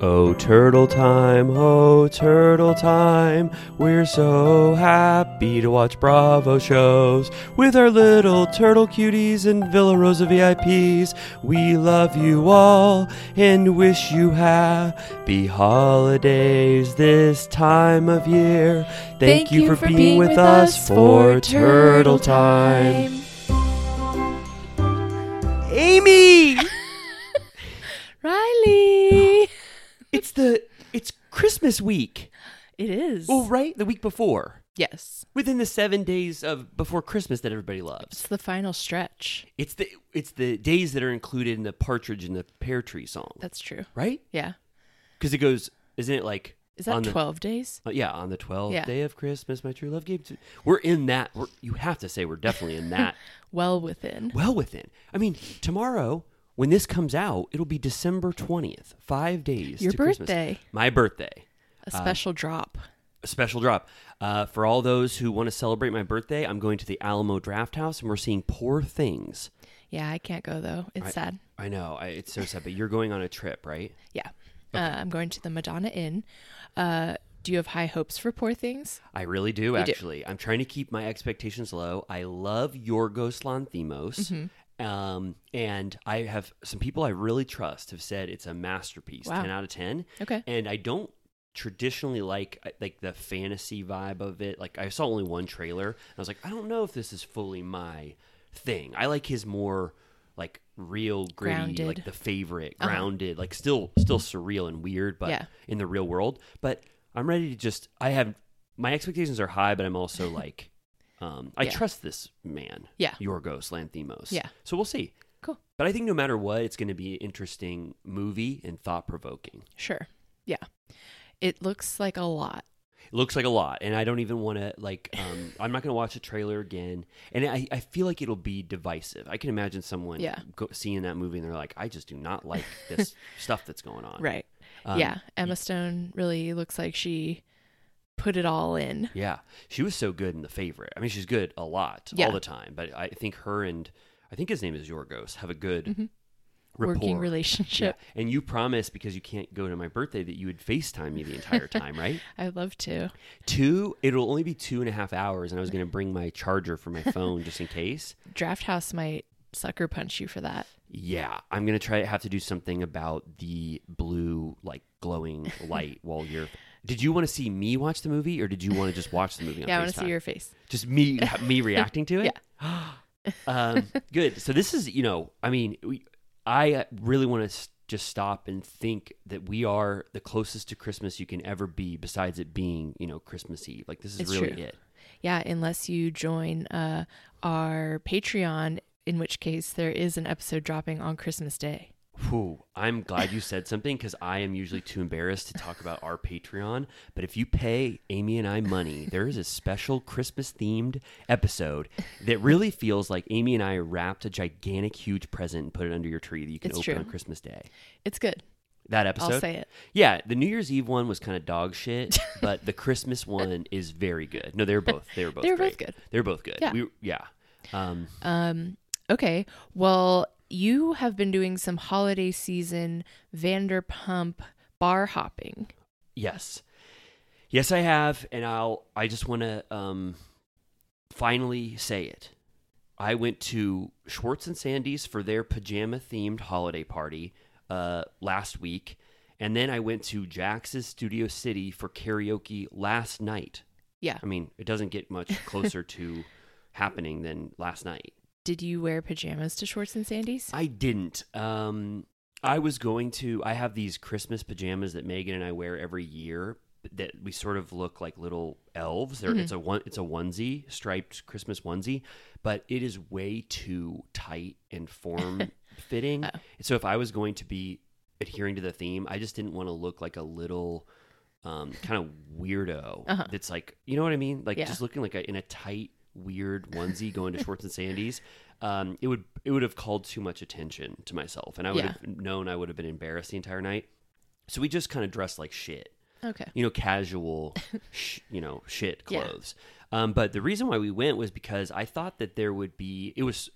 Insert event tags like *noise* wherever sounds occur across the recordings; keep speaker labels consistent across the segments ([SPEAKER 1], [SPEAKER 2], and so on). [SPEAKER 1] Oh, turtle time, oh, turtle time. We're so happy to watch Bravo shows with our little turtle cuties and Villa Rosa VIPs. We love you all and wish you happy holidays this time of year. Thank, you, for, being, with, us for Turtle Time. *laughs* Amy! *gasps*
[SPEAKER 2] Riley.
[SPEAKER 1] it's the it's Christmas week.
[SPEAKER 2] It is.
[SPEAKER 1] Well, right, the week before.
[SPEAKER 2] Yes.
[SPEAKER 1] within the seven days of before Christmas that everybody
[SPEAKER 2] It's
[SPEAKER 1] loves.
[SPEAKER 2] the final stretch.
[SPEAKER 1] It's the it's the days that are included in the partridge and the pear tree song,
[SPEAKER 2] That's true.
[SPEAKER 1] right?
[SPEAKER 2] Yeah.
[SPEAKER 1] Because it goes, isn't it like
[SPEAKER 2] Is that
[SPEAKER 1] on the-
[SPEAKER 2] 12 days?
[SPEAKER 1] uh, yeah, on the twelfth
[SPEAKER 2] Yeah.
[SPEAKER 1] day of Christmas, my true love gave to. We're in that. We're, you have to say we're definitely in
[SPEAKER 2] *laughs*
[SPEAKER 1] that.
[SPEAKER 2] Well within.
[SPEAKER 1] well within. I mean, tomorrow when this comes out, it'll be December twentieth. Five days.
[SPEAKER 2] Your
[SPEAKER 1] to Christmas.
[SPEAKER 2] birthday.
[SPEAKER 1] My birthday.
[SPEAKER 2] A special drop.
[SPEAKER 1] a special drop uh, for all those who want to celebrate my birthday. I'm going to the Alamo Draft House, and we're seeing Poor Things.
[SPEAKER 2] Yeah, I can't go though. It's
[SPEAKER 1] I-
[SPEAKER 2] sad.
[SPEAKER 1] I know I, it's so sad, but you're going on a trip, right?
[SPEAKER 2] Yeah. Uh, I'm going to the Madonna Inn. Uh, do you have high hopes for Poor Things?
[SPEAKER 1] I really do.
[SPEAKER 2] You do.
[SPEAKER 1] actually, I'm trying to keep my expectations low. I love Yorgos Lanthimos.
[SPEAKER 2] Mm-hmm.
[SPEAKER 1] Um, and I have some people I really trust have said it's a masterpiece,
[SPEAKER 2] Wow.
[SPEAKER 1] ten out of ten.
[SPEAKER 2] Okay.
[SPEAKER 1] and I don't traditionally like I- like the fantasy vibe of it. Like I saw only one trailer, and I was like, I don't know if this is fully my thing. I like his more like real gritty,
[SPEAKER 2] Grounded.
[SPEAKER 1] like the favorite,
[SPEAKER 2] Uh-huh.
[SPEAKER 1] grounded, like still still surreal and weird, but
[SPEAKER 2] Yeah.
[SPEAKER 1] in the real world. But I'm ready to just I have my expectations are high, but I'm
[SPEAKER 2] *laughs*
[SPEAKER 1] also like um I
[SPEAKER 2] Yeah.
[SPEAKER 1] trust this man.
[SPEAKER 2] Yeah.
[SPEAKER 1] Yorgos Lanthimos.
[SPEAKER 2] Yeah.
[SPEAKER 1] So we'll see.
[SPEAKER 2] Cool.
[SPEAKER 1] But I think no matter what, it's going to be an interesting movie and thought provoking.
[SPEAKER 2] Sure. Yeah. It looks like a lot.
[SPEAKER 1] It looks like a lot, and I don't even want to like.
[SPEAKER 2] *laughs*
[SPEAKER 1] Um, I'm not going to watch the trailer again, and I, I feel like it'll be divisive. I can imagine someone
[SPEAKER 2] Yeah.
[SPEAKER 1] go, seeing that movie and they're like, "I just do not like
[SPEAKER 2] *laughs*
[SPEAKER 1] this stuff that's going on."
[SPEAKER 2] Right.
[SPEAKER 1] Um,
[SPEAKER 2] yeah. Emma Stone really looks like she put it all in.
[SPEAKER 1] Yeah, she was so good in The Favorite. I mean, she's good a lot
[SPEAKER 2] Yeah.
[SPEAKER 1] all the time, but I think her and I think his name is Yorgos have a good
[SPEAKER 2] Mm-hmm. Working
[SPEAKER 1] rapport.
[SPEAKER 2] relationship.
[SPEAKER 1] Yeah. And you promised because you can't go to my birthday that you would FaceTime me the
[SPEAKER 2] *laughs*
[SPEAKER 1] entire time, right?
[SPEAKER 2] I'd love to.
[SPEAKER 1] Two, it'll only be two and a half hours, and I was going to bring my charger for my phone just in case.
[SPEAKER 2] Draft House might sucker punch you for that.
[SPEAKER 1] Yeah, I'm gonna try to have to do something about the blue, like glowing
[SPEAKER 2] *laughs*
[SPEAKER 1] light while you're. Did you want to see me watch the movie, or did you want to just watch the movie? On
[SPEAKER 2] yeah, I want to see
[SPEAKER 1] FaceTime?
[SPEAKER 2] your face.
[SPEAKER 1] just me me
[SPEAKER 2] *laughs*
[SPEAKER 1] reacting to it. Yeah. *gasps* um, good. So this is you know I mean we, I uh, really want to s- just stop and think that we are the closest to Christmas you can ever be, besides it being you know Christmas Eve. Like this is
[SPEAKER 2] It's
[SPEAKER 1] really
[SPEAKER 2] true.
[SPEAKER 1] it.
[SPEAKER 2] Yeah, unless you join uh, our Patreon, in which case there is an episode dropping on Christmas Day.
[SPEAKER 1] Whew, I'm glad you said something because I am usually too embarrassed to talk about our Patreon. But if you pay Amy and I money, there is a special Christmas themed episode that really feels like Amy and I wrapped a gigantic, huge present and put it under your tree that you can
[SPEAKER 2] It's
[SPEAKER 1] open
[SPEAKER 2] true.
[SPEAKER 1] on Christmas Day.
[SPEAKER 2] It's good.
[SPEAKER 1] That episode?
[SPEAKER 2] say it.
[SPEAKER 1] Yeah, the New Year's Eve one was kind of dog
[SPEAKER 2] *laughs*
[SPEAKER 1] shit, but the Christmas one is very good. No, they were both. They were both.
[SPEAKER 2] They were
[SPEAKER 1] great.
[SPEAKER 2] both good.
[SPEAKER 1] They were both good.
[SPEAKER 2] Yeah.
[SPEAKER 1] We, yeah. Um,
[SPEAKER 2] Um, okay. Well, you have been doing some holiday season Vanderpump bar hopping.
[SPEAKER 1] Yes. Yes, I have, and I'll I just want to um finally say it. I went to Schwartz and Sandy's for their pajama themed holiday party uh last week, and then I went to Jax's Studio City for karaoke last night.
[SPEAKER 2] Yeah.
[SPEAKER 1] I mean, it doesn't get much closer to happening than last night.
[SPEAKER 2] Did you wear pajamas to Schwartz and Sandy's?
[SPEAKER 1] I didn't. Um, I was going to. I have these Christmas pajamas that Megan and I wear every year. That we sort of look like little elves. They're, It's a one. It's a onesie, striped Christmas onesie, but it is way too tight and form fitting. So if I was going to be adhering to the theme, I just didn't want to look like a little. Um, kind of weirdo that's like you know what I mean like
[SPEAKER 2] Uh-huh. Yeah.
[SPEAKER 1] just looking like a, in a tight weird
[SPEAKER 2] *laughs*
[SPEAKER 1] onesie going to Schwartz and Sandy's, um, it would it would have called too much attention to myself, and I would
[SPEAKER 2] Yeah.
[SPEAKER 1] have known I would have been embarrassed the entire night. So we just kind of dressed like shit,
[SPEAKER 2] Okay.
[SPEAKER 1] you know, casual, *laughs* sh- you know, shit
[SPEAKER 2] Yeah.
[SPEAKER 1] clothes. Um, but the reason why we went was because I thought that there would be it was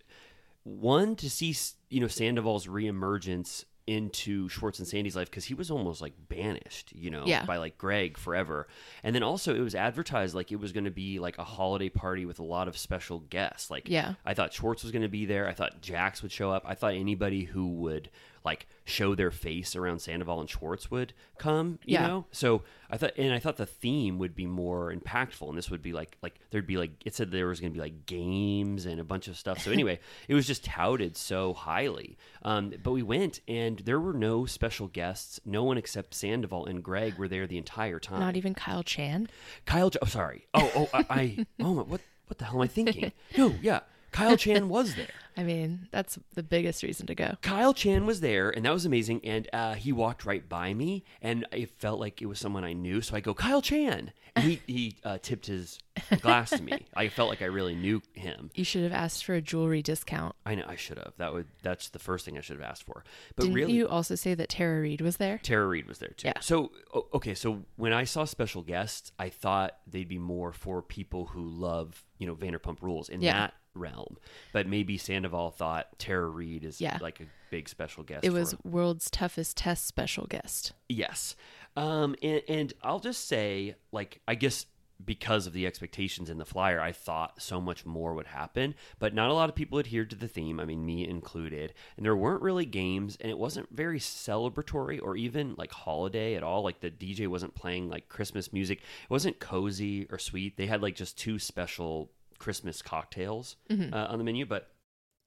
[SPEAKER 1] one to see you know Sandoval's reemergence into Schwartz and Sandy's life because he was almost like banished, you know,
[SPEAKER 2] Yeah.
[SPEAKER 1] by like Greg forever. And then also it was advertised like it was going to be like a holiday party with a lot of special guests. Like
[SPEAKER 2] Yeah.
[SPEAKER 1] I thought Schwartz was going to be there. I thought Jax would show up. I thought anybody who would like show their face around Sandoval and Schwartz would come, you
[SPEAKER 2] Yeah.
[SPEAKER 1] know? So I thought, and I thought the theme would be more impactful, and this would be like, like there'd be like it said there was going to be like games and a bunch of stuff. So anyway, it was just touted so highly. Um, but we went, and there were no special guests. No one except Sandoval and Greg were there the entire time.
[SPEAKER 2] Not even Kyle Chan.
[SPEAKER 1] Kyle. Ch- Oh, sorry. Oh, oh, I, I *laughs* oh, my- what, what the hell am I
[SPEAKER 2] *laughs*
[SPEAKER 1] thinking? No, yeah, Kyle Chan was there.
[SPEAKER 2] I mean, that's the biggest reason to go.
[SPEAKER 1] Kyle Chan was there, and that was amazing. And uh, he walked right by me, and it felt like it was someone I knew. So I go, Kyle Chan. And he he uh, tipped his glass to
[SPEAKER 2] *laughs*
[SPEAKER 1] me. I felt like I really knew him.
[SPEAKER 2] You should have asked for a jewelry discount.
[SPEAKER 1] I know I should have. That would that's the first thing I should have asked for. But
[SPEAKER 2] Didn't
[SPEAKER 1] really,
[SPEAKER 2] you also say that Tara Reid was there?
[SPEAKER 1] Tara Reid was there too.
[SPEAKER 2] Yeah.
[SPEAKER 1] So o- okay, so when I saw special guests, I thought they'd be more for people who love you know Vanderpump Rules in
[SPEAKER 2] Yeah.
[SPEAKER 1] that realm, but maybe Sandoval thought Tara Reid is
[SPEAKER 2] Yeah.
[SPEAKER 1] like a big special guest.
[SPEAKER 2] It
[SPEAKER 1] for
[SPEAKER 2] was
[SPEAKER 1] him.
[SPEAKER 2] world's toughest test special guest.
[SPEAKER 1] Yes. Um, and, and I'll just say, like, I guess because of the expectations in the flyer, I thought so much more would happen, but not a lot of people adhered to the theme. I mean, me included. And there weren't really games, and it wasn't very celebratory or even like holiday at all. Like, the DJ wasn't playing like Christmas music, it wasn't cozy or sweet. They had like just two special Christmas cocktails uh, on the menu, but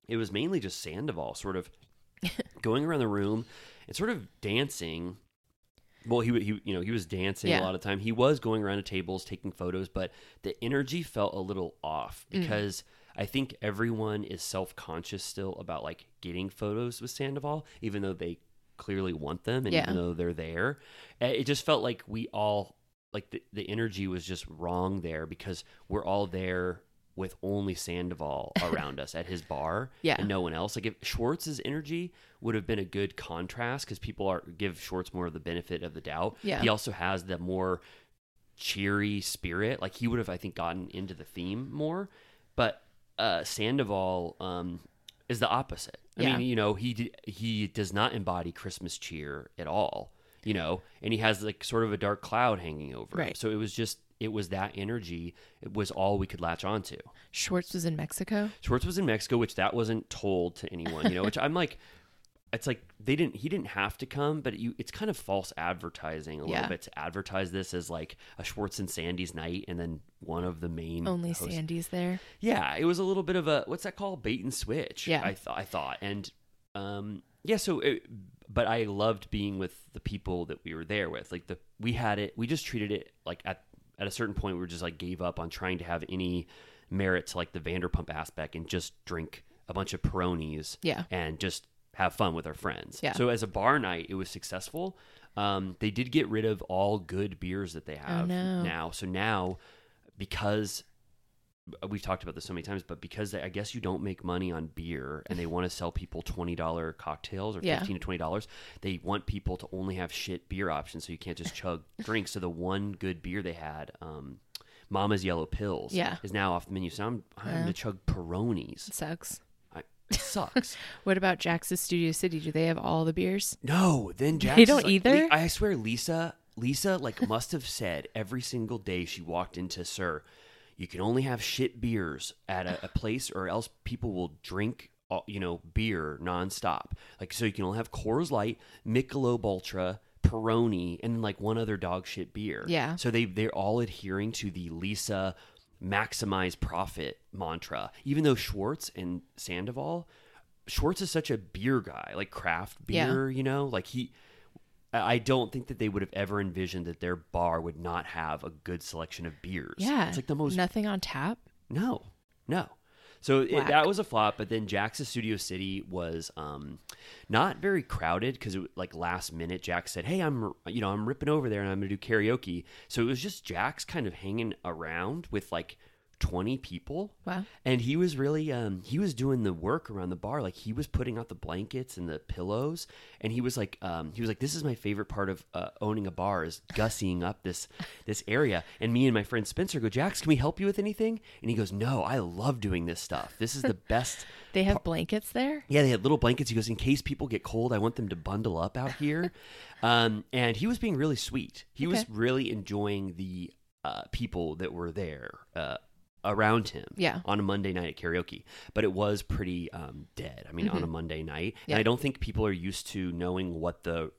[SPEAKER 1] it was mainly just Sandoval sort
[SPEAKER 2] *laughs*
[SPEAKER 1] of going around the room and sort of dancing. Well, he, he you know he was dancing
[SPEAKER 2] Yeah.
[SPEAKER 1] a lot of the time. He was going around to tables taking photos, but the energy felt a little off
[SPEAKER 2] Mm.
[SPEAKER 1] because I think everyone is self conscious still about like getting photos with Sandoval, even though they clearly want them and
[SPEAKER 2] Yeah.
[SPEAKER 1] even though they're there. Uh, It just felt like we all like the, the energy was just wrong there because we're all there with only
[SPEAKER 2] *laughs*
[SPEAKER 1] Sandoval around us at his bar
[SPEAKER 2] Yeah.
[SPEAKER 1] and no one else. Like if Schwartz's energy would have been a good contrast because people are give Schwartz more of the benefit of the doubt.
[SPEAKER 2] Yeah.
[SPEAKER 1] He also has the more cheery spirit. Like he would have, I think, gotten into the theme more. But uh, Sandoval um, is the opposite. I
[SPEAKER 2] Yeah.
[SPEAKER 1] mean, you know, he d- he does not embody Christmas cheer at all. You know, and he has like sort of a dark cloud hanging over him.
[SPEAKER 2] Right.
[SPEAKER 1] So it was just it was that energy. It was all we could latch onto.
[SPEAKER 2] Schwartz was in Mexico.
[SPEAKER 1] Schwartz was in Mexico, which that wasn't told to anyone, you know, which I'm like, it's like they didn't, he didn't have to come, but you, it's kind of false advertising a
[SPEAKER 2] Yeah.
[SPEAKER 1] little bit to advertise this as like a Schwartz and Sandy's night and then one of the main.
[SPEAKER 2] Only
[SPEAKER 1] hosts-
[SPEAKER 2] Sandy's there.
[SPEAKER 1] Yeah. It was a little bit of a, what's that called? Bait and switch.
[SPEAKER 2] Yeah.
[SPEAKER 1] I, th- I thought. And, um, yeah, so, it, but I loved being with the people that we were there with. Like the, we had it, we just treated it like at, at a certain point, we were just like gave up on trying to have any merit to like the Vanderpump aspect and just drink a bunch of Peronis
[SPEAKER 2] Yeah.
[SPEAKER 1] and just have fun with our friends.
[SPEAKER 2] Yeah.
[SPEAKER 1] So as a bar night, it was successful. Um, they did get rid of all good beers that they have
[SPEAKER 2] Oh, no.
[SPEAKER 1] now. So now, because we've talked about this so many times, but because they, I guess you don't make money on beer and they want to sell people twenty dollar cocktails or
[SPEAKER 2] Yeah.
[SPEAKER 1] fifteen to twenty dollars, they want people to only have shit beer options, so you can't just
[SPEAKER 2] *laughs*
[SPEAKER 1] chug drinks. So the one good beer they had, um, Mama's Yellow Pills,
[SPEAKER 2] Yeah.
[SPEAKER 1] is now off the menu. So I'm I'm
[SPEAKER 2] Yeah.
[SPEAKER 1] gonna chug Peronis.
[SPEAKER 2] Sucks.
[SPEAKER 1] I, it sucks.
[SPEAKER 2] What about Jax's Studio City? Do they have all the beers?
[SPEAKER 1] No, then Jax.
[SPEAKER 2] They
[SPEAKER 1] is
[SPEAKER 2] don't
[SPEAKER 1] like-
[SPEAKER 2] either?
[SPEAKER 1] Li- I swear, Lisa, Lisa, like must have said every single day she walked into Sir, you can only have shit beers at a, a place, or else people will drink, all- you know, beer nonstop. Like so, you can only have Coors Light, Michelob Ultra. Peroni and like one other dog shit beer.
[SPEAKER 2] Yeah.
[SPEAKER 1] So they they're all adhering to the Lisa maximize profit mantra. Even though Schwartz and Sandoval, Schwartz is such a beer guy, like craft
[SPEAKER 2] Yeah.
[SPEAKER 1] beer, you know? Like he I I don't think that they would have ever envisioned that their bar would not have a good selection of beers.
[SPEAKER 2] Yeah.
[SPEAKER 1] It's like the most
[SPEAKER 2] Nothing on tap.
[SPEAKER 1] no, no. So it,
[SPEAKER 2] Whack.
[SPEAKER 1] that was a flop, but then Jax's Studio City was um, not very crowded because it was like last minute. Jax said, "Hey, I'm you know I'm ripping over there and I'm gonna do karaoke." So it was just Jax kind of hanging around with like twenty people,
[SPEAKER 2] Wow.
[SPEAKER 1] and he was really um, he was doing the work around the bar. Like he was putting out the blankets and the pillows, and he was like um, he was like, "This is my favorite part of uh, owning a bar is gussying up this *laughs* this area." And me and my friend Spencer go, "Jax, can we help you with anything?" And he goes, "No, I love doing this stuff. This is the *laughs* best."
[SPEAKER 2] They have blankets there.
[SPEAKER 1] Yeah, they had little blankets. He goes, in case people get cold, I want them to bundle up out
[SPEAKER 2] *laughs*
[SPEAKER 1] here. um, and he was being really sweet. He was
[SPEAKER 2] Okay.
[SPEAKER 1] really enjoying the uh, people that were there uh, around him.
[SPEAKER 2] Yeah.
[SPEAKER 1] on a Monday night at karaoke, but it was pretty um, dead. I mean, on a Monday night,
[SPEAKER 2] Mm-hmm. Yeah.
[SPEAKER 1] and I don't think people are used to knowing what the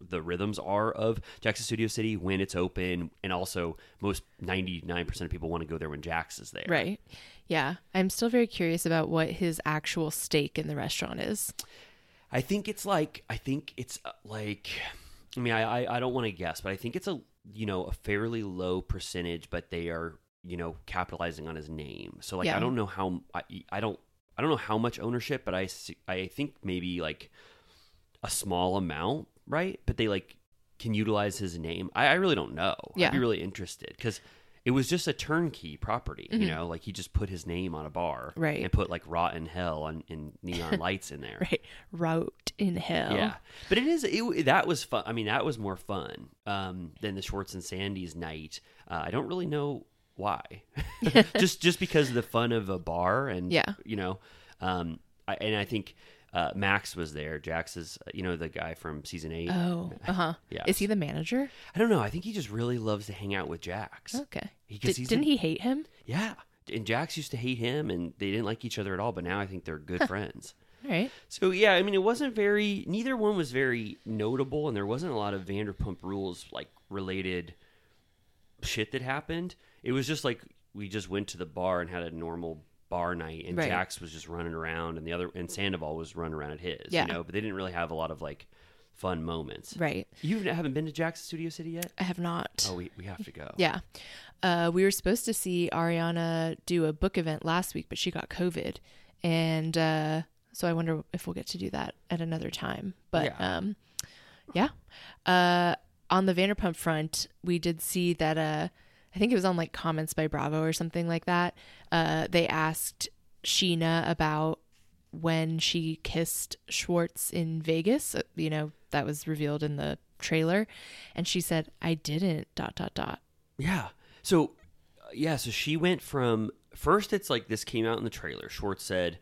[SPEAKER 1] the rhythms are of Jackson Studio City when it's open, and also most ninety nine percent of people want to go there when Jax is there.
[SPEAKER 2] Right. Yeah. I'm still very curious about what his actual stake in the
[SPEAKER 1] *laughs*
[SPEAKER 2] restaurant is.
[SPEAKER 1] I think it's like I think it's uh, like I mean I I, I don't want to guess, but I think it's a you know a fairly low percentage, but they are you know capitalizing on his name. So like
[SPEAKER 2] Yeah.
[SPEAKER 1] I don't know how I I don't I don't know how much ownership, but I s- I think maybe like a small amount, right? But they like can utilize his name. I, I really don't know. I'd
[SPEAKER 2] Yeah.
[SPEAKER 1] be really interested because. It was just a turnkey property, you know, like he just put his name on a bar
[SPEAKER 2] Mm-hmm. Right.
[SPEAKER 1] and put like rotten hell and, and
[SPEAKER 2] *laughs*
[SPEAKER 1] neon lights in there.
[SPEAKER 2] Right. Route in hell.
[SPEAKER 1] Yeah, but it is it, that was fun. I mean, that was more fun um, than the Schwartz and Sandy's night. Uh, I don't really know
[SPEAKER 2] *laughs*
[SPEAKER 1] why. *laughs* just just because of the fun of a bar and
[SPEAKER 2] Yeah.
[SPEAKER 1] you know, um, I, and I think uh, Max was there. Jax is uh, you know the guy from season eight.
[SPEAKER 2] Oh.
[SPEAKER 1] *laughs*
[SPEAKER 2] Uh huh.
[SPEAKER 1] Yeah.
[SPEAKER 2] Is he the manager?
[SPEAKER 1] I don't know. I think he just really loves to hang out with Jax.
[SPEAKER 2] Okay.
[SPEAKER 1] He- 'cause
[SPEAKER 2] Did,
[SPEAKER 1] he's
[SPEAKER 2] didn't
[SPEAKER 1] a-
[SPEAKER 2] he hate him?
[SPEAKER 1] Yeah, and Jax used to hate him, and they didn't like each other at all. But now I think they're good friends.
[SPEAKER 2] All right.
[SPEAKER 1] So yeah, I mean, it wasn't very. Neither one was very notable, and there wasn't a lot of Vanderpump Rules like related shit that happened. It was just like we just went to the bar and had a normal bar night, and
[SPEAKER 2] Right.
[SPEAKER 1] Jax was just running around, and the other and Sandoval was running around at his.
[SPEAKER 2] Yeah.
[SPEAKER 1] You know, but they didn't really have a lot of like fun moments.
[SPEAKER 2] Right.
[SPEAKER 1] You haven't been to Jax's Studio City yet?
[SPEAKER 2] I have not.
[SPEAKER 1] Oh, we we have to go.
[SPEAKER 2] Yeah. Uh, we were supposed to see Ariana do a book event last week, but she got COVID. And uh, so I wonder if we'll get to do that at another time. But
[SPEAKER 1] Yeah.
[SPEAKER 2] um, yeah. Uh, on the Vanderpump front, we did see that uh, I think it was on like comments by Bravo or something like that. Uh, they asked Sheena about when she kissed Schwartz in Vegas. Uh, You know, that was revealed in the trailer. And she said, I didn't, dot, dot, dot.
[SPEAKER 1] Yeah. So, uh, yeah. So she went from first. It's like this came out in the trailer. Schwartz said,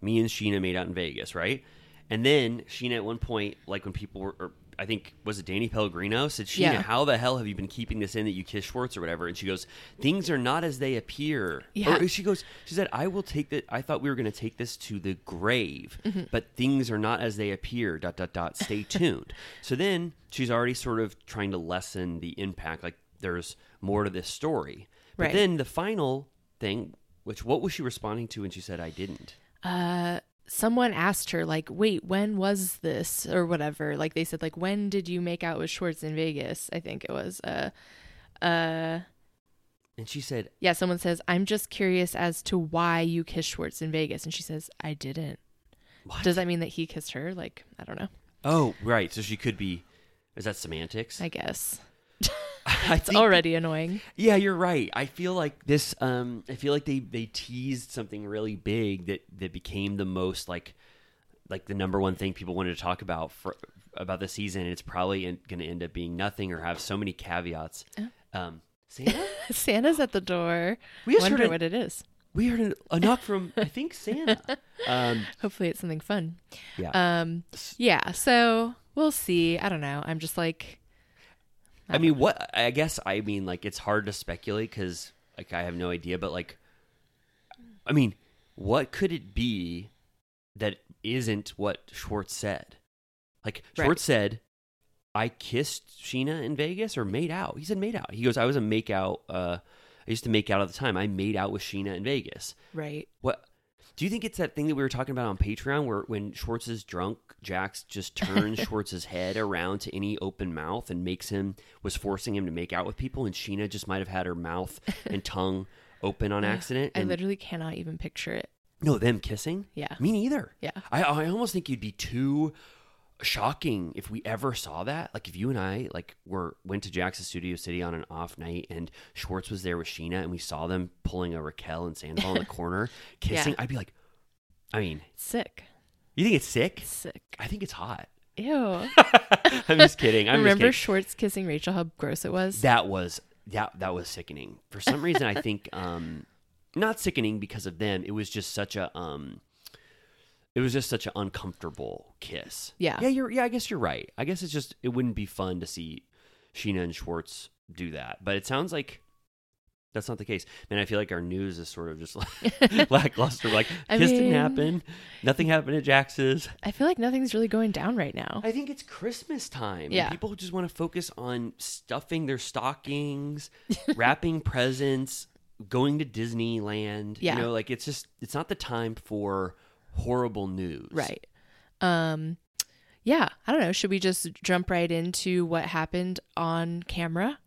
[SPEAKER 1] "Me and Sheena made out in Vegas," right? And then Sheena at one point, like when people were, or I think was it Danny Pellegrino said, "Sheena,
[SPEAKER 2] Yeah.
[SPEAKER 1] how the hell have you been keeping this in that you kissed Schwartz or whatever?" And she goes, "Things are not as they appear."
[SPEAKER 2] Yeah.
[SPEAKER 1] Or she goes, she said, "I will take that. I thought we were going to take this to the grave, but things are not as they appear." Dot dot dot. Stay tuned. So then she's already sort of trying to lessen the impact. Like there's more to this story. But
[SPEAKER 2] Right.
[SPEAKER 1] then the final thing, which what was she responding to when she said, "I didn't"?
[SPEAKER 2] uh someone asked her like wait when was this or whatever like they said like when did you make out with schwartz in vegas i think it was uh uh
[SPEAKER 1] And she said,
[SPEAKER 2] yeah someone says i'm just curious as to why you kissed schwartz in vegas and she says i didn't Does that mean that he kissed her? Like, I don't know.
[SPEAKER 1] Oh, right. So she could be. Is that semantics?
[SPEAKER 2] I guess.
[SPEAKER 1] *laughs* I
[SPEAKER 2] It's already annoying. *laughs*
[SPEAKER 1] Yeah, you're right. I feel like this. Um, I feel like they they teased something really big that that became the most like like the number one thing people wanted to talk about for about the season. And it's probably going to end up being nothing or have so many caveats. Um, Santa,
[SPEAKER 2] Santa's at the door.
[SPEAKER 1] We just
[SPEAKER 2] wonder
[SPEAKER 1] heard it-
[SPEAKER 2] what it is.
[SPEAKER 1] we heard a knock from I think Santa. Um,
[SPEAKER 2] Hopefully, it's something fun.
[SPEAKER 1] yeah.
[SPEAKER 2] Um, yeah. So we'll see. I don't know. I'm just like,
[SPEAKER 1] I mean, what? I guess I mean, like, it's hard to speculate because, like, I have no idea. But like, I mean, what could it be that isn't what Schwartz said? Like,
[SPEAKER 2] Right.
[SPEAKER 1] Schwartz said, "I kissed Sheena in Vegas or made out." He said, "Made out." He goes, "I was a make out. Uh, I used to make out all the time. I made out with Sheena in Vegas."
[SPEAKER 2] right.
[SPEAKER 1] What? Do you think it's that thing that we were talking about on Patreon where when Schwartz is drunk, Jax just turns Schwartz's head around to any open mouth and makes him, was forcing him to make out with people, and Sheena just might have had her mouth and tongue open on accident?
[SPEAKER 2] *laughs* I
[SPEAKER 1] And,
[SPEAKER 2] literally cannot even picture it.
[SPEAKER 1] no, them kissing?
[SPEAKER 2] Yeah.
[SPEAKER 1] Me neither.
[SPEAKER 2] Yeah.
[SPEAKER 1] I, I almost think you'd be too shocking if we ever saw that. Like if you and I like were went to Jackson's Studio City on an off night and Schwartz was there with Sheena and we saw them pulling a Raquel and Sandoval
[SPEAKER 2] *laughs*
[SPEAKER 1] in the corner kissing,
[SPEAKER 2] Yeah.
[SPEAKER 1] I'd be like I mean,
[SPEAKER 2] Sick.
[SPEAKER 1] you think it's sick?
[SPEAKER 2] Sick.
[SPEAKER 1] I think it's hot. *laughs*
[SPEAKER 2] Ew.
[SPEAKER 1] I'm just kidding. I'm
[SPEAKER 2] Remember
[SPEAKER 1] just
[SPEAKER 2] Schwartz kissing Rachel? How gross it was.
[SPEAKER 1] kidding. That was that that was sickening. For some reason I think *laughs* um not sickening because of them. It was just such a um it was just such an uncomfortable kiss.
[SPEAKER 2] Yeah.
[SPEAKER 1] Yeah, you're yeah, I guess you're right. I guess it's just it wouldn't be fun to see Sheena and Schwartz do that. But it sounds like that's not the case. Man, I feel like our news is sort of
[SPEAKER 2] *laughs*
[SPEAKER 1] just *laughs* like lackluster. Like
[SPEAKER 2] I
[SPEAKER 1] this
[SPEAKER 2] mean-
[SPEAKER 1] didn't happen. Nothing happened at Jax's.
[SPEAKER 2] I feel like nothing's really going down right now.
[SPEAKER 1] I think it's Christmas time. and
[SPEAKER 2] Oh. Yeah.
[SPEAKER 1] People just want to focus on stuffing their
[SPEAKER 2] *laughs*
[SPEAKER 1] stockings, wrapping presents, going to Disneyland.
[SPEAKER 2] Yeah.
[SPEAKER 1] You know, like it's just, it's not the time for horrible news.
[SPEAKER 2] Right. Um yeah, I don't know. Should we just jump right into what happened on camera?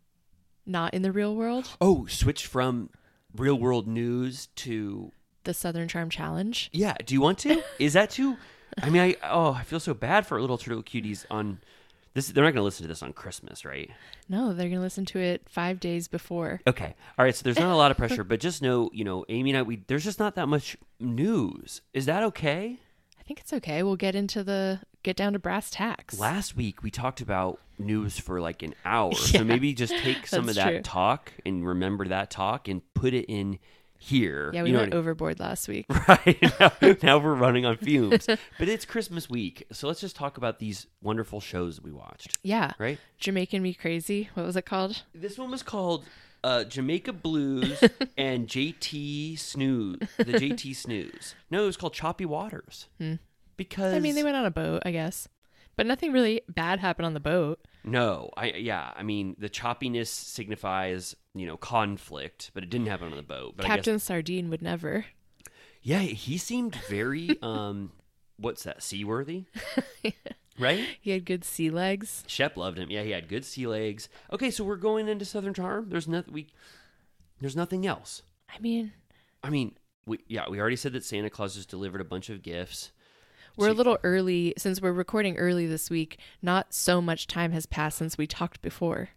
[SPEAKER 2] Not in the real world?
[SPEAKER 1] Oh, switch from real world news to,
[SPEAKER 2] The Southern Charm Challenge?
[SPEAKER 1] yeah. Do you want
[SPEAKER 2] *laughs*
[SPEAKER 1] to? Is that too? I mean, I, oh, I feel so bad for little turtle cuties on this. They're not going to listen to this on Christmas, right?
[SPEAKER 2] No, they're going to listen to it 5 days before.
[SPEAKER 1] Okay. All right. So there's not a lot of
[SPEAKER 2] *laughs*
[SPEAKER 1] pressure, but just know, you know, Amy and I, we there's just not that much news. Is that okay?
[SPEAKER 2] I think it's okay. We'll get into the get down to brass tacks.
[SPEAKER 1] Last week we talked about news for like an
[SPEAKER 2] *laughs*
[SPEAKER 1] hour, so
[SPEAKER 2] Yeah.
[SPEAKER 1] maybe just
[SPEAKER 2] *laughs*
[SPEAKER 1] take some of
[SPEAKER 2] That's
[SPEAKER 1] that
[SPEAKER 2] true.
[SPEAKER 1] talk and remember that talk and put it in here.
[SPEAKER 2] yeah, we
[SPEAKER 1] You know
[SPEAKER 2] went
[SPEAKER 1] what I-
[SPEAKER 2] overboard last week.
[SPEAKER 1] *laughs* Right
[SPEAKER 2] *laughs*
[SPEAKER 1] now, now we're running on fumes, but it's Christmas week, so let's just talk about these wonderful shows that we watched.
[SPEAKER 2] Yeah.
[SPEAKER 1] Right.
[SPEAKER 2] Jamaican Me Crazy. What was it called?
[SPEAKER 1] This one was called uh, Jamaica Blues
[SPEAKER 2] *laughs*
[SPEAKER 1] and JT Snooze. The JT Snooze. No, it was called Choppy Waters. Because
[SPEAKER 2] Hmm. I mean, they went on a boat, I guess. But nothing really bad happened on the boat.
[SPEAKER 1] no, I yeah, I mean the choppiness signifies you know conflict, but it didn't happen on the boat. But
[SPEAKER 2] Captain
[SPEAKER 1] I
[SPEAKER 2] Sardine would never.
[SPEAKER 1] guess, yeah, he seemed
[SPEAKER 2] *laughs*
[SPEAKER 1] very um, what's that seaworthy, right?
[SPEAKER 2] He had good sea legs.
[SPEAKER 1] Shep loved him. Yeah, he had good sea legs. Okay, so we're going into Southern Charm. There's nothing we, there's nothing else.
[SPEAKER 2] I mean,
[SPEAKER 1] I mean, we, yeah, we already said that Santa Claus just delivered a bunch of gifts.
[SPEAKER 2] We're a
[SPEAKER 1] See-
[SPEAKER 2] little early since we're recording early this week. Not so much time has passed since we talked before.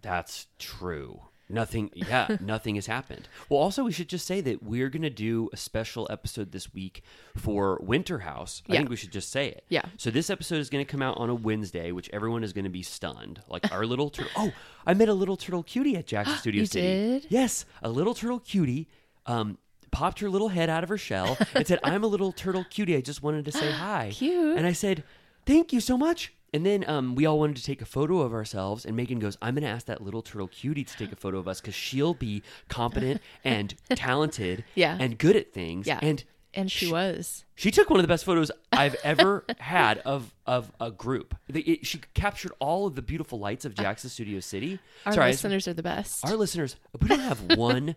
[SPEAKER 1] That's true. Nothing,
[SPEAKER 2] *laughs*
[SPEAKER 1] yeah, nothing has happened. Well, also, we should just say that we're going to do a special episode this week for Winter House. I
[SPEAKER 2] Yeah.
[SPEAKER 1] think we should just say it.
[SPEAKER 2] Yeah.
[SPEAKER 1] So, this episode is going to come out on a Wednesday, which everyone is going to be stunned. Like, our little turtle. Oh, I met a little turtle cutie at
[SPEAKER 2] *gasps*
[SPEAKER 1] Jackson Studio
[SPEAKER 2] You
[SPEAKER 1] City.
[SPEAKER 2] did?
[SPEAKER 1] Yes, a little turtle cutie. Um, Popped her little head out of her shell and said, I'm a little turtle cutie. I just wanted to
[SPEAKER 2] *gasps*
[SPEAKER 1] say hi.
[SPEAKER 2] Cute.
[SPEAKER 1] And I said, "Thank you so much." And then um, we all wanted to take a photo of ourselves, and Megan goes, "I'm going to ask that little turtle cutie to take a photo of us because she'll be
[SPEAKER 2] *laughs*
[SPEAKER 1] competent and talented,
[SPEAKER 2] Yeah.
[SPEAKER 1] and good at things."
[SPEAKER 2] Yeah.
[SPEAKER 1] and
[SPEAKER 2] And she was.
[SPEAKER 1] she took one of the best photos I've ever
[SPEAKER 2] *laughs*
[SPEAKER 1] had of of a group. The- it- she captured all of the beautiful lights of Jackson Studio City.
[SPEAKER 2] Our
[SPEAKER 1] Sorry, I just-
[SPEAKER 2] listeners are the
[SPEAKER 1] *laughs*
[SPEAKER 2] best.
[SPEAKER 1] our listeners, we don't have *laughs* one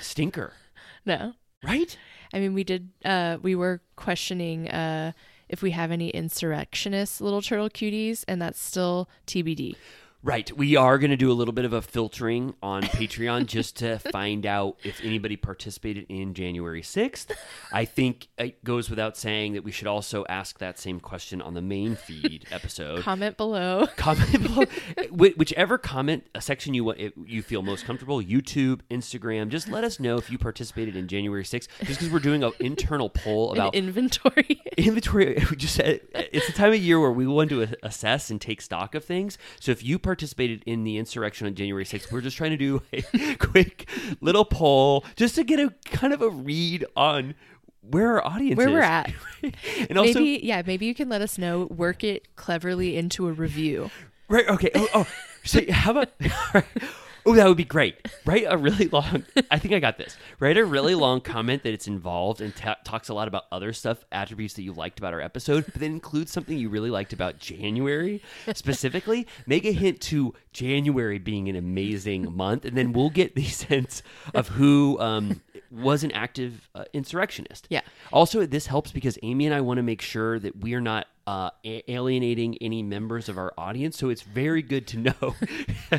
[SPEAKER 1] stinker,
[SPEAKER 2] no.
[SPEAKER 1] right?
[SPEAKER 2] I mean, we did, uh, we were questioning uh, if we have any insurrectionist little turtle cuties, and that's still TBD.
[SPEAKER 1] Right. We are going to do a little bit of a filtering on Patreon just *laughs* to find out if anybody participated in January 6th. I think it goes without saying that we should also ask that same question on the main *laughs* feed episode.
[SPEAKER 2] Comment below. *laughs*
[SPEAKER 1] comment *laughs* below Whi- whichever comment a section you want you feel most comfortable youtube instagram just let us know if you participated in january 6th just because we're doing an internal poll *laughs*
[SPEAKER 2] An
[SPEAKER 1] about
[SPEAKER 2] inventory.
[SPEAKER 1] inventory *laughs* we just said it's the time of year where we want to assess and take stock of things so if you participated in the insurrection on january 6th we're just trying to do *laughs* a quick little poll just to get a kind of a read on where our audience
[SPEAKER 2] Where
[SPEAKER 1] is
[SPEAKER 2] we're at.
[SPEAKER 1] *laughs* and also
[SPEAKER 2] maybe yeah, maybe you can let us know. Work it cleverly into a review.
[SPEAKER 1] Right. Okay. Oh, oh. so how about? *laughs* Oh, that would be great. Write a really long. I think I got this. Write a really long comment that it's involved and ta- talks a lot about other stuff, attributes that you liked about our episode, but then includes something you really liked about January specifically. Make a hint to January being an amazing month, and then we'll get the *laughs* sense of who um, was an active uh, insurrectionist.
[SPEAKER 2] Yeah.
[SPEAKER 1] Also, this helps because Amy and I want to make sure that we are not uh, a- alienating any members of our audience. So it's very good to know. *laughs*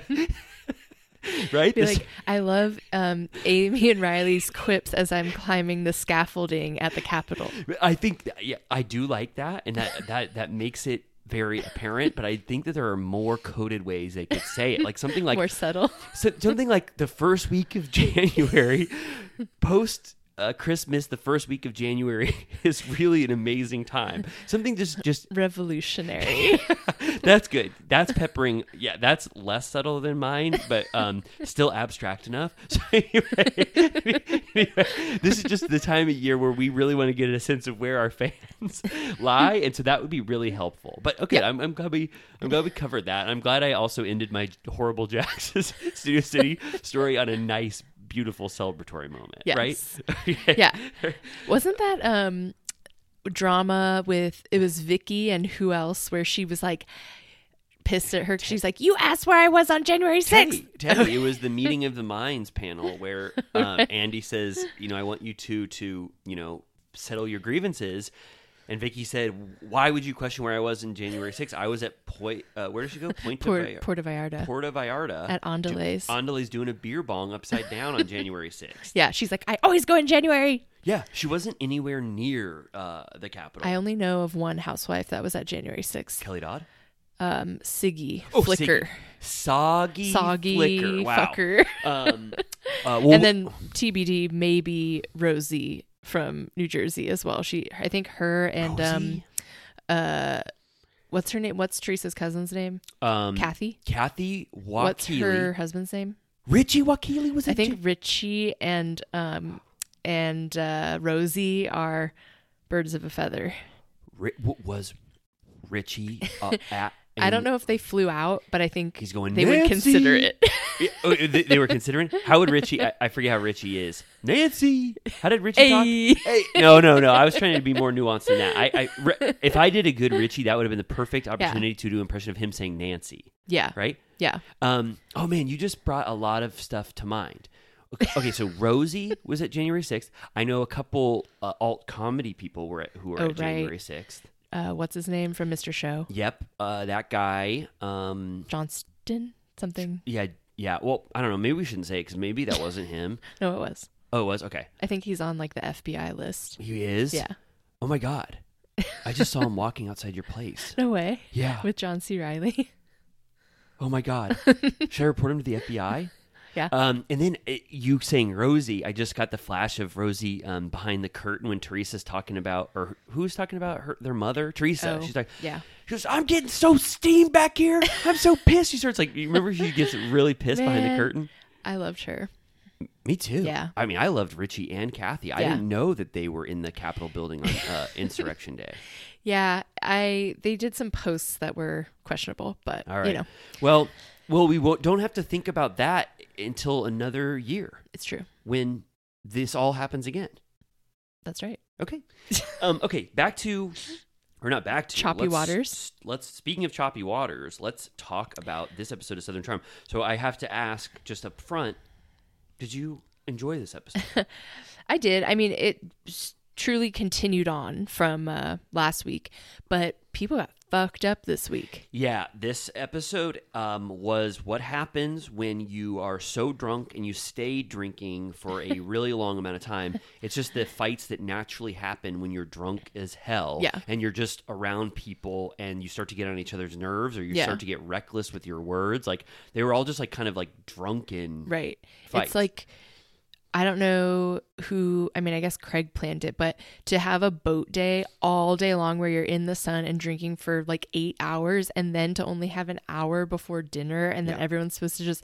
[SPEAKER 1] right?
[SPEAKER 2] Be
[SPEAKER 1] This-
[SPEAKER 2] like, I love um, Amy and Riley's quips as I'm climbing the scaffolding at the Capitol.
[SPEAKER 1] I think th- yeah, I do like that, and that that that makes it very apparent. But I think that there are more coded ways they could say it, like something like
[SPEAKER 2] More subtle.
[SPEAKER 1] *laughs*
[SPEAKER 2] *laughs*
[SPEAKER 1] so, something like the first week of *laughs* January, post uh, Christmas, the first week of January *laughs* is really an amazing time. Something just just
[SPEAKER 2] Revolutionary.
[SPEAKER 1] *laughs* that's good. That's peppering. Yeah, that's less subtle than mine, but um, still abstract enough. *laughs* So anyway, anyway, this is just the time of year where we really want to get a sense of where our fans *laughs* lie, and so that would be really helpful. But okay, I'm, I'm glad we I'm glad we covered that. I'm glad I also ended my horrible Jax's *laughs* Studio City story on a nice, beautiful celebratory moment.
[SPEAKER 2] Yes.
[SPEAKER 1] Right? *laughs*
[SPEAKER 2] yeah. Wasn't that um drama with it was Vicky and who else where she was like pissed at her 'cause she's like, You asked where I was on January sixth.
[SPEAKER 1] Teddy, Teddy, it was
[SPEAKER 2] *laughs*
[SPEAKER 1] the meeting of the minds panel where um, Andy says, you know, I want you two to, you know, settle your grievances. And Vicky said, why would you question where I was in January 6th? I was at Point, uh, where did she go? Point
[SPEAKER 2] Port, Puerto Vallarta.
[SPEAKER 1] Puerto Vallarta.
[SPEAKER 2] At Andale's.
[SPEAKER 1] Do, Andale's doing a beer bong upside down on January
[SPEAKER 2] *laughs*
[SPEAKER 1] 6th.
[SPEAKER 2] yeah, she's like, I always go in January.
[SPEAKER 1] Yeah, she wasn't anywhere near uh, the Capitol.
[SPEAKER 2] I only know of one housewife that was at January sixth.
[SPEAKER 1] Kelly Dodd?
[SPEAKER 2] Um Siggy
[SPEAKER 1] Oh,
[SPEAKER 2] Flicker.
[SPEAKER 1] Soggy,
[SPEAKER 2] Soggy
[SPEAKER 1] Flicker. Wow.
[SPEAKER 2] fucker. *laughs*
[SPEAKER 1] Um, uh, well,
[SPEAKER 2] and then TBD maybe Rosie from New Jersey as well. She I think her and um
[SPEAKER 1] Rosie?
[SPEAKER 2] uh what's her name? What's Teresa's cousin's name?
[SPEAKER 1] um,
[SPEAKER 2] Kathy.
[SPEAKER 1] Kathy Wakili.
[SPEAKER 2] What's her husband's name?
[SPEAKER 1] Richie Wakili was
[SPEAKER 2] I
[SPEAKER 1] in
[SPEAKER 2] think
[SPEAKER 1] Ja-
[SPEAKER 2] Richie and um and uh Rosie are birds of a feather.
[SPEAKER 1] Ri- w- was Richie
[SPEAKER 2] *laughs*
[SPEAKER 1] uh, at
[SPEAKER 2] I don't know if they flew out, but I think
[SPEAKER 1] He's going,
[SPEAKER 2] they would consider
[SPEAKER 1] "Nancy!" *laughs*
[SPEAKER 2] it.
[SPEAKER 1] Oh, they, they were considering how would Richie I, I forget how Richie is. Nancy, how did Richie talk?
[SPEAKER 2] Hey.
[SPEAKER 1] Hey. No, no, no. I was trying to be more nuanced than that. I, I Ri- if I did a good Richie, that would have been the perfect opportunity to do an impression of him saying Nancy,
[SPEAKER 2] yeah.
[SPEAKER 1] right?
[SPEAKER 2] Yeah.
[SPEAKER 1] Um, oh man, you just brought a lot of stuff to mind. Okay,
[SPEAKER 2] *laughs*
[SPEAKER 1] okay, so Rosie was at January sixth. I know a couple uh, alt comedy people were at, who were
[SPEAKER 2] Oh,
[SPEAKER 1] at
[SPEAKER 2] right.
[SPEAKER 1] January sixth.
[SPEAKER 2] Uh what's his name from Mr. Show?
[SPEAKER 1] Yep, uh, that guy. Um,
[SPEAKER 2] Johnston something.
[SPEAKER 1] yeah, yeah. Well, I don't know. Maybe we shouldn't say because maybe that wasn't
[SPEAKER 2] *laughs*
[SPEAKER 1] him.
[SPEAKER 2] No, it was.
[SPEAKER 1] Oh, it was okay.
[SPEAKER 2] I think he's on like the FBI list.
[SPEAKER 1] He is.
[SPEAKER 2] Yeah.
[SPEAKER 1] Oh my god, I just saw him walking outside your place.
[SPEAKER 2] No way.
[SPEAKER 1] Yeah.
[SPEAKER 2] With John C. Riley.
[SPEAKER 1] Oh my god, should I report him to the FBI?
[SPEAKER 2] *laughs* Yeah.
[SPEAKER 1] Um, and then uh you saying Rosie, I just got the flash of Rosie um, behind the curtain when Teresa's talking about, or who's talking about her, their mother, Teresa.
[SPEAKER 2] Oh,
[SPEAKER 1] She's like,
[SPEAKER 2] yeah.
[SPEAKER 1] She goes, I'm getting so steamed back here. I'm
[SPEAKER 2] *laughs*
[SPEAKER 1] so pissed. She starts like, you remember she gets really pissed behind the
[SPEAKER 2] Man.
[SPEAKER 1] curtain.
[SPEAKER 2] I loved her.
[SPEAKER 1] Me too.
[SPEAKER 2] Yeah.
[SPEAKER 1] I mean, I loved Richie and Kathy. I
[SPEAKER 2] Yeah.
[SPEAKER 1] didn't know that they were in the Capitol building on
[SPEAKER 2] *laughs*
[SPEAKER 1] uh, Insurrection Day.
[SPEAKER 2] Yeah, I they did some posts that were questionable, but
[SPEAKER 1] All right.
[SPEAKER 2] you know,
[SPEAKER 1] Well, well, we won't, don't have to think about that until another year
[SPEAKER 2] it's true.
[SPEAKER 1] when this all happens again.
[SPEAKER 2] That's right. *laughs*
[SPEAKER 1] Okay. Um, okay. Back to, or not back to
[SPEAKER 2] Choppy
[SPEAKER 1] let's-
[SPEAKER 2] waters.
[SPEAKER 1] Let's speaking of choppy waters. Let's talk about this episode of Southern Charm. So I have to ask just up front: Did you enjoy this episode?
[SPEAKER 2] I did. I mean, it s- truly continued on from uh, last week, but people got fucked up this week.
[SPEAKER 1] Yeah, this episode um, was what happens when you are so drunk and you stay drinking for
[SPEAKER 2] *laughs*
[SPEAKER 1] a really long amount of time. It's just the fights that naturally happen when you're drunk as hell.
[SPEAKER 2] Yeah.
[SPEAKER 1] And you're just around people and you start to get on each other's nerves or you
[SPEAKER 2] Yeah.
[SPEAKER 1] start to get reckless with your words. Like they were all just like kind of like drunken.
[SPEAKER 2] Right.
[SPEAKER 1] fights.
[SPEAKER 2] It's like I don't know who I mean, I guess Craig planned it, but to have a boat day all day long where you're in the sun and drinking for like eight hours and then to only have an hour before dinner and then everyone's supposed to just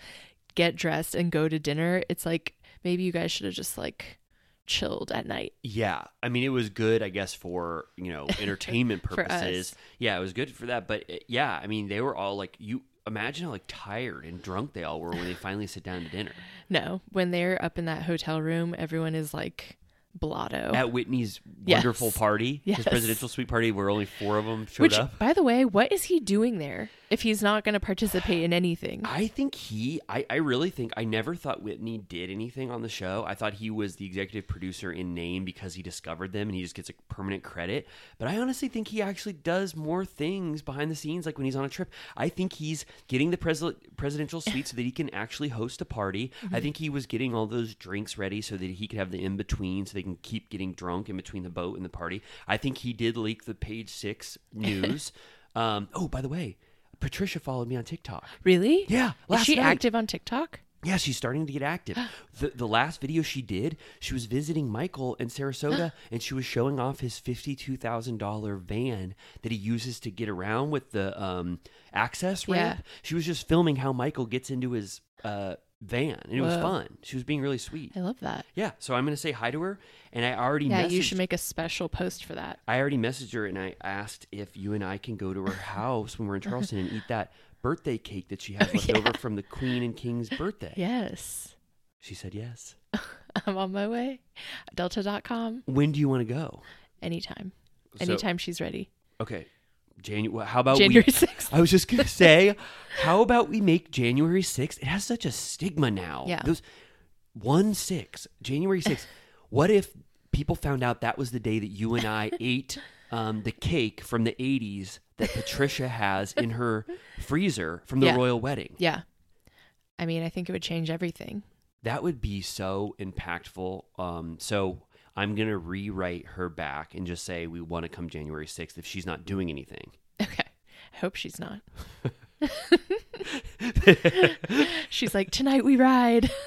[SPEAKER 2] get dressed and go to dinner, it's like maybe you guys should have just like chilled at night.
[SPEAKER 1] Yeah, I mean, it was good, I guess, for you know entertainment
[SPEAKER 2] *laughs* For us.
[SPEAKER 1] purposes. Yeah, it was good for that. But uh, yeah, I mean, they were all like, you imagine how like tired and drunk they all were when they finally sit down to dinner
[SPEAKER 2] No. When they're up in that hotel room, everyone is like blotto.
[SPEAKER 1] at Whitney's
[SPEAKER 2] Oh. Yes.
[SPEAKER 1] wonderful party, his
[SPEAKER 2] Yes.
[SPEAKER 1] presidential suite party, where only four of them showed
[SPEAKER 2] Which,
[SPEAKER 1] up.
[SPEAKER 2] by the way, what is he doing there if he's not going to participate in anything?
[SPEAKER 1] I think he, I, I really think, I never thought Whitney did anything on the show. I thought he was the executive producer in name because he discovered them and he just gets a permanent credit. But I honestly think he actually does more things behind the scenes, like when he's on a trip. I think he's getting the pres- presidential suite so that he can actually host a party. I think he was getting all those drinks ready so that he could have the in between so they can keep getting drunk in between the boat and the party. I think he did leak the page six news. um, oh, by the way, Patricia followed me on TikTok.
[SPEAKER 2] Really?
[SPEAKER 1] Yeah,
[SPEAKER 2] Is
[SPEAKER 1] last
[SPEAKER 2] she
[SPEAKER 1] night.
[SPEAKER 2] active on TikTok?
[SPEAKER 1] Yeah, she's starting to get
[SPEAKER 2] *gasps*
[SPEAKER 1] active. The, the last video she did, she was visiting Michael in
[SPEAKER 2] *gasps*
[SPEAKER 1] Sarasota and she was showing off his $52,000 van that he uses to get around with the um, access ramp. She was just filming how Michael gets into his uh, van and it was
[SPEAKER 2] Whoa.
[SPEAKER 1] fun. She was being really sweet.
[SPEAKER 2] I love that.
[SPEAKER 1] Yeah, so I'm going to say hi to her and I already
[SPEAKER 2] Yeah,
[SPEAKER 1] messaged
[SPEAKER 2] you should make a special post for that.
[SPEAKER 1] I already messaged her and I asked if you and I can go
[SPEAKER 2] *laughs*
[SPEAKER 1] to her house when we're in Charleston and eat that birthday cake that she
[SPEAKER 2] *laughs*
[SPEAKER 1] had left over from the Queen and King's birthday.
[SPEAKER 2] Yes.
[SPEAKER 1] She said yes.
[SPEAKER 2] *laughs* I'm on my way. Delta.com
[SPEAKER 1] When do you want to go?
[SPEAKER 2] anytime.
[SPEAKER 1] So-
[SPEAKER 2] Anytime she's ready.
[SPEAKER 1] Okay. January. How about
[SPEAKER 2] January
[SPEAKER 1] we,
[SPEAKER 2] 6th.
[SPEAKER 1] I was just
[SPEAKER 2] *laughs*
[SPEAKER 1] gonna say, how about we make January sixth? It has such a stigma now.
[SPEAKER 2] Yeah.
[SPEAKER 1] Those one six January sixth. what if people found out that was the day that you and
[SPEAKER 2] *laughs*
[SPEAKER 1] I ate um, the cake from the '80s that Patricia has in her freezer from the
[SPEAKER 2] Yeah.
[SPEAKER 1] royal wedding?
[SPEAKER 2] Yeah. I mean, I think it would change everything. *laughs*
[SPEAKER 1] That would be so impactful. Um, so I'm gonna rewrite her back and just say we want to come January sixth if she's not doing anything.
[SPEAKER 2] Okay. I hope
[SPEAKER 1] *laughs*
[SPEAKER 2] she's not. she's like, tonight
[SPEAKER 1] *laughs*
[SPEAKER 2] we ride. *laughs*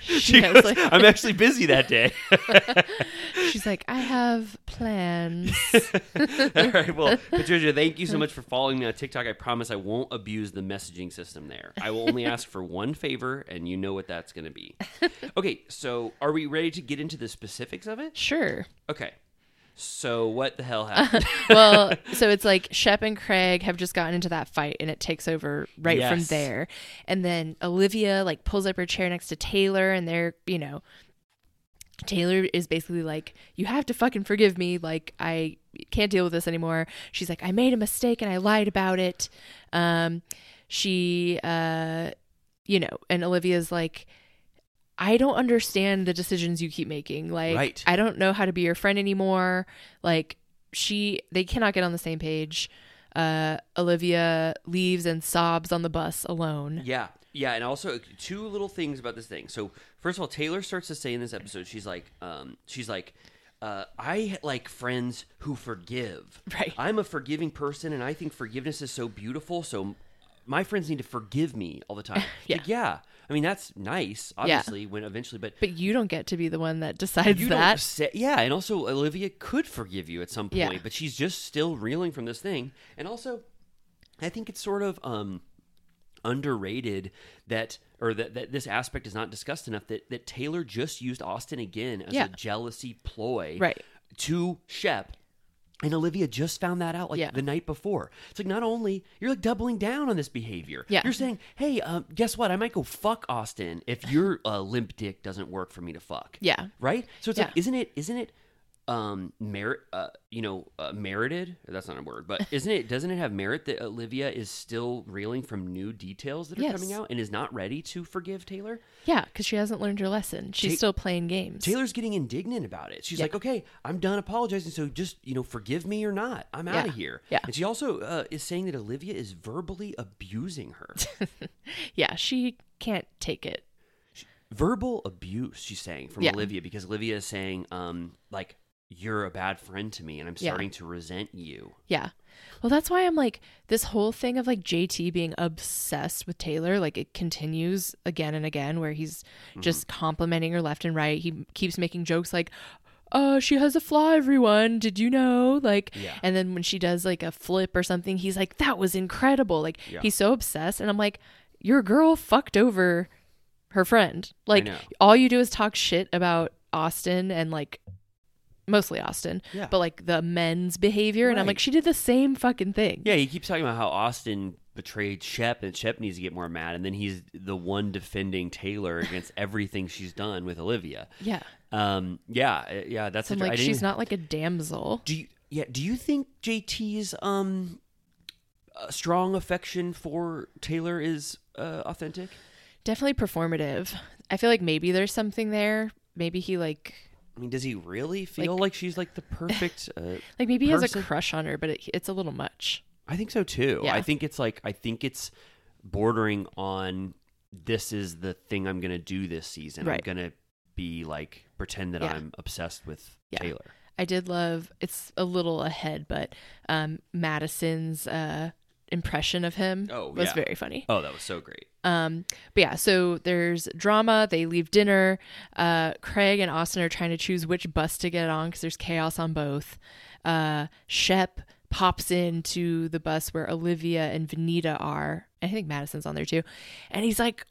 [SPEAKER 2] she *laughs*
[SPEAKER 1] She
[SPEAKER 2] has,
[SPEAKER 1] goes,
[SPEAKER 2] like-
[SPEAKER 1] I'm actually busy that day.
[SPEAKER 2] she's like, I have
[SPEAKER 1] *laughs*
[SPEAKER 2] plans.
[SPEAKER 1] All right. Well, Patricia, thank you so much for following me on TikTok. I promise I won't abuse the messaging system there. I will only ask for one favor, and you know what that's going to be. Okay. So, are we ready to get into the specifics of it?
[SPEAKER 2] Sure.
[SPEAKER 1] Okay. So, what the hell happened?
[SPEAKER 2] well, so it's like Shep and Craig have just gotten into that fight and it takes over right from
[SPEAKER 1] Yes.
[SPEAKER 2] there. And then Olivia like pulls up her chair next to Taylor and they're, you know, Taylor is basically like, You have to fucking forgive me. Like, I can't deal with this anymore. She's like, I made a mistake and I lied about it. Um, she, uh, you know, and Olivia's like, I don't understand the decisions you keep making. Like,
[SPEAKER 1] Right.
[SPEAKER 2] I don't know how to be your friend anymore. Like, she, they cannot get on the same page. Uh, Olivia leaves and sobs on the bus alone.
[SPEAKER 1] Yeah. Yeah, and also two little things about this thing. So first of all, Taylor starts to say in this episode, she's like, um, she's like, uh, I like friends who forgive.
[SPEAKER 2] *laughs* Right.
[SPEAKER 1] I'm a forgiving person, and I think forgiveness is so beautiful. So my friends need to forgive me all the time.
[SPEAKER 2] *laughs* Yeah.
[SPEAKER 1] Like, yeah. I mean, that's nice, obviously, when eventually, but
[SPEAKER 2] But you don't get to be the one that *laughs* decides
[SPEAKER 1] you
[SPEAKER 2] that.
[SPEAKER 1] don't say, yeah, and also Olivia could forgive you at some
[SPEAKER 2] Yeah.
[SPEAKER 1] point, but she's just still reeling from this thing. And also, I think it's sort of um, underrated that, or that, that this aspect is not discussed enough that that Taylor just used Austin again as
[SPEAKER 2] Yeah.
[SPEAKER 1] a jealousy ploy,
[SPEAKER 2] Right.
[SPEAKER 1] To Shep. And Olivia just found that out like
[SPEAKER 2] Yeah.
[SPEAKER 1] the night before. It's like not only you're like doubling down on this behavior.
[SPEAKER 2] Yeah.
[SPEAKER 1] You're saying, "Hey, um, guess what? I might go fuck Austin if your uh, limp dick doesn't work for me to fuck."
[SPEAKER 2] Yeah.
[SPEAKER 1] Right? So it's
[SPEAKER 2] Yeah.
[SPEAKER 1] like, isn't it? Isn't it? um merit uh, you know uh, merited that's not a word but isn't it doesn't it have merit that olivia is still reeling from new details that are
[SPEAKER 2] Yes.
[SPEAKER 1] coming out and is not ready to forgive taylor
[SPEAKER 2] Yeah, because she hasn't learned her lesson. She's
[SPEAKER 1] Ta-
[SPEAKER 2] still playing games.
[SPEAKER 1] taylor's getting indignant about it she's
[SPEAKER 2] Yeah.
[SPEAKER 1] like okay i'm done apologizing so just you know forgive me or not i'm out
[SPEAKER 2] Yeah.
[SPEAKER 1] of here
[SPEAKER 2] Yeah.
[SPEAKER 1] and she also uh, is saying that olivia is verbally abusing
[SPEAKER 2] *laughs*
[SPEAKER 1] her
[SPEAKER 2] *laughs* yeah, she can't take it.
[SPEAKER 1] verbal abuse she's saying from
[SPEAKER 2] Yeah.
[SPEAKER 1] olivia because olivia is saying um like you're a bad friend to me and i'm
[SPEAKER 2] Yeah.
[SPEAKER 1] starting to resent you
[SPEAKER 2] Yeah. Well, that's why I'm like this whole thing of like JT being obsessed with Taylor, like it continues again and again where he's
[SPEAKER 1] Mm-hmm.
[SPEAKER 2] just complimenting her left and right. He keeps making jokes like, "Oh, she has a flaw, everyone. Did you know?" Like
[SPEAKER 1] Yeah.
[SPEAKER 2] and then when she does like a flip or something, he's like, "That was incredible." Like
[SPEAKER 1] Yeah.
[SPEAKER 2] he's so obsessed and I'm like, "Your girl fucked over her friend." Like
[SPEAKER 1] know.
[SPEAKER 2] all you do is talk shit about Austin and like mostly Austin,
[SPEAKER 1] Yeah.
[SPEAKER 2] but like the men's behavior. And I'm
[SPEAKER 1] Right.
[SPEAKER 2] like, she did the same fucking thing.
[SPEAKER 1] Yeah, he keeps talking about how Austin betrayed Shep and Shep needs to get more mad, and then he's the one defending Taylor
[SPEAKER 2] *laughs*
[SPEAKER 1] against everything she's done with Olivia.
[SPEAKER 2] Yeah.
[SPEAKER 1] Um, yeah, uh, yeah, that's
[SPEAKER 2] So I'm
[SPEAKER 1] inter- I
[SPEAKER 2] like,
[SPEAKER 1] didn't
[SPEAKER 2] she's
[SPEAKER 1] even-
[SPEAKER 2] not like a damsel.
[SPEAKER 1] Do you? Yeah, do you think JT's um uh, strong affection for Taylor is uh, authentic?
[SPEAKER 2] Definitely performative. I feel like maybe there's something there. Maybe he like,
[SPEAKER 1] I mean, does he really feel like,
[SPEAKER 2] Like-
[SPEAKER 1] she's like the
[SPEAKER 2] *laughs*
[SPEAKER 1] perfect? Uh,
[SPEAKER 2] like maybe he has a
[SPEAKER 1] person?
[SPEAKER 2] crush on her, but it, it's a little much.
[SPEAKER 1] I think so too.
[SPEAKER 2] Yeah.
[SPEAKER 1] I think it's like I think it's bordering on this is the thing I'm going to do this season.
[SPEAKER 2] Right.
[SPEAKER 1] I'm going to be like pretend that
[SPEAKER 2] Yeah.
[SPEAKER 1] I'm obsessed with
[SPEAKER 2] Yeah.
[SPEAKER 1] Taylor.
[SPEAKER 2] I did love. It's a little ahead, but um, Madison's uh, impression of him
[SPEAKER 1] Oh,
[SPEAKER 2] was
[SPEAKER 1] yeah.
[SPEAKER 2] very funny.
[SPEAKER 1] Oh, that was so
[SPEAKER 2] *laughs*
[SPEAKER 1] great. *laughs*
[SPEAKER 2] Um, but yeah, so there's drama. They leave dinner. Uh, Craig and Austin are trying to choose which bus to get on because there's chaos on both. Uh, Shep pops into the bus where Olivia and Venita are. I think Madison's on there too. And he's like,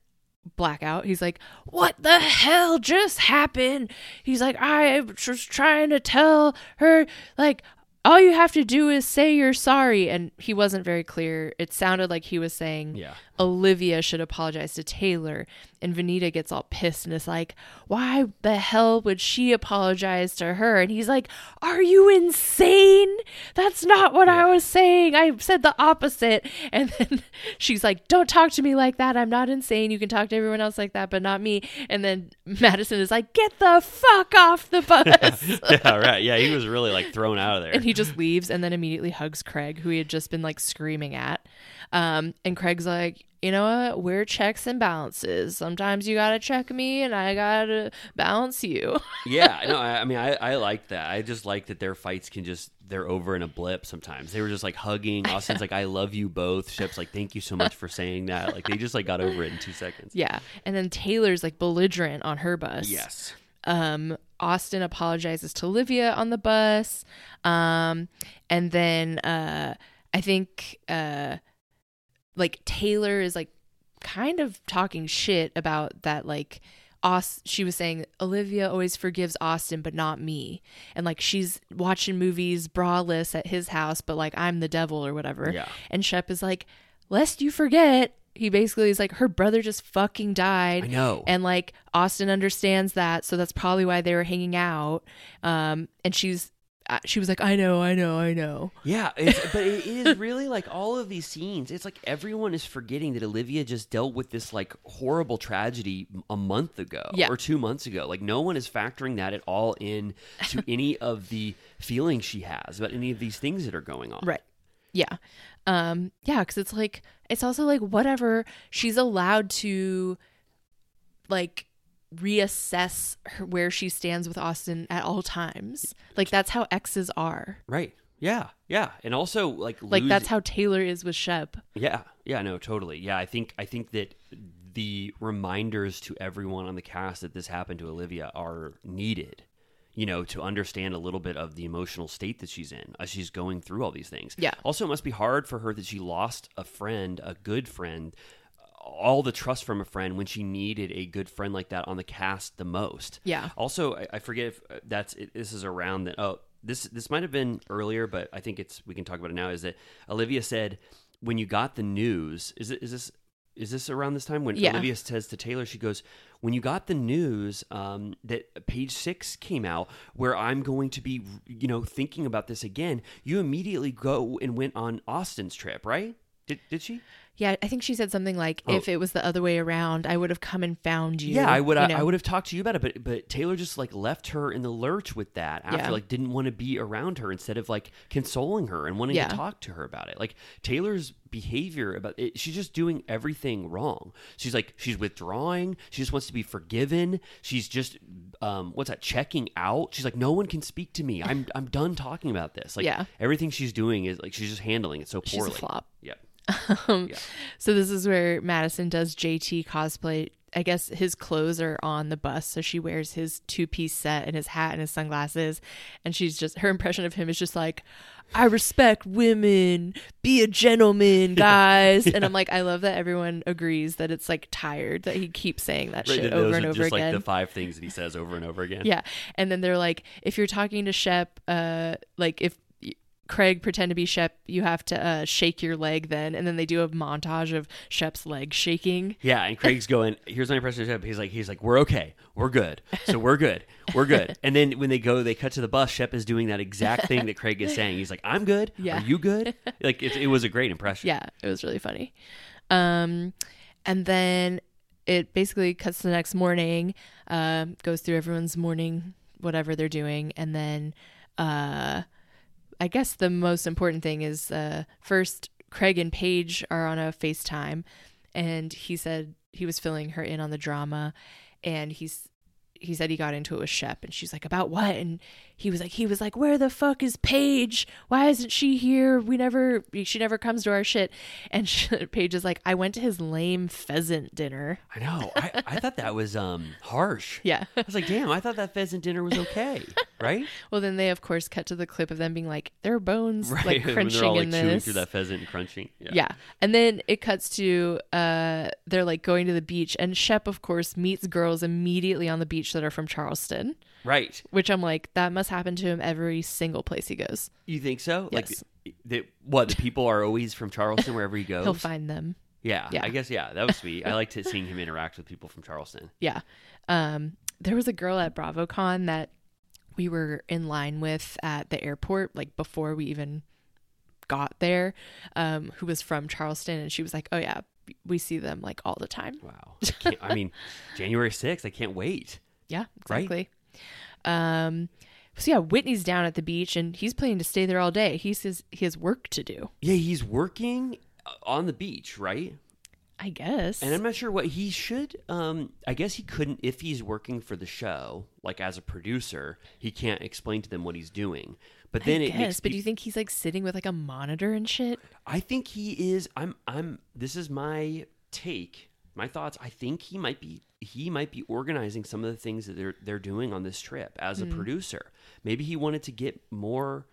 [SPEAKER 2] blackout. He's like, What the hell just happened? He's like, I was just trying to tell her, like, all you have to do is say you're sorry. And he wasn't very clear. It sounded like he was saying,
[SPEAKER 1] Yeah.
[SPEAKER 2] Olivia should apologize to Taylor. And Venita gets all pissed and is like, Why the hell would she apologize to her? And he's like, Are you insane? That's not what I was saying. I said the opposite. *laughs* And then she's like, Don't talk to me like that. I'm not insane. You can talk to everyone else like that, but not me. And then Madison is like, Get the fuck off the bus.
[SPEAKER 1] yeah, right. Yeah, he was really like thrown out of there.
[SPEAKER 2] *laughs* and he just leaves and then immediately hugs Craig, who he had just been like screaming at. Um, and Craig's like, you know what? We're checks and balances. Sometimes you gotta check me, and I gotta balance you. *laughs*
[SPEAKER 1] yeah, no, I, I mean, I, I like that. I just like that their fights can just they're over in a blip. Sometimes they were just like
[SPEAKER 2] *laughs*
[SPEAKER 1] hugging. Austin's like, "I love you both." Shep's like, "Thank you so much for saying that." Like they just like got over it in two
[SPEAKER 2] *laughs*
[SPEAKER 1] seconds.
[SPEAKER 2] yeah. And then Taylor's like belligerent on her bus.
[SPEAKER 1] Yes.
[SPEAKER 2] um Austin apologizes to Olivia on the bus. Um and then uh I think uh like Taylor is like kind of talking shit about that like Aus- she was saying Olivia always forgives Austin but not me. And like she's watching movies braless at his house but like I'm the devil or whatever.
[SPEAKER 1] Yeah.
[SPEAKER 2] And Shep is like lest you forget he basically is like her brother just fucking died
[SPEAKER 1] I know.
[SPEAKER 2] and like Austin understands that, so that's probably why they were hanging out. Um, and she's uh, she was like, I know, I know, I know.
[SPEAKER 1] Yeah, it's, but it is really like all of these scenes. It's like everyone is forgetting that Olivia just dealt with this like horrible tragedy a month ago
[SPEAKER 2] Yeah.
[SPEAKER 1] or two months ago. Like no one is factoring that at all in
[SPEAKER 2] *laughs*
[SPEAKER 1] to any of the feelings she has about any of these things that are going on.
[SPEAKER 2] Right. Yeah. Um, yeah, because it's like it's also like whatever she's allowed to like reassess her, where she stands with Austin at all times. Like that's how exes are.
[SPEAKER 1] Right. Yeah. Yeah. And also like
[SPEAKER 2] Like
[SPEAKER 1] lose-
[SPEAKER 2] that's how Taylor is with Shep.
[SPEAKER 1] Yeah. Yeah. No. Totally. Yeah. I think I think that the reminders to everyone on the cast that this happened to Olivia are needed. You know, to understand a little bit of the emotional state that she's in as she's going through all these things.
[SPEAKER 2] Yeah.
[SPEAKER 1] Also, it must be hard for her that she lost a friend, a good friend, all the trust from a friend when she needed a good friend like that on the cast the most.
[SPEAKER 2] Yeah.
[SPEAKER 1] Also, I, I forget if uh, that's it, this is around that. Oh, this this might have been earlier, but I think it's we can talk about it now. Is that Olivia said when you got the news? Is it is this? is this around this time when
[SPEAKER 2] Yeah.
[SPEAKER 1] Olivia says to Taylor, she goes, "When you got the news um, that Page Six came out, where I'm going to be, you know, thinking about this again, you immediately go and went on Austin's trip, right? Did did she?
[SPEAKER 2] Yeah, I think she said something like,
[SPEAKER 1] Oh.
[SPEAKER 2] "If it was the other way around, I would have come and found you."
[SPEAKER 1] yeah, I would
[SPEAKER 2] you
[SPEAKER 1] I
[SPEAKER 2] know?
[SPEAKER 1] would have talked to you about it, but but Taylor just like left her in the lurch with that after
[SPEAKER 2] Yeah.
[SPEAKER 1] like didn't want to be around her instead of like consoling her and wanting
[SPEAKER 2] Yeah.
[SPEAKER 1] to talk to her about it. Like Taylor's behavior about it, she's just doing everything wrong. She's like she's withdrawing. She just wants to be forgiven. She's just um what's that checking out. She's like no one can speak to me. I'm I'm done talking about this. Like
[SPEAKER 2] Yeah.
[SPEAKER 1] everything she's doing is like she's just handling it so
[SPEAKER 2] She's a
[SPEAKER 1] poorly.
[SPEAKER 2] flop.
[SPEAKER 1] Yeah.
[SPEAKER 2] Um, So this is where Madison does JT cosplay. I guess his clothes are on the bus, so she wears his two-piece set and his hat and his sunglasses, and she's just her impression of him is just like, "I respect women, be a gentleman, guys." And I'm like, I love that everyone agrees that it's like tired that he keeps saying *laughs* that shit over and over
[SPEAKER 1] just
[SPEAKER 2] again.
[SPEAKER 1] like the five things that he says over and over again.
[SPEAKER 2] Yeah. And then they're like, if you're talking to Shep, uh, like if y- Craig pretend to be Shep, you have to uh, shake your leg then. And then they do a montage of Shep's leg shaking.
[SPEAKER 1] Yeah, and Craig's going, here's my impression of Shep. He's like, he's like, we're okay, we're good, so we're good, we're good.
[SPEAKER 2] *laughs*
[SPEAKER 1] And then when they go, they cut to the bus. Shep is doing that exact thing that Craig is saying. He's like, I'm good.
[SPEAKER 2] Yeah.
[SPEAKER 1] Are you
[SPEAKER 2] *laughs*
[SPEAKER 1] good? Like it, it was a great impression.
[SPEAKER 2] Yeah, it was really funny. Um, and then it basically cuts to the next morning, um, goes through everyone's morning, whatever they're doing, and then uh, I guess the most important thing is uh, first Craig and Paige are on a FaceTime, and he said he was filling her in on the drama, and he's he said he got into it with Shep, and she's like, "About what?" And he was like, "He was like, where the fuck is Paige? Why isn't she here? We never, she never comes to our shit." And *laughs* she, Paige is like, "I went to his lame pheasant dinner."
[SPEAKER 1] I know. I, I thought that was um harsh.
[SPEAKER 2] Yeah.
[SPEAKER 1] I was like, damn, I thought that pheasant dinner was
[SPEAKER 2] *laughs*
[SPEAKER 1] okay, right?
[SPEAKER 2] Well, then they of course cut to the clip of them being like, "Their bones
[SPEAKER 1] Right.
[SPEAKER 2] like
[SPEAKER 1] When *laughs*
[SPEAKER 2] crunching
[SPEAKER 1] they're all like
[SPEAKER 2] in
[SPEAKER 1] chewing
[SPEAKER 2] this."
[SPEAKER 1] through that pheasant and crunching.
[SPEAKER 2] yeah. and then it cuts to uh, they're like going to the beach, and Shep of course meets girls immediately on the beach that are from Charleston,
[SPEAKER 1] Right.
[SPEAKER 2] which I'm like, that must happen to him every single place he goes.
[SPEAKER 1] You think so?
[SPEAKER 2] Yes.
[SPEAKER 1] Like that what, the people are always from Charleston wherever he goes?
[SPEAKER 2] *laughs* He'll find them.
[SPEAKER 1] yeah,
[SPEAKER 2] yeah.
[SPEAKER 1] I guess yeah, that was sweet. I liked it, seeing him interact with people from Charleston.
[SPEAKER 2] Yeah. Um, there was a girl at BravoCon that we were in line with at the airport, like before we even got there, um, who was from Charleston. And she was like, oh, yeah, we see them like all the time.
[SPEAKER 1] Wow. I, can't, I
[SPEAKER 2] *laughs*
[SPEAKER 1] mean, January 6th, I can't wait.
[SPEAKER 2] Yeah,
[SPEAKER 1] Right.
[SPEAKER 2] exactly. Um, so, yeah, Whitney's down at the beach and he's planning to stay there all day. He says he has work to do,
[SPEAKER 1] Yeah, he's working uh, on the beach, right?
[SPEAKER 2] I guess.
[SPEAKER 1] And I'm not sure what he should. Um, I guess he couldn't if he's working for the show, like as a producer, he can't explain to them what he's doing. But then
[SPEAKER 2] I
[SPEAKER 1] it makes
[SPEAKER 2] guess, but do
[SPEAKER 1] peop-
[SPEAKER 2] you think he's like sitting with like a monitor and shit?
[SPEAKER 1] I think he is. I'm. I'm. This is my take. My thoughts. I think he might be. He might be organizing some of the things that they're they're doing on this trip as a
[SPEAKER 2] Hmm.
[SPEAKER 1] producer. Maybe he wanted to get more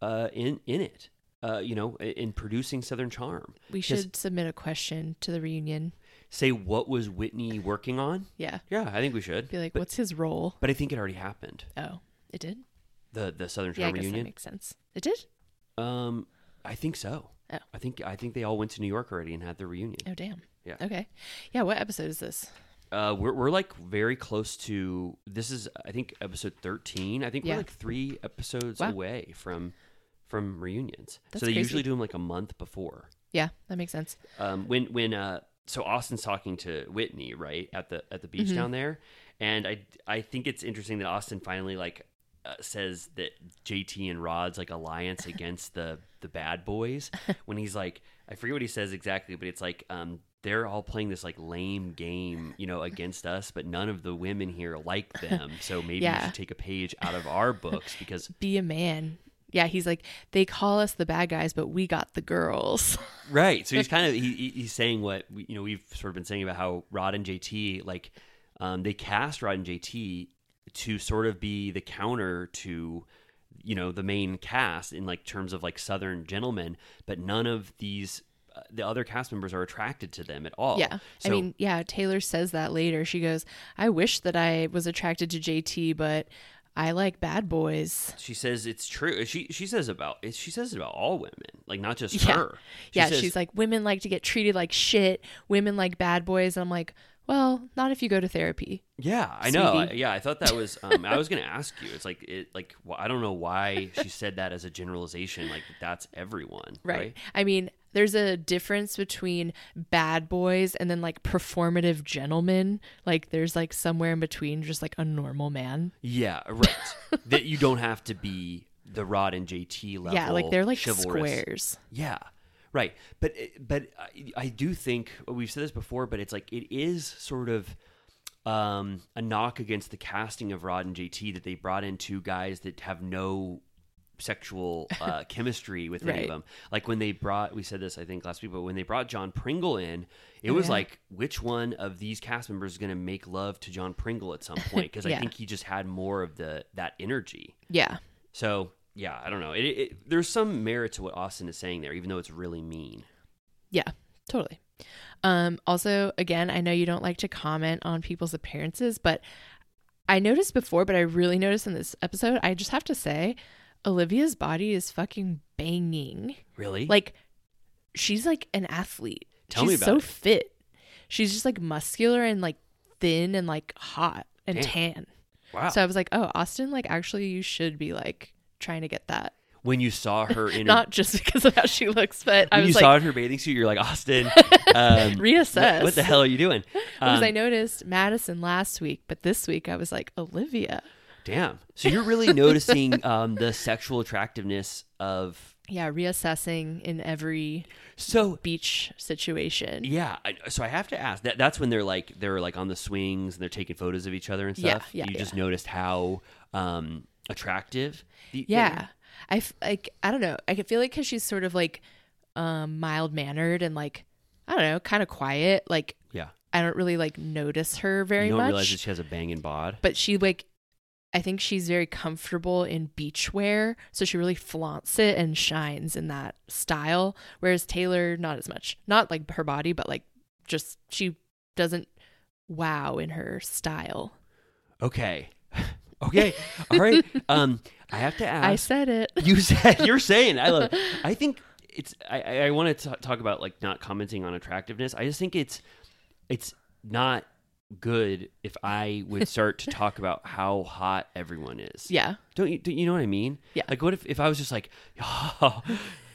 [SPEAKER 1] uh, in in it. Uh, you know, i- in producing Southern Charm.
[SPEAKER 2] We
[SPEAKER 1] 'Cause
[SPEAKER 2] should submit a question to the reunion.
[SPEAKER 1] say what was Whitney working on.
[SPEAKER 2] Yeah.
[SPEAKER 1] Yeah, I think we should
[SPEAKER 2] Be like,
[SPEAKER 1] But-
[SPEAKER 2] what's his role?
[SPEAKER 1] But I think it already happened.
[SPEAKER 2] Oh, it did.
[SPEAKER 1] The the Southern
[SPEAKER 2] Yeah, I
[SPEAKER 1] Charm
[SPEAKER 2] guess that
[SPEAKER 1] reunion.
[SPEAKER 2] makes sense. It did.
[SPEAKER 1] um, I think so.
[SPEAKER 2] Oh.
[SPEAKER 1] I think I think they all went to New York already and had their reunion.
[SPEAKER 2] Oh, damn.
[SPEAKER 1] Yeah.
[SPEAKER 2] Okay. Yeah. What episode is this?
[SPEAKER 1] Uh, we're we're like very close to this is I think episode thirteen. I think
[SPEAKER 2] Yeah.
[SPEAKER 1] we're like three episodes
[SPEAKER 2] Wow.
[SPEAKER 1] away from from reunions.
[SPEAKER 2] That's
[SPEAKER 1] so they
[SPEAKER 2] crazy.
[SPEAKER 1] usually do them like a month before.
[SPEAKER 2] Yeah, that makes sense.
[SPEAKER 1] um, when when uh, so Austin's talking to Whitney right at the at the beach down there, and I I think it's interesting that Austin finally like uh, says that JT and Rod's like alliance against the the bad boys when he's like I forget what he says exactly, but it's like um. They're all playing this like lame game, you know, against us, but none of the women here like them. So maybe you
[SPEAKER 2] Yeah.
[SPEAKER 1] should take a page out of our books because
[SPEAKER 2] Be a man. Yeah, he's like, they call us the bad guys, but we got the girls. *laughs*
[SPEAKER 1] Right. So he's kind of he, he- he's saying what we, you know we've sort of been saying about how Rod and JT like um, they cast Rod and JT to sort of be the counter to you know the main cast in like terms of like Southern gentlemen, but none of these uh, the other cast members are attracted to them at all.
[SPEAKER 2] yeah.
[SPEAKER 1] Oh, So,
[SPEAKER 2] I mean, yeah, Taylor says that later. She goes, I wish that I was attracted to JT, but I like bad boys. *laughs*
[SPEAKER 1] She says it's true. She she says about it. She says it about all women, like not just
[SPEAKER 2] Yeah.
[SPEAKER 1] her. She
[SPEAKER 2] yeah,
[SPEAKER 1] says-
[SPEAKER 2] she's like, women like to get treated like shit. Women like bad boys. And I'm like, well, not if you go to therapy.
[SPEAKER 1] yeah, I know. I,
[SPEAKER 2] sweetie.
[SPEAKER 1] yeah, I thought that was. Um, I was going to ask you. It's like it like wh- I don't know why she said that as a generalization. Like that's everyone,
[SPEAKER 2] Right. I mean, there's a difference between bad boys and then like performative gentlemen. Like there's like somewhere in between just like a normal man.
[SPEAKER 1] Yeah, right. that you don't have to be the Rod and JT level.
[SPEAKER 2] yeah, like they're like
[SPEAKER 1] chivalrous.
[SPEAKER 2] squares.
[SPEAKER 1] Yeah, right. But eh, but I, I do think we've said this before, but it's like it is sort of um, a knock against the casting of Rod and JT that they brought in two guys that have no
[SPEAKER 2] *laughs*
[SPEAKER 1] sexual uh, chemistry with any of
[SPEAKER 2] Right.
[SPEAKER 1] them. Like when they brought, we said this I think last week, but when they brought John Pringle in, it
[SPEAKER 2] Oh,
[SPEAKER 1] was like which one of these cast members is going to make love to John Pringle at some point?
[SPEAKER 2] *laughs*
[SPEAKER 1] Because I
[SPEAKER 2] Yeah.
[SPEAKER 1] think he just had more of the that energy.
[SPEAKER 2] Yeah.
[SPEAKER 1] So yeah, I don't know. It, it, there's some merit to what Austin is saying there, even though it's really mean.
[SPEAKER 2] Yeah, totally. Um, also, again, I know you don't like to comment on people's appearances, but I noticed before, but I really noticed in this episode, I just have to say, Olivia's body is fucking banging.
[SPEAKER 1] Really?
[SPEAKER 2] Like, she's like an athlete.
[SPEAKER 1] Tell
[SPEAKER 2] she's
[SPEAKER 1] me about
[SPEAKER 2] so
[SPEAKER 1] it.
[SPEAKER 2] fit. She's just like muscular and like thin and like hot and
[SPEAKER 1] Damn.
[SPEAKER 2] tan.
[SPEAKER 1] wow.
[SPEAKER 2] So I was like, oh, Austin, like actually, you should be like trying to get that.
[SPEAKER 1] when you saw
[SPEAKER 2] *laughs*
[SPEAKER 1] her in
[SPEAKER 2] Not
[SPEAKER 1] her,
[SPEAKER 2] just because of how she looks, but I
[SPEAKER 1] when
[SPEAKER 2] was
[SPEAKER 1] you
[SPEAKER 2] like,
[SPEAKER 1] saw her in her bathing suit, you're like
[SPEAKER 2] *laughs*
[SPEAKER 1] Austin. Um,
[SPEAKER 2] Reassess.
[SPEAKER 1] What, what the hell are you
[SPEAKER 2] *laughs*
[SPEAKER 1] doing?
[SPEAKER 2] Because
[SPEAKER 1] Um,
[SPEAKER 2] I noticed Madison last week, but this week I was like, Olivia.
[SPEAKER 1] Damn. So you're
[SPEAKER 2] *laughs*
[SPEAKER 1] really noticing um, the sexual attractiveness of.
[SPEAKER 2] Yeah, reassessing in every
[SPEAKER 1] So
[SPEAKER 2] beach situation.
[SPEAKER 1] yeah, I, so I have to ask. That that's when they're like they're like on the swings and they're taking photos of each other and
[SPEAKER 2] Yeah,
[SPEAKER 1] stuff.
[SPEAKER 2] yeah,
[SPEAKER 1] you just
[SPEAKER 2] yeah.
[SPEAKER 1] noticed how um, attractive. The,
[SPEAKER 2] Yeah. I f- like I don't know. I feel like because she's sort of like um, mild mannered and like I don't know, kind of quiet. Like
[SPEAKER 1] yeah.
[SPEAKER 2] I don't really like notice her very
[SPEAKER 1] you don't
[SPEAKER 2] much.
[SPEAKER 1] realize that she has a banging bod.
[SPEAKER 2] but she like I think she's very comfortable in beachwear, so she really flaunts it and shines in that style. Whereas Taylor, not as much. Not like her body, but like just she doesn't wow in her style.
[SPEAKER 1] Okay. *laughs* Okay. All right. Um, I have to ask.
[SPEAKER 2] I said it.
[SPEAKER 1] *laughs* you said you're saying I love. I think it's. I I, I want to talk about like not commenting on attractiveness. I just think it's it's not good if I would start to talk
[SPEAKER 2] *laughs*
[SPEAKER 1] about how hot everyone is.
[SPEAKER 2] Yeah.
[SPEAKER 1] Don't you? Don't you know what I mean?
[SPEAKER 2] Yeah.
[SPEAKER 1] Like, what if if I was just like, *laughs* oh,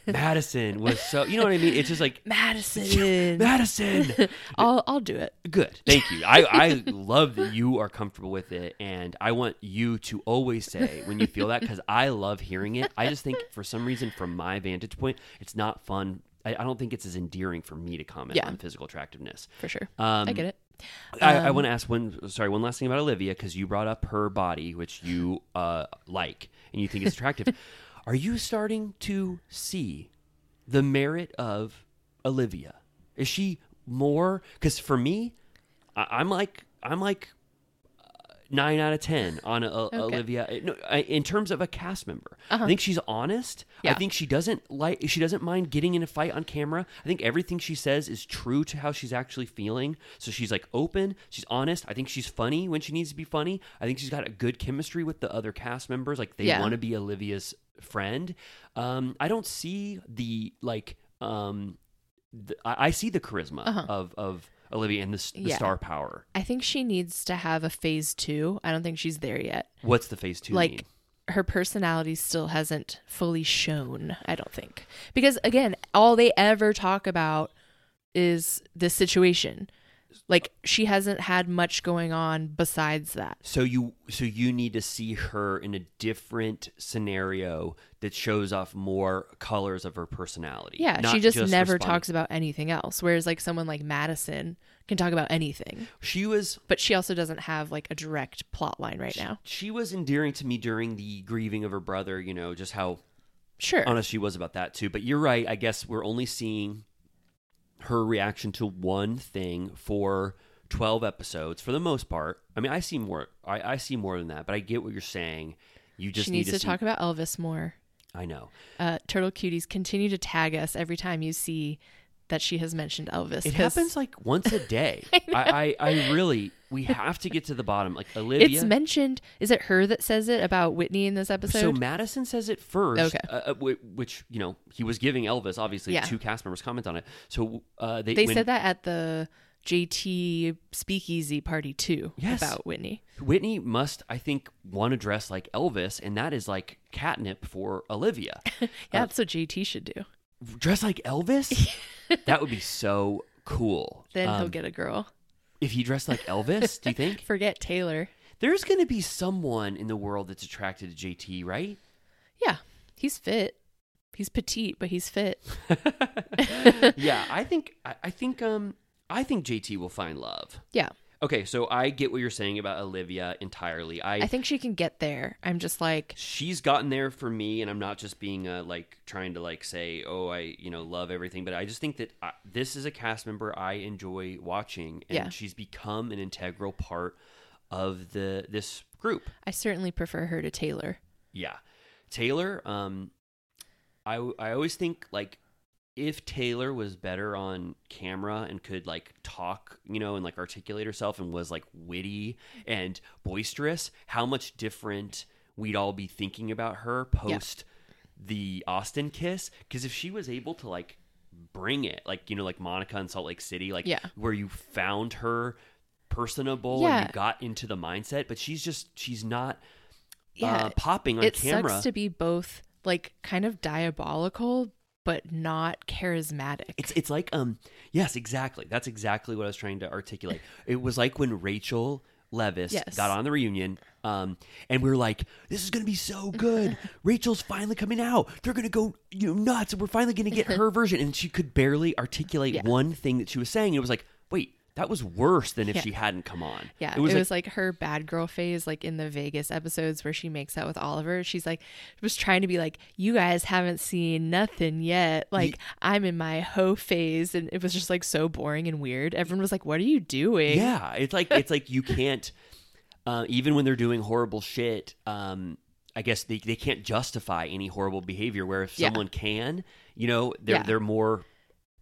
[SPEAKER 1] Madison was so. You know what I mean? It's just like
[SPEAKER 2] *laughs* Madison.
[SPEAKER 1] *laughs* Madison.
[SPEAKER 2] *laughs* I'll I'll do it.
[SPEAKER 1] Good. *laughs* Thank you. I, I love that you are comfortable with it. And I want you to always say when you feel that because I love hearing it. I just think for some reason, from my vantage point, it's not fun. I, I don't think it's as endearing for me to comment
[SPEAKER 2] Yeah.
[SPEAKER 1] on physical attractiveness.
[SPEAKER 2] For sure.
[SPEAKER 1] Um,
[SPEAKER 2] I get it.
[SPEAKER 1] I, I want to ask one. Sorry, one last thing about Olivia because you brought up her body, which you uh, like and you think is attractive. Are you starting to see the merit of Olivia? Is she more? Because for me, I, I'm like I'm like uh, nine out of ten on a, a- Olivia. uh, No, I, in terms of a cast member, I think she's honest. I
[SPEAKER 2] Uh-huh. Yeah.
[SPEAKER 1] think she doesn't like she doesn't mind getting in a fight on camera. I think everything she says is true to how she's actually feeling. So she's like open. She's honest. I think she's funny when she needs to be funny. I think she's got a good chemistry with the other cast members. Like they
[SPEAKER 2] Yeah.
[SPEAKER 1] want to be Olivia's friend. Um, I don't see the like. Um, th- I I see the charisma of of Olivia and the, s- the
[SPEAKER 2] Uh-huh. Yeah.
[SPEAKER 1] star power.
[SPEAKER 2] I think she needs to have a phase two. I don't think she's there yet.
[SPEAKER 1] What's the phase two
[SPEAKER 2] like
[SPEAKER 1] mean?
[SPEAKER 2] her personality still hasn't fully shown i don't think because again all they ever talk about is this situation like she hasn't had much going on besides that
[SPEAKER 1] So you so you need to see her in a different scenario that shows off more colors of her personality.
[SPEAKER 2] yeah
[SPEAKER 1] not
[SPEAKER 2] she just, never
[SPEAKER 1] responding-
[SPEAKER 2] talks about anything else whereas like someone like madison can talk about anything
[SPEAKER 1] She was
[SPEAKER 2] but she also doesn't have like a direct plot line right now
[SPEAKER 1] she was endearing to me during the grieving of her brother. You know, just how
[SPEAKER 2] sure
[SPEAKER 1] honest she was about that too. But you're right. I guess we're only seeing her reaction to one thing for 12 episodes for the most part. I mean, I see more. I, I see more than that. But I get what you're saying. You just
[SPEAKER 2] she
[SPEAKER 1] need
[SPEAKER 2] needs to
[SPEAKER 1] see-
[SPEAKER 2] talk about elvis more
[SPEAKER 1] I know.
[SPEAKER 2] uh, turtle cuties continue to tag us every time you see that she has mentioned elvis
[SPEAKER 1] It
[SPEAKER 2] 'cause- *laughs*
[SPEAKER 1] happens like once a day. I, I, I really, we have to get to the bottom. Like Olivia,
[SPEAKER 2] It's mentioned. Is it her that says it about Whitney in this episode?
[SPEAKER 1] So Madison says it first,
[SPEAKER 2] Okay.
[SPEAKER 1] uh, uh, whi- which you know he was giving Elvis. Obviously,
[SPEAKER 2] Yeah.
[SPEAKER 1] two cast members comment on it. So uh, they
[SPEAKER 2] they
[SPEAKER 1] when
[SPEAKER 2] said that at the JT speakeasy party too
[SPEAKER 1] Yes.
[SPEAKER 2] about Whitney.
[SPEAKER 1] Whitney must, I think, want to dress like Elvis, and that is like catnip for Olivia.
[SPEAKER 2] Yeah, that's what JT should do.
[SPEAKER 1] dress like
[SPEAKER 2] *laughs*
[SPEAKER 1] Elvis? that would be so cool.
[SPEAKER 2] Then he'll
[SPEAKER 1] Um,
[SPEAKER 2] get a girl.
[SPEAKER 1] if he dressed like Elvis.
[SPEAKER 2] *laughs*
[SPEAKER 1] Do you think
[SPEAKER 2] Forget Taylor.
[SPEAKER 1] there's going to be someone in the world that's attracted to JT, right? *laughs*
[SPEAKER 2] Yeah, he's fit. He's petite, but he's fit.
[SPEAKER 1] *laughs* yeah, I think I, I think um I think JT will find love.
[SPEAKER 2] *laughs* Yeah.
[SPEAKER 1] Okay, so I get what you're saying about Olivia entirely. I,
[SPEAKER 2] I think she can get there. I'm just like,
[SPEAKER 1] she's gotten there for me, and I'm not just being uh, like trying to like say, oh, I you know love everything, but I just think that I, this is a cast member I enjoy watching, and
[SPEAKER 2] Yeah.
[SPEAKER 1] she's become an integral part of the this group.
[SPEAKER 2] I certainly prefer her to Taylor.
[SPEAKER 1] Yeah. Taylor, um I I always think like if Taylor was better on camera and could like talk, you know, and like articulate herself and was like witty and boisterous, how much different we'd all be thinking about her post the Austin kiss because if she was able to like bring it, like you know, like Monica in Salt Lake City, like
[SPEAKER 2] Yeah.
[SPEAKER 1] where you found her personable and
[SPEAKER 2] Yeah.
[SPEAKER 1] you got into the mindset, but she's just she's not
[SPEAKER 2] Yeah,
[SPEAKER 1] uh, popping on
[SPEAKER 2] it
[SPEAKER 1] camera.
[SPEAKER 2] sucks to be both like kind of diabolical, but not charismatic.
[SPEAKER 1] it's it's like um yes exactly that's exactly what I was trying to
[SPEAKER 2] *laughs*
[SPEAKER 1] articulate. It was like when Rachel Levis
[SPEAKER 2] Yes.
[SPEAKER 1] got on the reunion. Um, and we were like, "This is gonna be so
[SPEAKER 2] *laughs*
[SPEAKER 1] good. Rachel's finally coming out. They're gonna go, you know, nuts. We're finally gonna get
[SPEAKER 2] *laughs*
[SPEAKER 1] her version." And she could barely articulate
[SPEAKER 2] Yeah.
[SPEAKER 1] one thing that she was saying. It was like, "Wait, that was worse than if
[SPEAKER 2] Yeah.
[SPEAKER 1] she hadn't come on."
[SPEAKER 2] Yeah, it was, like, her bad girl phase, like in the Vegas episodes where she makes out with Oliver. She's like, was trying to be like, you guys haven't seen nothing yet. Like, I'm in my hoe phase. And it was just like so boring and weird. Everyone was like, what are you doing?
[SPEAKER 1] Yeah, it's like it's like you can't *laughs* uh, even when they're doing horrible shit. Um, I guess they, they can't justify any horrible behavior. Where if
[SPEAKER 2] Yeah.
[SPEAKER 1] someone can, you know, they're
[SPEAKER 2] Yeah.
[SPEAKER 1] they're more.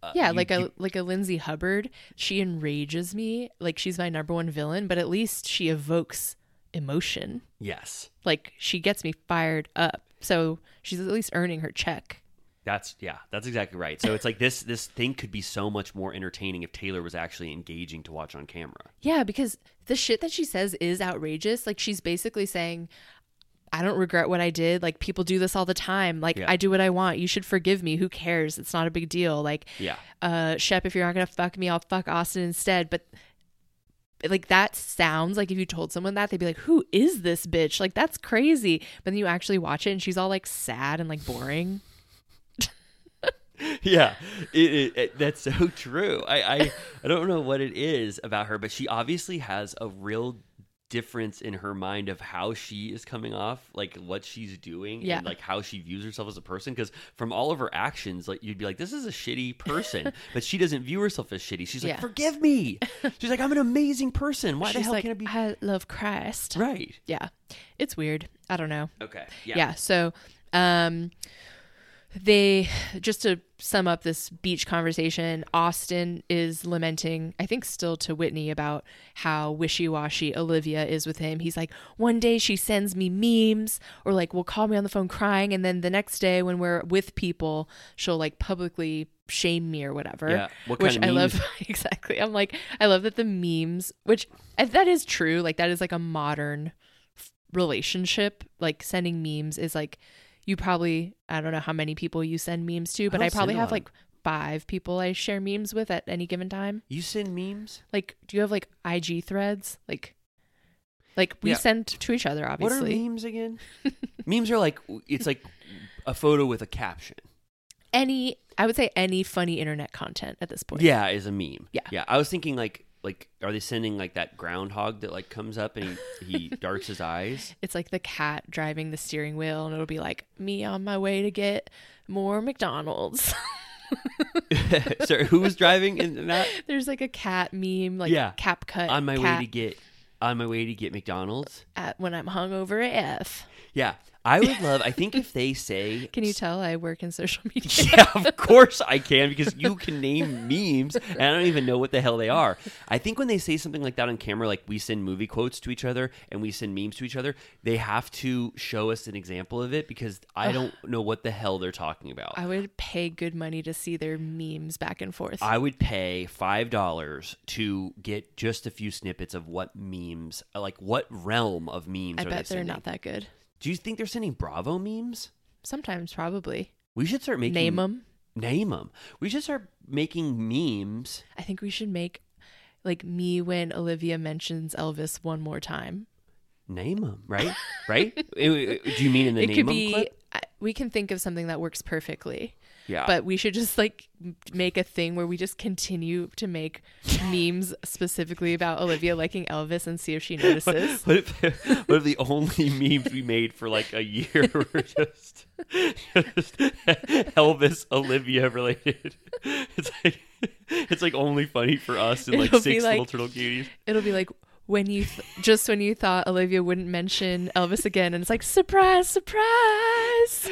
[SPEAKER 1] Uh,
[SPEAKER 2] yeah,
[SPEAKER 1] you-
[SPEAKER 2] like a
[SPEAKER 1] you-
[SPEAKER 2] like a Lindsay Hubbard, she enrages me. Like she's my number one villain, but at least she evokes emotion.
[SPEAKER 1] yes.
[SPEAKER 2] Like she gets me fired up. So she's at least earning her check.
[SPEAKER 1] That's yeah. That's exactly right. So it's like this this thing could be so much more entertaining if Taylor was actually engaging to watch on camera.
[SPEAKER 2] Yeah, because the shit that she says is outrageous. Like she's basically saying, I don't regret what I did. Like people do this all the time. Like
[SPEAKER 1] Yeah.
[SPEAKER 2] I do what I want. You should forgive me. Who cares? It's not a big deal. Like
[SPEAKER 1] Yeah.
[SPEAKER 2] uh Shep, if you're not gonna fuck me, I'll fuck Austin instead. But like that sounds like if you told someone that, they'd be like, Who is this bitch? Like that's crazy. But then you actually watch it and she's all like sad and like boring.
[SPEAKER 1] yeah, it, it, it- that's so true. I, I I don't know what it is about her, but she obviously has a real difference in her mind of how she is coming off, like what she's doing,
[SPEAKER 2] Yeah.
[SPEAKER 1] and like how she views herself as a person. Because from all of her actions, like you'd be like, this is a shitty
[SPEAKER 2] *laughs*
[SPEAKER 1] person, but she doesn't view herself as shitty. She's like,
[SPEAKER 2] Yeah.
[SPEAKER 1] forgive
[SPEAKER 2] *laughs*
[SPEAKER 1] me. She's like, I'm an amazing person. Why the
[SPEAKER 2] She's
[SPEAKER 1] hell
[SPEAKER 2] like,
[SPEAKER 1] can't I be
[SPEAKER 2] I love Christ.
[SPEAKER 1] right?
[SPEAKER 2] Yeah. It's weird. I don't know.
[SPEAKER 1] Okay.
[SPEAKER 2] yeah. so um they just to sum up this beach conversation austin is lamenting i think still to whitney about how wishy-washy olivia is with him he's like one day she sends me memes or like will call me on the phone crying and then the next day when we're with people she'll like publicly shame me or whatever
[SPEAKER 1] Yeah, what
[SPEAKER 2] which
[SPEAKER 1] kind of
[SPEAKER 2] i love
[SPEAKER 1] memes?
[SPEAKER 2] *laughs* exactly i'm like i love that the memes which if that is true like that is like a modern relationship like sending memes is like you probably i don't know how many people you send memes to but
[SPEAKER 1] don't
[SPEAKER 2] i, probably
[SPEAKER 1] send a
[SPEAKER 2] have
[SPEAKER 1] lot.
[SPEAKER 2] like five people i share memes with at any given time
[SPEAKER 1] You send memes.
[SPEAKER 2] like do you have like ig threads like like we
[SPEAKER 1] Yeah.
[SPEAKER 2] send to each other
[SPEAKER 1] What
[SPEAKER 2] obviously
[SPEAKER 1] are memes
[SPEAKER 2] *laughs*
[SPEAKER 1] again? memes are like it's like a photo with a caption.
[SPEAKER 2] any i would say any funny internet content at this point
[SPEAKER 1] Yeah, is a meme.
[SPEAKER 2] Yeah.
[SPEAKER 1] yeah. I was thinking like like are they sending like that groundhog that like comes up and he,
[SPEAKER 2] *laughs*
[SPEAKER 1] he darts his eyes? *laughs*
[SPEAKER 2] it's like the cat driving the steering wheel and it'll be like me on my way to get more mcdonald's *laughs*
[SPEAKER 1] Sorry, who was driving in
[SPEAKER 2] *laughs*
[SPEAKER 1] that?
[SPEAKER 2] there's like a cat meme like
[SPEAKER 1] Yeah.
[SPEAKER 2] cap cut
[SPEAKER 1] on my
[SPEAKER 2] cat
[SPEAKER 1] way to get on my way to get McDonald's.
[SPEAKER 2] at when i'm hungover af
[SPEAKER 1] Yeah, I
[SPEAKER 2] *laughs*
[SPEAKER 1] would love. I think if they say,
[SPEAKER 2] Can you tell I work in social *laughs* media?
[SPEAKER 1] *laughs* yeah, of course I can because you can name memes and I don't even know what the hell they are. I think when they say something like that on camera, like we send movie quotes to each other and we send memes to each other, they have to show us an example of it because I don't know what the hell they're talking about.
[SPEAKER 2] I would pay good money to see their memes back and forth.
[SPEAKER 1] I would pay five dollars to get just a few snippets of what memes, like what realm of memes.
[SPEAKER 2] I
[SPEAKER 1] are they
[SPEAKER 2] bet they're
[SPEAKER 1] sending.
[SPEAKER 2] not that good.
[SPEAKER 1] Do you think they're sending Bravo memes?
[SPEAKER 2] Sometimes, probably.
[SPEAKER 1] We should start making
[SPEAKER 2] Name them.
[SPEAKER 1] Name them. We should start making memes.
[SPEAKER 2] I think we should make like me when Olivia mentions Elvis one more time.
[SPEAKER 1] Name them,
[SPEAKER 2] *laughs*
[SPEAKER 1] right? Right? Do you mean in the
[SPEAKER 2] it
[SPEAKER 1] name
[SPEAKER 2] could
[SPEAKER 1] 'em
[SPEAKER 2] be.
[SPEAKER 1] clip?
[SPEAKER 2] I, we can think of something that works perfectly,
[SPEAKER 1] Yeah.
[SPEAKER 2] but we should just like m- make a thing where we just continue to make memes specifically about Olivia liking Elvis and see if
[SPEAKER 1] *laughs*
[SPEAKER 2] she notices.
[SPEAKER 1] What if, what if the only memes we made for like a year *laughs* were just, just Elvis Olivia related? *laughs* It's like it's like only funny for us and like
[SPEAKER 2] It'll be
[SPEAKER 1] six
[SPEAKER 2] like-
[SPEAKER 1] little turtle cuties.
[SPEAKER 2] It'll be like when you th- just when you thought Olivia wouldn't mention Elvis again, and it's like surprise, surprise.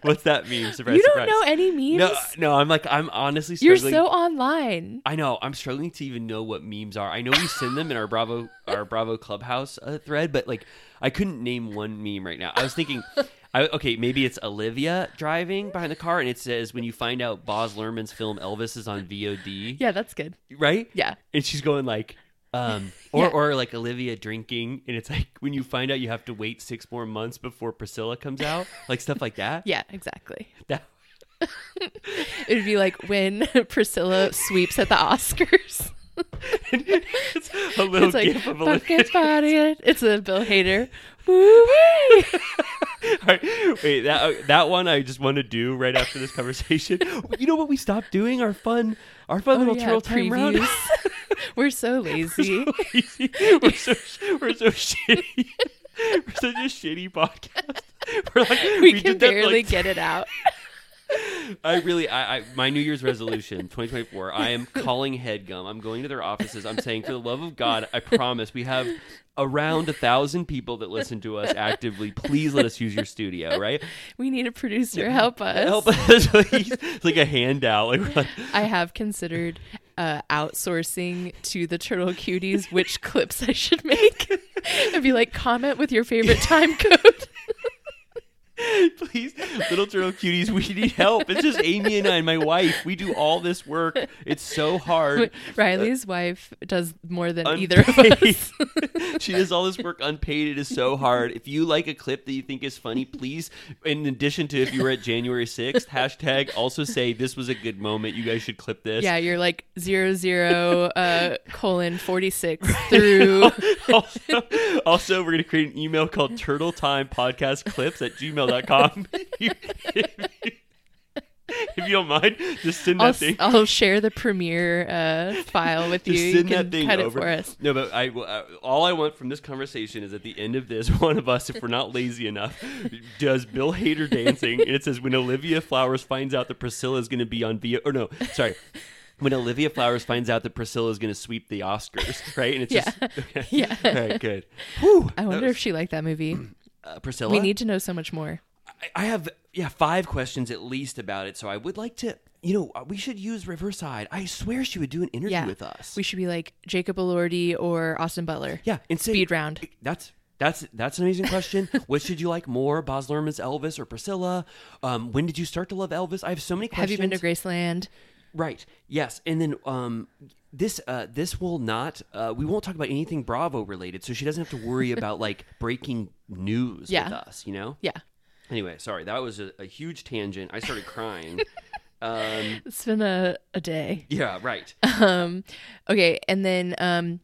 [SPEAKER 1] What's that meme? Surprise!
[SPEAKER 2] you don't
[SPEAKER 1] surprise.
[SPEAKER 2] know any memes.
[SPEAKER 1] No, uh, no. I'm like I'm honestly
[SPEAKER 2] You're
[SPEAKER 1] struggling.
[SPEAKER 2] so online.
[SPEAKER 1] I know. I'm struggling to even know what memes are. I know we send them in our Bravo our Bravo Clubhouse uh, thread, but like I couldn't name one meme right now. I was thinking, I, okay, maybe it's Olivia driving behind the car, and it says when you find out Boz Lerman's film Elvis is on VOD,
[SPEAKER 2] Yeah, that's good.
[SPEAKER 1] right?
[SPEAKER 2] Yeah.
[SPEAKER 1] and she's going like. Um, or,
[SPEAKER 2] Yeah.
[SPEAKER 1] or like Olivia drinking, and it's like when you find out you have to wait six more months before Priscilla comes out, like stuff like that.
[SPEAKER 2] Yeah, exactly.
[SPEAKER 1] That-
[SPEAKER 2] It would be like when *laughs* Priscilla sweeps at the Oscars.
[SPEAKER 1] *laughs* it's a little
[SPEAKER 2] it's like
[SPEAKER 1] gif of Olivia.
[SPEAKER 2] bucket body. it." It's a Bill
[SPEAKER 1] *laughs*
[SPEAKER 2] Hader. Woo-wee.
[SPEAKER 1] All right. Wait, that uh, that one I just want to do right after this conversation. *laughs* you know what we stopped doing? Our fun, our fun little
[SPEAKER 2] Oh, yeah,
[SPEAKER 1] turtle time round.
[SPEAKER 2] previews.
[SPEAKER 1] *laughs*
[SPEAKER 2] We're so lazy.
[SPEAKER 1] Crazy. *laughs* we're so we're so shitty. *laughs* we're such a shitty podcast. *laughs* We're like
[SPEAKER 2] we, can
[SPEAKER 1] did that for,
[SPEAKER 2] barely
[SPEAKER 1] like,
[SPEAKER 2] get it out.
[SPEAKER 1] I really, I, I, my New Year's resolution, 2024. I am calling HeadGum. I'm going to their offices. I'm saying, for the love of God, I promise, we have around a thousand people that listen to us actively. Please let us use your studio, right?
[SPEAKER 2] We need a producer. Help us.
[SPEAKER 1] Help us, *laughs* please. It's like a handout. Like, we're like, *laughs*
[SPEAKER 2] I have considered uh, outsourcing to the Turtle Cuties
[SPEAKER 1] *laughs*
[SPEAKER 2] which clips I should make and be like, comment with your favorite
[SPEAKER 1] *laughs*
[SPEAKER 2] time code.
[SPEAKER 1] please, little turtle cuties, we need help. It's just Amy and I and my wife. We do all this work. It's so hard.
[SPEAKER 2] *laughs* Riley's wife does more than either
[SPEAKER 1] *laughs*
[SPEAKER 2] of
[SPEAKER 1] Unpaid.
[SPEAKER 2] us.
[SPEAKER 1] she does all this work unpaid. It is so hard. If you like a clip that you think is funny, please, in addition to if you were at January 6th, hashtag also say this was a good moment. You guys should clip this.
[SPEAKER 2] Yeah, you're like zero zero uh, colon
[SPEAKER 1] *laughs*
[SPEAKER 2] forty six through.
[SPEAKER 1] also, *laughs* also, we're going to create an email called turtle time podcast clips at *laughs* gmail.com. if you don't mind, just send that
[SPEAKER 2] I'll,
[SPEAKER 1] thing.
[SPEAKER 2] I'll share the premiere uh, file with you.
[SPEAKER 1] Just
[SPEAKER 2] You
[SPEAKER 1] send
[SPEAKER 2] can
[SPEAKER 1] that thing
[SPEAKER 2] cut
[SPEAKER 1] over.
[SPEAKER 2] it for us.
[SPEAKER 1] No, but I, I- all I want from this conversation is at the end of this, *laughs* one of us, if we're not lazy enough, does Bill Hader dancing, and it says when Olivia Flowers finds out that Priscilla is going to be on Via, or no, sorry. When Olivia Flowers finds out that Priscilla is going to sweep the Oscars, right? And it's
[SPEAKER 2] Yeah.
[SPEAKER 1] just *laughs* okay.
[SPEAKER 2] *laughs* Yeah.
[SPEAKER 1] All right, good. Whew.
[SPEAKER 2] I wonder if she liked that
[SPEAKER 1] *clears throat*
[SPEAKER 2] movie.
[SPEAKER 1] Uh, Priscilla,
[SPEAKER 2] we need to know so much more.
[SPEAKER 1] I- I have yeah five questions at least about it. So I would like to, you know, we should use Riverside. I swear she would do an interview
[SPEAKER 2] Yeah,
[SPEAKER 1] with us.
[SPEAKER 2] we should be like Jacob Elordi or Austin Butler.
[SPEAKER 1] Yeah, and say,
[SPEAKER 2] Speed round.
[SPEAKER 1] That's that's that's an amazing
[SPEAKER 2] *laughs*
[SPEAKER 1] question. what should you like more, Baz Luhrmann's Elvis or Priscilla? Um, when did you start to love Elvis? I have so many
[SPEAKER 2] Have
[SPEAKER 1] questions.
[SPEAKER 2] you been to Graceland?
[SPEAKER 1] Right. Yes, and then um, this uh, this will not. Uh, we won't talk about anything Bravo related, so she doesn't have to
[SPEAKER 2] *laughs*
[SPEAKER 1] worry about like breaking news
[SPEAKER 2] Yeah.
[SPEAKER 1] with us. You know.
[SPEAKER 2] Yeah,
[SPEAKER 1] Anyway, sorry that was a, a huge tangent. I started
[SPEAKER 2] *laughs*
[SPEAKER 1] crying. um,
[SPEAKER 2] it's been a, a day.
[SPEAKER 1] yeah. Right.
[SPEAKER 2] *laughs* um okay and then um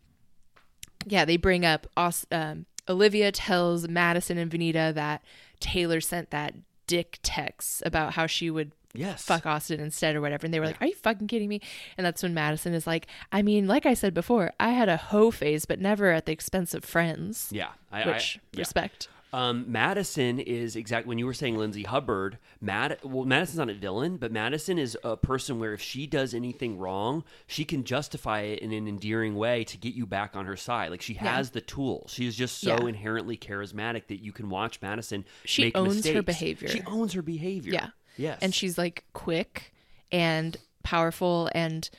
[SPEAKER 2] yeah they bring up Aus- um, olivia tells madison and venita that taylor sent that dick text about how she would
[SPEAKER 1] Yes.
[SPEAKER 2] fuck austin instead or whatever and they were like are you fucking kidding me and that's when madison is like i mean like i said before i had a hoe phase but never at the expense of friends
[SPEAKER 1] Yeah. I, I-
[SPEAKER 2] which
[SPEAKER 1] yeah.
[SPEAKER 2] respect
[SPEAKER 1] Um, Madison is exactly when you were saying Lindsay Hubbard. Mad well, Madison's not a villain, but Madison is a person where if she does anything wrong, she can justify it in an endearing way to get you back on her side. Like she has the tool. She is just so
[SPEAKER 2] Yeah.
[SPEAKER 1] inherently charismatic that you can watch Madison.
[SPEAKER 2] She
[SPEAKER 1] make
[SPEAKER 2] owns her
[SPEAKER 1] mistakes.
[SPEAKER 2] behavior.
[SPEAKER 1] She owns her behavior.
[SPEAKER 2] Yeah.
[SPEAKER 1] Yes.
[SPEAKER 2] And she's like quick and powerful and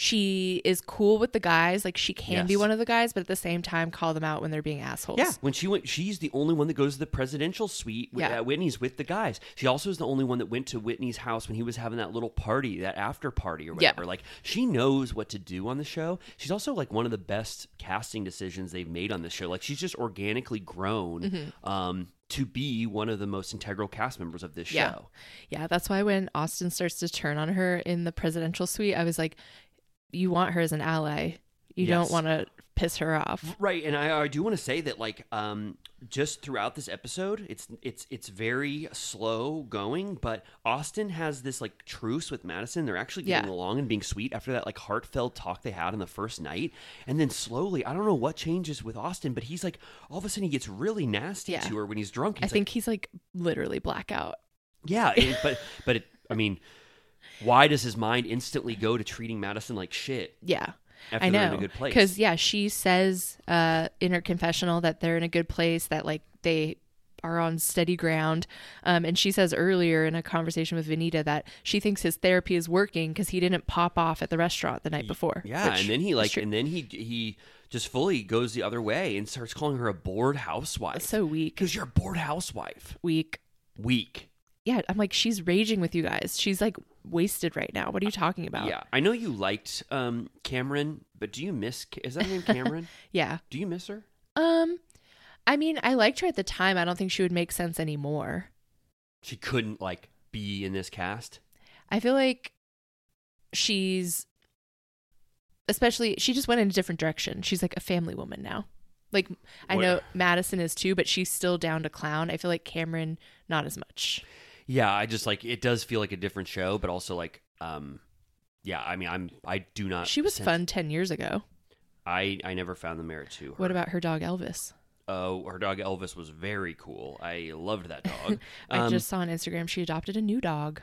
[SPEAKER 2] she is cool with the guys. Like she can be
[SPEAKER 1] Yes.
[SPEAKER 2] one of the guys, but at the same time call them out when they're being assholes.
[SPEAKER 1] Yeah, when she went, she's the only one that goes to the presidential suite with,
[SPEAKER 2] Yeah.
[SPEAKER 1] at Whitney's with the guys. She also is the only one that went to Whitney's house when he was having that little party, that after party or
[SPEAKER 2] Yeah.
[SPEAKER 1] whatever. Like she knows what to do on the show. She's also like one of the best casting decisions they've made on this show. Like she's just organically grown
[SPEAKER 2] Mm-hmm.
[SPEAKER 1] um, to be one of the most integral cast members of this
[SPEAKER 2] Yeah.
[SPEAKER 1] show.
[SPEAKER 2] Yeah, that's why when Austin starts to turn on her in the presidential suite, I was like, you want her as an ally. You
[SPEAKER 1] Yes.
[SPEAKER 2] don't want to piss her off.
[SPEAKER 1] Right, and I, I do want to say that like um just throughout this episode, it's it's it's very slow going, but Austin has this like truce with Madison. They're actually getting
[SPEAKER 2] Yeah.
[SPEAKER 1] along and being sweet after that like heartfelt talk they had on the first night. And then slowly, I don't know what changes with Austin, but he's like all of a sudden he gets really nasty
[SPEAKER 2] Yeah.
[SPEAKER 1] to her when he's drunk. He's
[SPEAKER 2] I
[SPEAKER 1] like,
[SPEAKER 2] think he's like literally blackout.
[SPEAKER 1] yeah, it- but but it, I mean, why does his mind instantly go to treating Madison like shit?
[SPEAKER 2] Yeah.
[SPEAKER 1] After
[SPEAKER 2] I
[SPEAKER 1] they're
[SPEAKER 2] know.
[SPEAKER 1] in a good place.
[SPEAKER 2] Cuz yeah, she says uh in her confessional that they're in a good place that like they are on steady ground. Um and she says earlier in a conversation with Venita that she thinks his therapy is working cuz he didn't pop off at the restaurant the night before.
[SPEAKER 1] Yeah,
[SPEAKER 2] which
[SPEAKER 1] and then he
[SPEAKER 2] is
[SPEAKER 1] like,
[SPEAKER 2] true.
[SPEAKER 1] and then he he just fully goes the other way and starts calling her a bored housewife.
[SPEAKER 2] so weak.
[SPEAKER 1] because you're a bored housewife.
[SPEAKER 2] Weak.
[SPEAKER 1] Weak.
[SPEAKER 2] Yeah, I'm like she's raging with you guys. She's like wasted right now. What are you talking about? *laughs*
[SPEAKER 1] Yeah, I know you liked um, Cameron, but do you miss? Ca- Is that
[SPEAKER 2] *laughs*
[SPEAKER 1] her name Cameron?
[SPEAKER 2] Yeah.
[SPEAKER 1] do you miss her?
[SPEAKER 2] Um I mean, I liked her at the time. I don't think she would make sense anymore.
[SPEAKER 1] She couldn't like be in this cast.
[SPEAKER 2] I feel like she's especially she just went in a different direction. She's like a family woman now. Like I
[SPEAKER 1] What-
[SPEAKER 2] know Madison is too, but she's still down to clown. I feel like Cameron not as much.
[SPEAKER 1] Yeah, I just like it does feel like a different show, but also like, um, yeah. I mean, I'm I do not.
[SPEAKER 2] She was
[SPEAKER 1] sense-
[SPEAKER 2] fun 10 years ago.
[SPEAKER 1] I I never found the merit to her.
[SPEAKER 2] What about her dog Elvis?
[SPEAKER 1] Oh, her dog Elvis was very cool. I loved that dog.
[SPEAKER 2] *laughs* I
[SPEAKER 1] Um,
[SPEAKER 2] just saw on Instagram she adopted a new dog.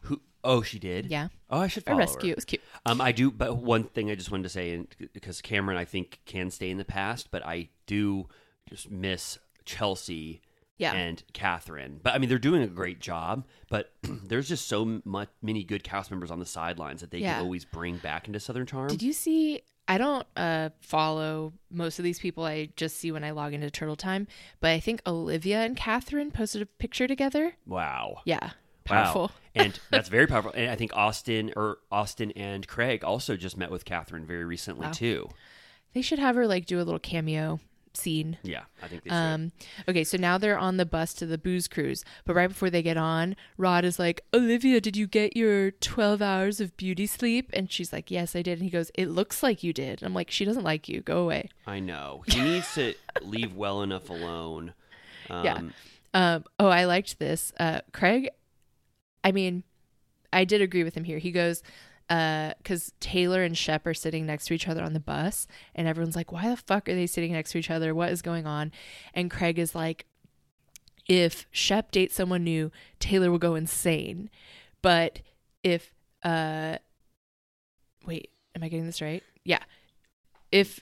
[SPEAKER 1] Who? Oh, she did.
[SPEAKER 2] Yeah.
[SPEAKER 1] Oh, I should
[SPEAKER 2] A
[SPEAKER 1] follow
[SPEAKER 2] rescue.
[SPEAKER 1] her.
[SPEAKER 2] It was cute.
[SPEAKER 1] Um, I do, but one thing I just wanted to say, because Cameron, I think, can stay in the past, but I do just miss Chelsea
[SPEAKER 2] Yeah.
[SPEAKER 1] and Catherine. But I mean, they're doing a great job, but *clears throat* there's just so much many good cast members on the sidelines that they
[SPEAKER 2] Yeah.
[SPEAKER 1] can always bring back into Southern Charm.
[SPEAKER 2] Did you see? I don't uh, follow most of these people. I just see when I log into Turtle Time. But I think Olivia and Catherine posted a picture together.
[SPEAKER 1] wow.
[SPEAKER 2] Yeah.
[SPEAKER 1] Wow.
[SPEAKER 2] Powerful.
[SPEAKER 1] *laughs* and that's very
[SPEAKER 2] *laughs*
[SPEAKER 1] powerful. And I think Austin or Austin and Craig also just met with Catherine very recently
[SPEAKER 2] Wow.
[SPEAKER 1] too.
[SPEAKER 2] They should have her like do a little cameo scene.
[SPEAKER 1] Yeah, I think they should.
[SPEAKER 2] Um, okay, so now they're on the bus to the booze cruise, but right before they get on, Rod is like, Olivia, did you get your 12 hours of beauty sleep? And she's like, Yes, I did. And he goes, It looks like you did. And I'm like, She doesn't like you. Go away.
[SPEAKER 1] I know he needs to leave well enough alone. Um,
[SPEAKER 2] Yeah. Um, oh, I liked this. Uh, Craig, I mean, I did agree with him here. He goes, because Taylor and Shep are sitting next to each other on the bus, and everyone's like, why the fuck are they sitting next to each other? What is going on? And Craig is like, if Shep dates someone new, Taylor will go insane. But if, uh, wait, am I getting this right? Yeah. If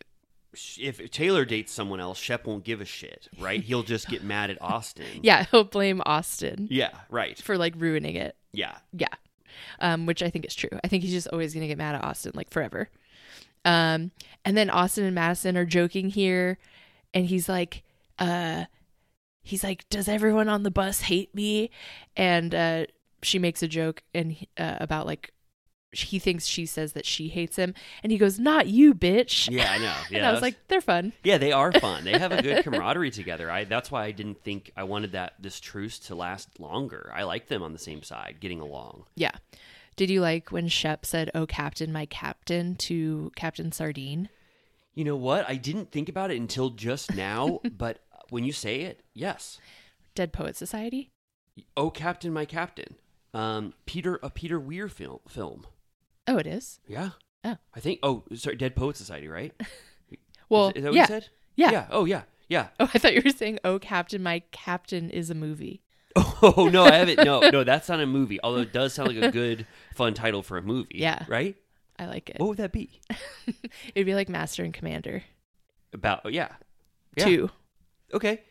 [SPEAKER 1] if Taylor dates someone else, Shep won't give a shit, right? He'll just get mad at Austin.
[SPEAKER 2] *laughs* yeah, he'll blame Austin
[SPEAKER 1] Yeah, right.
[SPEAKER 2] for like ruining it.
[SPEAKER 1] Yeah.
[SPEAKER 2] Yeah. Um, which I think is true. I think he's just always going to get mad at Austin like forever. Um, and then Austin and Madison are joking here and he's like, uh, he's like, does everyone on the bus hate me? And, uh, she makes a joke and, he- uh, about like, he thinks she says that she hates him and he goes, not you bitch.
[SPEAKER 1] Yeah, I know. Yeah,
[SPEAKER 2] *laughs* and I was
[SPEAKER 1] that's-
[SPEAKER 2] like, they're fun.
[SPEAKER 1] Yeah, they are fun. They have a good camaraderie together. I that's why I didn't think I wanted that this truce to last longer. I like them on the same side, getting along.
[SPEAKER 2] Yeah. Did you like when Shep said, oh, captain, my captain to Captain Sardine?
[SPEAKER 1] You know what? I didn't think about it until just
[SPEAKER 2] *laughs*
[SPEAKER 1] now, but when you say it, yes.
[SPEAKER 2] Dead Poet Society?
[SPEAKER 1] Oh, Captain, my Captain. Um, Peter, a Peter Weir film. Film.
[SPEAKER 2] Oh, it is.
[SPEAKER 1] Yeah.
[SPEAKER 2] Oh.
[SPEAKER 1] I think. Oh, sorry, Dead Poet Society, right?
[SPEAKER 2] Well,
[SPEAKER 1] is, is that what
[SPEAKER 2] yeah.
[SPEAKER 1] you said?
[SPEAKER 2] Yeah.
[SPEAKER 1] Oh, yeah. Yeah. *laughs*
[SPEAKER 2] Oh, I thought you were saying, "Oh, Captain, my Captain is a movie."
[SPEAKER 1] Oh no, I haven't. No, no, that's not a movie. Although it does sound like
[SPEAKER 2] *laughs*
[SPEAKER 1] a good, fun title for a movie.
[SPEAKER 2] Yeah.
[SPEAKER 1] Right.
[SPEAKER 2] I like it.
[SPEAKER 1] What would that be
[SPEAKER 2] It'd be like Master and Commander
[SPEAKER 1] about? oh, Yeah. yeah.
[SPEAKER 2] Two.
[SPEAKER 1] Okay.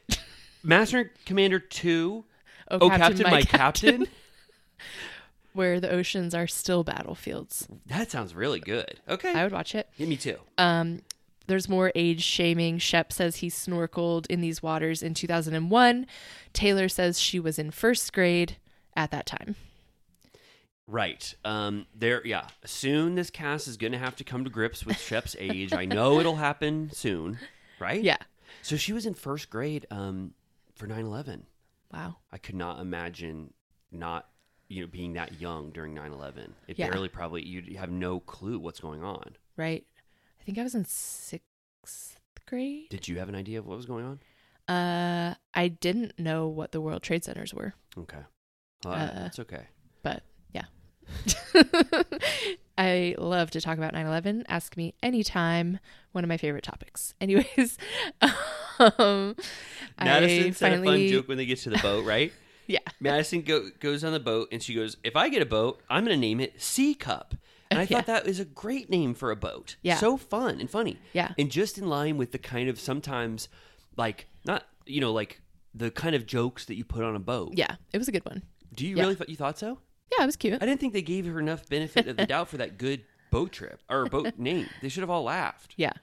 [SPEAKER 1] Master and Commander Two.
[SPEAKER 2] Oh,
[SPEAKER 1] Oh, Captain, my Captain.
[SPEAKER 2] *laughs* where the oceans are still battlefields.
[SPEAKER 1] That sounds really good. Okay.
[SPEAKER 2] I would watch it.
[SPEAKER 1] Yeah, me too.
[SPEAKER 2] Um, there's more age shaming. Shep says he snorkeled in these waters in 2001. Taylor says she was in first grade at that time.
[SPEAKER 1] Right. Um. There. Yeah. Soon, this cast is going to have to come to grips with Shep's age. I know it'll happen soon. Right.
[SPEAKER 2] Yeah.
[SPEAKER 1] So she was in first grade. Um. For 9-11.
[SPEAKER 2] Wow.
[SPEAKER 1] I could not imagine not you know being that young during 9/11. It
[SPEAKER 2] Yeah.
[SPEAKER 1] barely probably you have no clue what's going on.
[SPEAKER 2] Right. I think I was in sixth grade.
[SPEAKER 1] Did you have an idea of what was going on?
[SPEAKER 2] Uh, I didn't know what the World Trade Centers were,
[SPEAKER 1] Okay. Well,
[SPEAKER 2] Uh,
[SPEAKER 1] that's okay.
[SPEAKER 2] but yeah. *laughs* I love to talk about 9 11. Ask me anytime. One of my favorite topics. *laughs* Anyways, um, I
[SPEAKER 1] Madison said a fun
[SPEAKER 2] finally-
[SPEAKER 1] joke when they get to the boat, right?
[SPEAKER 2] Yeah.
[SPEAKER 1] Madison go, goes on the boat and she goes, "If I get a boat, I'm going to name it Sea Cup."
[SPEAKER 2] *laughs*
[SPEAKER 1] And I thought that was a great name for a boat.
[SPEAKER 2] Yeah.
[SPEAKER 1] So fun and funny.
[SPEAKER 2] Yeah.
[SPEAKER 1] And just in line with the kind of sometimes like not, you know, like the kind of jokes that you put on a boat.
[SPEAKER 2] Yeah. It was a good one.
[SPEAKER 1] Do you
[SPEAKER 2] Yeah.
[SPEAKER 1] really th- you thought so?
[SPEAKER 2] Yeah, it was cute.
[SPEAKER 1] I didn't think they gave her enough benefit
[SPEAKER 2] *laughs*
[SPEAKER 1] of the doubt for that good boat trip or boat name. They should have all
[SPEAKER 2] *laughs*
[SPEAKER 1] laughed.
[SPEAKER 2] Yeah.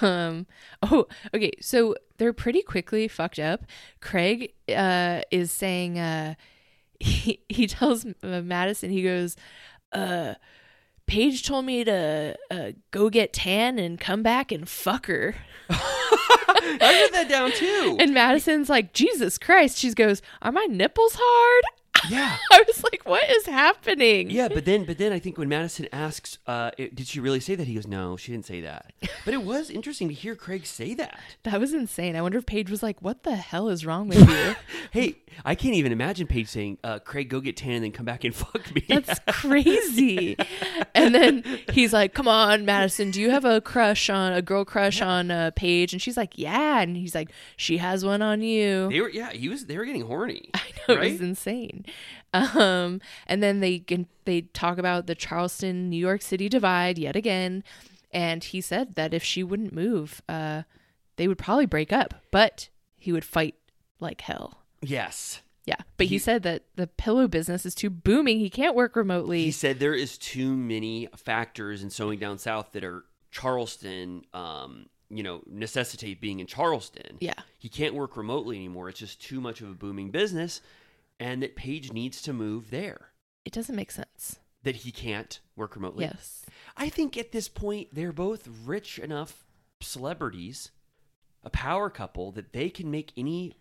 [SPEAKER 2] Um oh okay so they're pretty quickly fucked up. Craig uh is saying uh *laughs* he he tells uh, Madison he goes uh Paige told me to uh, go get tan and come back and fuck her.
[SPEAKER 1] I wrote that down too.
[SPEAKER 2] *laughs* And Madison's like, Jesus Christ. She goes, Are my nipples hard? *laughs*
[SPEAKER 1] yeah.
[SPEAKER 2] I was like, What is happening?
[SPEAKER 1] Yeah, but then but then I think when Madison asks, uh, it, did she really say that? He goes, No, she didn't say
[SPEAKER 2] *laughs*
[SPEAKER 1] that. But it was interesting to hear Craig say that.
[SPEAKER 2] That was insane. I wonder if Paige was like, What the hell is wrong
[SPEAKER 1] *laughs*
[SPEAKER 2] with you?
[SPEAKER 1] Hey, I can't even imagine Paige saying, uh, Craig, go get tan and then come back and *laughs* fuck me.
[SPEAKER 2] That's crazy. And then he's like, "Come on, Madison, do you have a crush on a girl crush on uh, Paige?" And she's like, "Yeah." And he's like, "She has one on you." *laughs*
[SPEAKER 1] they were yeah, he was they were getting horny. I
[SPEAKER 2] It was insane. Um, and then they can- they talk about the Charleston New York City divide yet again, and he said that if she wouldn't move, uh, they would probably break up, but he would fight like hell.
[SPEAKER 1] Yes.
[SPEAKER 2] Yeah, but he,
[SPEAKER 1] He-
[SPEAKER 2] said that the pillow business is too booming. He can't work remotely.
[SPEAKER 1] He said there is too many factors in sewing down south that are Charleston, um, you know, necessitate being in Charleston.
[SPEAKER 2] Yeah.
[SPEAKER 1] He can't work remotely anymore. It's just too much of a booming business and that Paige needs to move there.
[SPEAKER 2] it doesn't make sense.
[SPEAKER 1] That he can't work remotely.
[SPEAKER 2] Yes.
[SPEAKER 1] I think at this point they're both rich enough celebrities, a power couple that they can make any,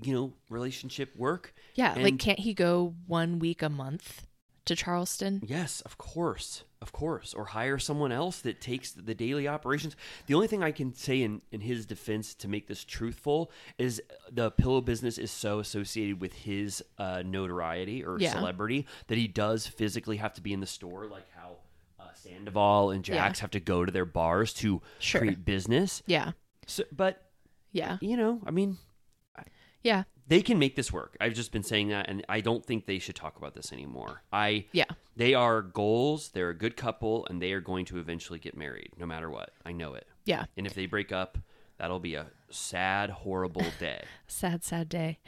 [SPEAKER 1] you know, relationship work.
[SPEAKER 2] Yeah. like,
[SPEAKER 1] And-
[SPEAKER 2] can't he go one week a month to Charleston?
[SPEAKER 1] Yes, of course. Of course. Or hire someone else that takes the daily operations. The only thing I can say in, in his defense to make this truthful is uh, the pillow business is so associated with his uh, notoriety or
[SPEAKER 2] Yeah.
[SPEAKER 1] celebrity that he does physically have to be in the store, like how uh, Sandoval and
[SPEAKER 2] Yeah.
[SPEAKER 1] Jax have to go to their bars to
[SPEAKER 2] Sure.
[SPEAKER 1] create business.
[SPEAKER 2] Yeah.
[SPEAKER 1] So, but,
[SPEAKER 2] Yeah.
[SPEAKER 1] you know, I mean,
[SPEAKER 2] Yeah.
[SPEAKER 1] they can make this work. I've just been saying that, and I don't think they should talk about this anymore. I
[SPEAKER 2] Yeah.
[SPEAKER 1] they are goals. They're a good couple, and they are going to eventually get married, no matter what. I know it.
[SPEAKER 2] Yeah.
[SPEAKER 1] And if they break up, that'll be a sad, horrible day.
[SPEAKER 2] Sad, sad day.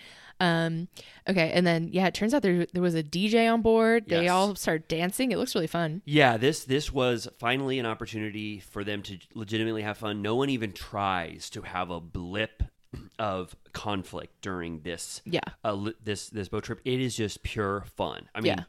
[SPEAKER 2] Um, okay. And then, yeah, it turns out there, there was a DJ on board. They
[SPEAKER 1] Yes.
[SPEAKER 2] all start dancing. It looks really fun.
[SPEAKER 1] yeah, this this was finally an opportunity for them to legitimately have fun. No one even tries to have a blip of conflict during this
[SPEAKER 2] Yeah.
[SPEAKER 1] uh, li- this this boat trip. It is just pure fun. I mean,
[SPEAKER 2] Yeah.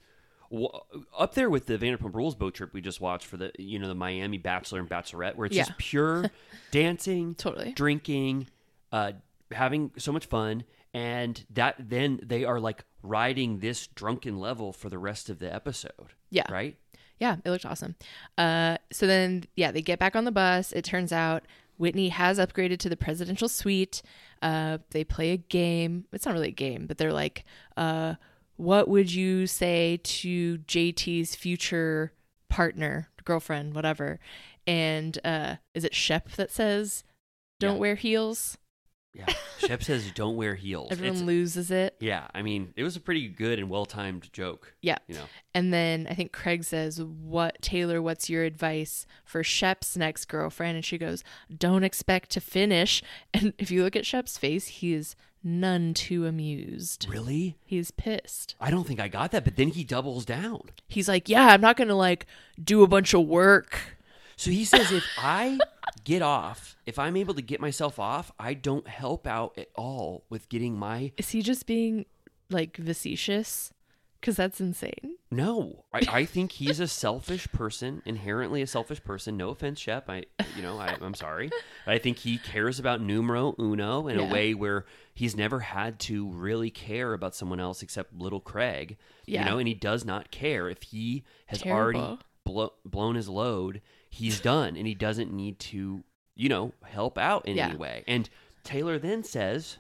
[SPEAKER 1] w- up there with the Vanderpump Rules boat trip we just watched for the you know the Miami Bachelor and Bachelorette, where it's
[SPEAKER 2] Yeah.
[SPEAKER 1] just
[SPEAKER 2] *laughs*
[SPEAKER 1] pure dancing,
[SPEAKER 2] Totally.
[SPEAKER 1] drinking, uh, having so much fun, and that then they are like riding this drunken level for the rest of the episode.
[SPEAKER 2] Yeah.
[SPEAKER 1] right.
[SPEAKER 2] Yeah. It looked awesome. Uh, so then, yeah, they get back on the bus. It turns out Whitney has upgraded to the presidential suite. Uh, they play a game. It's not really a game, but they're like, uh, what would you say to JT's future partner, girlfriend, whatever? And uh, is it Shep that says, don't
[SPEAKER 1] Yeah.
[SPEAKER 2] wear heels?
[SPEAKER 1] Yeah. Shep says don't wear heels.
[SPEAKER 2] Everyone
[SPEAKER 1] It's-
[SPEAKER 2] loses it.
[SPEAKER 1] yeah, I mean, it was a pretty good and well timed joke.
[SPEAKER 2] Yeah.
[SPEAKER 1] You know.
[SPEAKER 2] And then I think Craig says, "What Taylor, what's your advice for Shep's next girlfriend?" And she goes, "Don't expect to finish." *laughs* And if you look at Shep's face, he is none too amused.
[SPEAKER 1] Really?
[SPEAKER 2] He is pissed.
[SPEAKER 1] I don't think I got that, but then he doubles down.
[SPEAKER 2] He's like, "Yeah, I'm not going to like do a bunch of work."
[SPEAKER 1] So he says
[SPEAKER 2] *laughs*
[SPEAKER 1] if I get off, if I'm able to get myself off, I don't help out at all with getting my
[SPEAKER 2] Is he just being like facetious? Cuz that's insane.
[SPEAKER 1] No, I, I
[SPEAKER 2] *laughs*
[SPEAKER 1] think he's a selfish person, inherently a selfish person. No offense, Shep. I, you know, I, I'm sorry. But I think he cares about numero uno in
[SPEAKER 2] Yeah.
[SPEAKER 1] a way where he's never had to really care about someone else except little Craig.
[SPEAKER 2] Yeah.
[SPEAKER 1] You know, and he does not care if he has already
[SPEAKER 2] Terrible.
[SPEAKER 1] blo- blown his load. He's done, and he doesn't need to, you know, help out in
[SPEAKER 2] Yeah.
[SPEAKER 1] any way. And Taylor then says,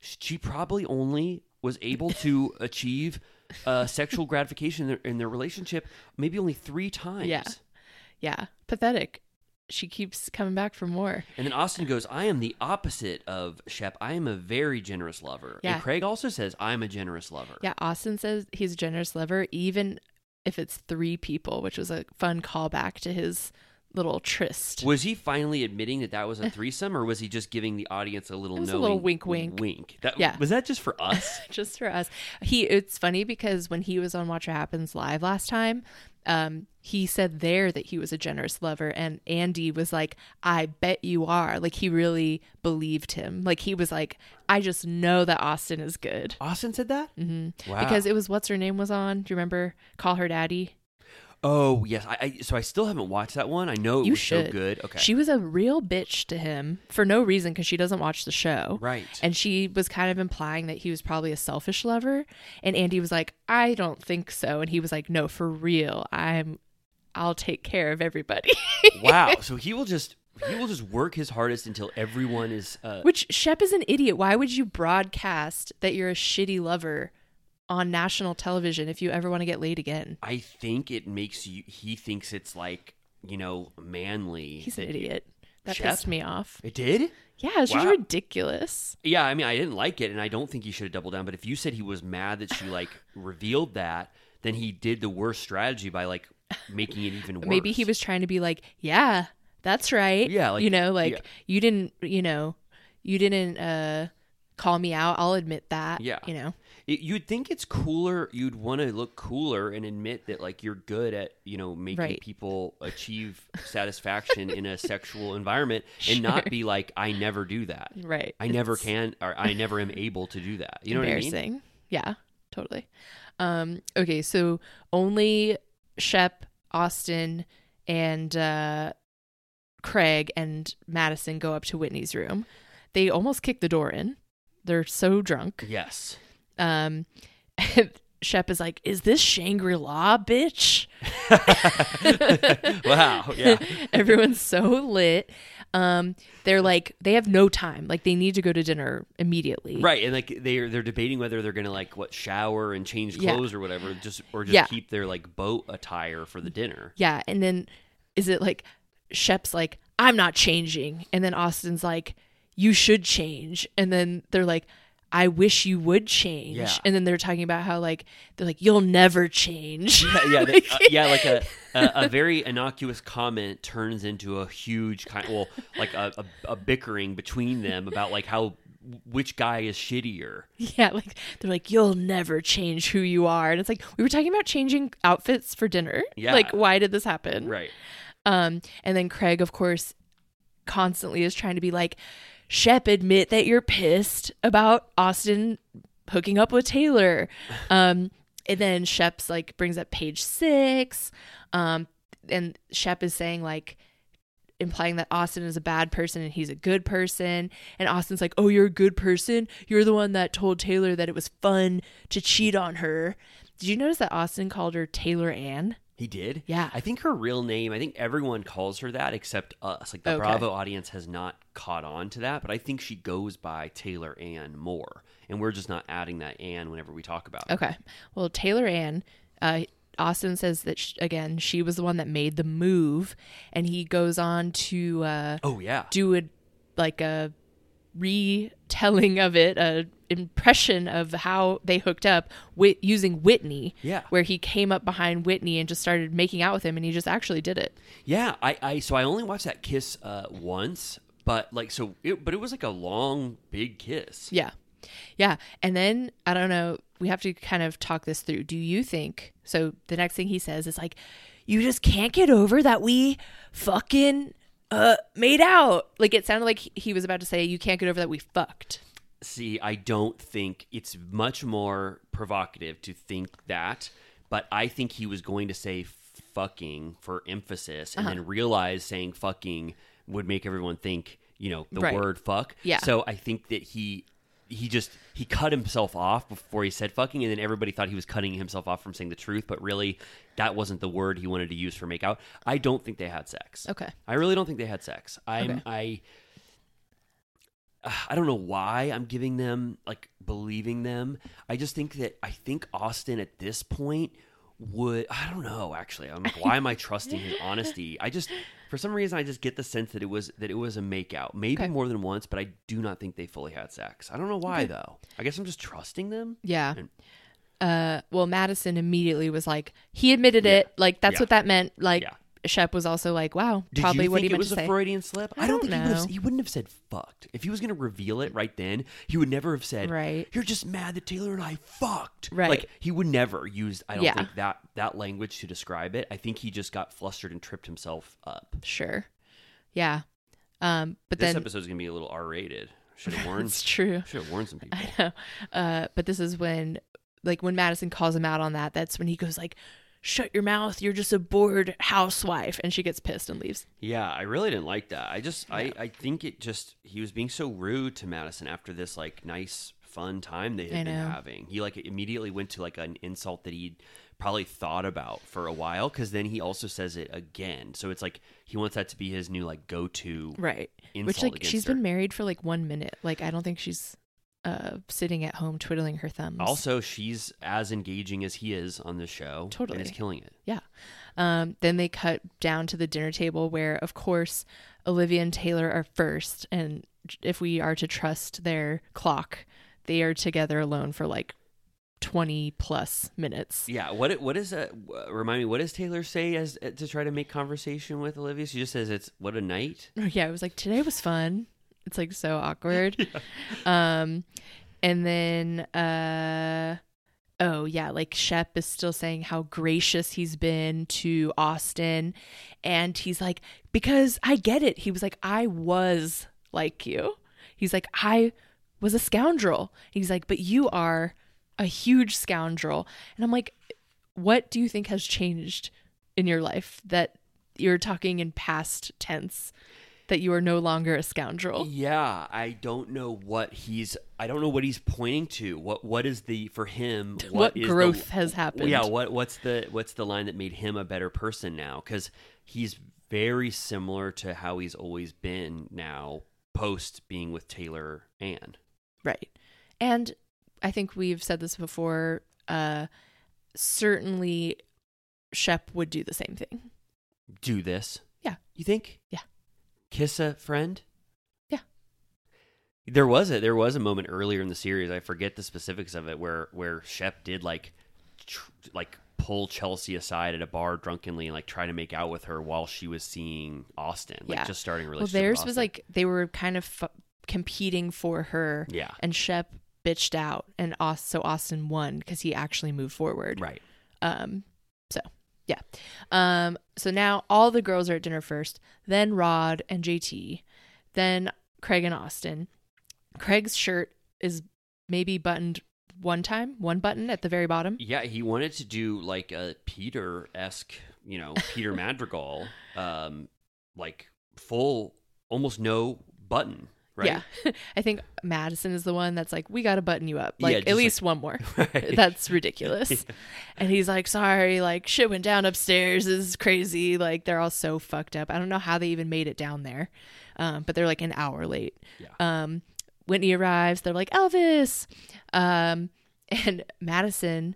[SPEAKER 1] she probably only was able
[SPEAKER 2] *laughs*
[SPEAKER 1] to achieve uh, sexual gratification in their, in their relationship maybe only three times.
[SPEAKER 2] Yeah. Yeah, pathetic. She keeps coming back for more.
[SPEAKER 1] And then Austin goes, I am the opposite of Shep. I am a very generous lover.
[SPEAKER 2] Yeah.
[SPEAKER 1] And Craig also says, I'm a generous lover.
[SPEAKER 2] Yeah, Austin says he's a generous lover, even if it's three people, which was a fun callback to his little tryst.
[SPEAKER 1] Was he finally admitting that that was a threesome, or was he just giving the audience a little
[SPEAKER 2] It was a
[SPEAKER 1] knowing
[SPEAKER 2] little wink, wink.
[SPEAKER 1] wink? That,
[SPEAKER 2] Yeah.
[SPEAKER 1] was that just for
[SPEAKER 2] *laughs*
[SPEAKER 1] us?
[SPEAKER 2] *laughs* Just for us. He it's funny because when he was on Watch What Happens Live last time, um, he said there that he was a generous lover and Andy was like, I bet you are. Like he really believed him. Like he was like, I just know that Austin is good.
[SPEAKER 1] Austin said that. Mm-hmm. Oh, Wow.
[SPEAKER 2] Because it was what's her name was on. Do you remember? Call her daddy.
[SPEAKER 1] oh yes, I, I so I still haven't watched that one. I know it
[SPEAKER 2] you
[SPEAKER 1] was
[SPEAKER 2] should.
[SPEAKER 1] so good. Okay.
[SPEAKER 2] She was a real bitch to him for no reason because she doesn't watch the show.
[SPEAKER 1] Right.
[SPEAKER 2] And she was kind of implying that he was probably a selfish lover. And Andy was like, I don't think so. And he was like, No, for real. I'm I'll take care of everybody.
[SPEAKER 1] *laughs*
[SPEAKER 2] *laughs*
[SPEAKER 1] wow. So he will just he will just work his hardest until everyone is uh,
[SPEAKER 2] Which Shep is an idiot. Why would you broadcast that you're a shitty lover on national television if you ever want to get laid again?
[SPEAKER 1] I think it makes you. He thinks it's like you know manly.
[SPEAKER 2] He's an
[SPEAKER 1] that you-
[SPEAKER 2] idiot. That
[SPEAKER 1] Shep?
[SPEAKER 2] pissed me off.
[SPEAKER 1] It did.
[SPEAKER 2] Yeah, it's just
[SPEAKER 1] Wow.
[SPEAKER 2] ridiculous.
[SPEAKER 1] Yeah, I mean, I didn't like it, and I don't think he should have doubled down. But if you said he was mad that she like revealed that, then he did the worst strategy by like making it *laughs* even worse.
[SPEAKER 2] Maybe he was trying to be like, yeah, that's right.
[SPEAKER 1] Yeah, like-
[SPEAKER 2] you know, like
[SPEAKER 1] yeah.
[SPEAKER 2] you didn't, you know, you didn't uh call me out. I'll admit that.
[SPEAKER 1] Yeah.
[SPEAKER 2] you know,
[SPEAKER 1] It- you'd think it's cooler. You'd want to look cooler and admit that like you're good at you know making
[SPEAKER 2] Right.
[SPEAKER 1] people achieve satisfaction in a sexual
[SPEAKER 2] *laughs*
[SPEAKER 1] environment, and not be like I never do that.
[SPEAKER 2] right?
[SPEAKER 1] I never
[SPEAKER 2] It's
[SPEAKER 1] can, or I never am able to do that. You know what I mean?
[SPEAKER 2] embarrassing. Yeah, totally. Um, okay, so only Shep, Austin, and uh, Craig and Madison go up to Whitney's room. They almost kick the door in. They're so drunk.
[SPEAKER 1] Yes.
[SPEAKER 2] Um, *laughs* Shep is like, "Is this Shangri La, bitch?" *laughs*
[SPEAKER 1] wow. Yeah.
[SPEAKER 2] Everyone's so lit. Um, they're like they have no time. Like they need to go to dinner immediately.
[SPEAKER 1] Right, and like they're they're debating whether they're gonna like what shower and change
[SPEAKER 2] Yeah.
[SPEAKER 1] clothes or whatever, just or just
[SPEAKER 2] Yeah.
[SPEAKER 1] keep their like boat attire for the dinner.
[SPEAKER 2] Yeah. And then is it like Shep's like, I'm not changing. And then Austin's like, You should change. And then they're like, I wish you would change.
[SPEAKER 1] Yeah.
[SPEAKER 2] And then they're talking about how like they're like, You'll never change.
[SPEAKER 1] Yeah, *laughs* yeah, the- uh, yeah, like a, a a very innocuous comment turns into a huge kind, well, like a, a, a bickering between them about like how which guy is shittier.
[SPEAKER 2] *laughs* Yeah, like they're like, you'll never change who you are. And it's like, we were talking about changing outfits for dinner.
[SPEAKER 1] Yeah.
[SPEAKER 2] Like, why did this happen?
[SPEAKER 1] Right.
[SPEAKER 2] Um, and then Craig, of course, constantly is trying to be like, Shep, admit that you're pissed about Austin hooking up with Taylor. Um, and then Shep's like brings up page six. Um, and Shep is saying like implying that Austin is a bad person and he's a good person. And Austin's like, Oh, you're a good person. You're the one that told Taylor that it was fun to cheat on her. Did you notice that Austin called her Taylor Ann?
[SPEAKER 1] He did?
[SPEAKER 2] Yeah.
[SPEAKER 1] I think her real name, I think everyone calls her that except us. Like the
[SPEAKER 2] Okay.
[SPEAKER 1] Bravo audience has not caught on to that, but I think she goes by Taylor Ann Moore. And we're just not adding that Ann whenever we talk about it.
[SPEAKER 2] Okay. Well, Taylor Ann, uh, Austin says that sh again, she was the one that made the move, and he goes on to uh,
[SPEAKER 1] Oh, yeah.
[SPEAKER 2] do a like a retelling of it, a impression of how they hooked up with using Whitney.
[SPEAKER 1] Yeah.
[SPEAKER 2] Where he came up behind Whitney and just started making out with him and he just actually did it.
[SPEAKER 1] Yeah, I, I so I only watched that kiss uh, once, but like so, it, but it was like a long, big kiss.
[SPEAKER 2] Yeah. Yeah. And then I don't know, we have to kind of talk this through. Do you think so the next thing he says is like, You just can't get over that we fucking uh made out. Like it sounded like he was about to say, You can't get over that we fucked.
[SPEAKER 1] See, I don't think it's much more provocative to think that, but I think he was going to say fucking for emphasis and
[SPEAKER 2] Uh-huh.
[SPEAKER 1] then realize saying fucking would make everyone think, you know, the
[SPEAKER 2] Right.
[SPEAKER 1] word fuck.
[SPEAKER 2] Yeah.
[SPEAKER 1] So I think that he he just he cut himself off before he said fucking and then everybody thought he was cutting himself off from saying the truth, but really that wasn't the word he wanted to use for make out. I don't think they had sex.
[SPEAKER 2] Okay.
[SPEAKER 1] I really don't think they had sex. I'm
[SPEAKER 2] Okay.
[SPEAKER 1] I I don't know why I'm giving them like believing them. I just think that I think Austin at this point would I don't know actually. I'm like, why am I trusting his honesty? I just for some reason I just get the sense that it was that it was a makeout, maybe
[SPEAKER 2] Okay.
[SPEAKER 1] more than once, but I do not think they fully had sex. I don't know why though. I guess I'm just trusting them.
[SPEAKER 2] Yeah.
[SPEAKER 1] And-
[SPEAKER 2] Uh well Madison immediately was like, he admitted
[SPEAKER 1] Yeah.
[SPEAKER 2] it. Like that's
[SPEAKER 1] Yeah.
[SPEAKER 2] what that meant. Like
[SPEAKER 1] Yeah.
[SPEAKER 2] Shep was also like, Wow,
[SPEAKER 1] Did
[SPEAKER 2] probably
[SPEAKER 1] you
[SPEAKER 2] what
[SPEAKER 1] think
[SPEAKER 2] he
[SPEAKER 1] it
[SPEAKER 2] meant
[SPEAKER 1] was
[SPEAKER 2] to
[SPEAKER 1] a
[SPEAKER 2] say.
[SPEAKER 1] Freudian slip?
[SPEAKER 2] I
[SPEAKER 1] I don't,
[SPEAKER 2] don't
[SPEAKER 1] think he, would have,
[SPEAKER 2] know.
[SPEAKER 1] he wouldn't have said fucked. If he was going to reveal it right then, he would never have said,
[SPEAKER 2] Right.
[SPEAKER 1] "You're just mad that Taylor and I fucked."
[SPEAKER 2] Right.
[SPEAKER 1] Like he would never use. I don't
[SPEAKER 2] Yeah.
[SPEAKER 1] think that that language to describe it. I think he just got flustered and tripped himself up.
[SPEAKER 2] Sure. Yeah. Um but
[SPEAKER 1] this
[SPEAKER 2] then
[SPEAKER 1] episode's going to be a little R-rated. Should
[SPEAKER 2] *laughs*
[SPEAKER 1] have warned.
[SPEAKER 2] it's true.
[SPEAKER 1] Should have warned some people.
[SPEAKER 2] I know. *laughs* Uh, but this is when, like, when Madison calls him out on that, that's when he goes like, "Shut your mouth! You're just a bored housewife," and she gets pissed and leaves.
[SPEAKER 1] Yeah, I really didn't like that. I just, I, I think it just, he was being so rude to Madison after this like nice, fun time they
[SPEAKER 2] I
[SPEAKER 1] had been
[SPEAKER 2] know.
[SPEAKER 1] having. He like immediately went to like an insult that he'd probably thought about for a while because then he also says it again. So it's like he wants that to be his new like go to.
[SPEAKER 2] Right. Which
[SPEAKER 1] Insult
[SPEAKER 2] like
[SPEAKER 1] against
[SPEAKER 2] she's
[SPEAKER 1] her.
[SPEAKER 2] been married for like one minute. Like I don't think she's uh sitting at home twiddling her thumbs.
[SPEAKER 1] Also, she's as engaging as he is on this show.
[SPEAKER 2] Totally.
[SPEAKER 1] And is killing it.
[SPEAKER 2] Yeah. Um, then they cut down to the dinner table where, of course, Olivia and Taylor are first. And if we are to trust their clock, they are together alone for like 20 plus minutes.
[SPEAKER 1] Yeah. What it- what is that? Remind me. What does Taylor say as to try to make conversation with Olivia? She just says it's what a night.
[SPEAKER 2] *laughs* Yeah, it was like today was fun. It's like so awkward. Um and then uh oh yeah, like Shep is still saying how gracious he's been to Austin and he's like because I get it. He was like I was like you. He's like I was a scoundrel. He's like but you are a huge scoundrel. And I'm like what do you think has changed in your life that you're talking in past tense that you are no longer a scoundrel
[SPEAKER 1] Yeah, I don't know what he's. I don't know what he's pointing to. What what is the for him?
[SPEAKER 2] *laughs* What
[SPEAKER 1] is
[SPEAKER 2] growth has happened.
[SPEAKER 1] Yeah. What what's the what's the line that made him a better person now? Because he's very similar to how he's always been now post being with Taylor Ann.
[SPEAKER 2] right and i think we've said this before uh certainly shep would do the same thing
[SPEAKER 1] Do this.
[SPEAKER 2] yeah
[SPEAKER 1] You think?
[SPEAKER 2] Yeah.
[SPEAKER 1] Kiss a friend.
[SPEAKER 2] Yeah.
[SPEAKER 1] There was a there was a moment earlier in the series. I forget the specifics of it where where Shep did like tr- like pull Chelsea aside at a bar drunkenly and like try to make out with her while she was seeing Austin, like
[SPEAKER 2] yeah
[SPEAKER 1] just starting a
[SPEAKER 2] well
[SPEAKER 1] relationship. with
[SPEAKER 2] theirs was
[SPEAKER 1] Austin.
[SPEAKER 2] like they were kind of f- competing for her
[SPEAKER 1] Yeah.
[SPEAKER 2] and shep bitched out and Aus- so austin won because he actually moved forward
[SPEAKER 1] right.
[SPEAKER 2] Um, so yeah. Um, so now all the girls are at dinner first, then Rod and JT, then Craig and Austin. Craig's shirt is maybe buttoned one time, one button at the very bottom.
[SPEAKER 1] Yeah, he wanted to do like a Peter esque, you know,
[SPEAKER 2] *laughs*
[SPEAKER 1] Peter Madrigal, um, like full, almost no button, right?
[SPEAKER 2] Yeah. *laughs* I think Madison is the one that's like, we got to button you up. Like,
[SPEAKER 1] Yeah,
[SPEAKER 2] at
[SPEAKER 1] just
[SPEAKER 2] least
[SPEAKER 1] like-
[SPEAKER 2] one more.
[SPEAKER 1] *laughs* Right.
[SPEAKER 2] That's ridiculous. And he's like, sorry, like, shit went down upstairs. This is crazy. Like, they're all so fucked up. I don't know how they even made it down there, um, but they're like an hour late. Um, Whitney arrives. They're like, Elvis. Um, *laughs* and Madison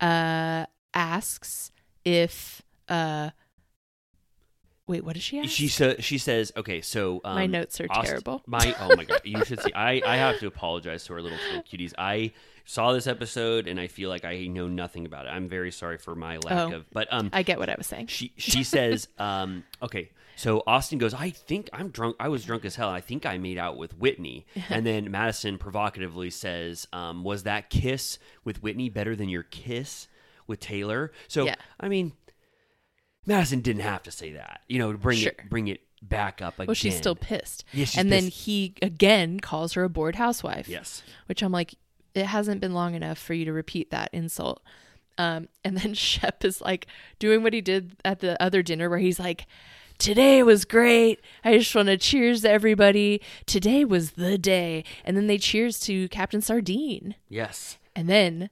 [SPEAKER 2] uh, asks if. Uh, Wait, what does she ask?
[SPEAKER 1] She sa- she says, okay, so um,
[SPEAKER 2] My notes are
[SPEAKER 1] Aust-
[SPEAKER 2] terrible.
[SPEAKER 1] My oh my god, you
[SPEAKER 2] *laughs*
[SPEAKER 1] should see. I I have to apologize to our little turtle cuties. I saw this episode and I feel like I know nothing about it. I'm very sorry for my lack
[SPEAKER 2] Oh.
[SPEAKER 1] of. But um,
[SPEAKER 2] I get what I was saying. *laughs*
[SPEAKER 1] she she says, um, okay. So Austin goes, I think I'm drunk. I was drunk as hell. I think I made out with
[SPEAKER 2] *laughs*
[SPEAKER 1] Whitney. And then Madison provocatively says, um, was that kiss with Whitney better than your kiss with Taylor? So
[SPEAKER 2] Yeah.
[SPEAKER 1] I mean, Madison didn't have to say that. You know, to bring
[SPEAKER 2] Sure.
[SPEAKER 1] it bring it back up again.
[SPEAKER 2] Well, she's still pissed.
[SPEAKER 1] Yeah, she's
[SPEAKER 2] and then
[SPEAKER 1] pissed.
[SPEAKER 2] he again calls her a bored housewife.
[SPEAKER 1] Yes.
[SPEAKER 2] Which I'm like, it hasn't been long enough for you to repeat that insult. Um, and then *laughs* Shep is like doing what he did at the other dinner where he's like, Today was great. I just want to cheers to everybody. Today was the day. And then they cheers to Captain Sardine.
[SPEAKER 1] Yes.
[SPEAKER 2] And then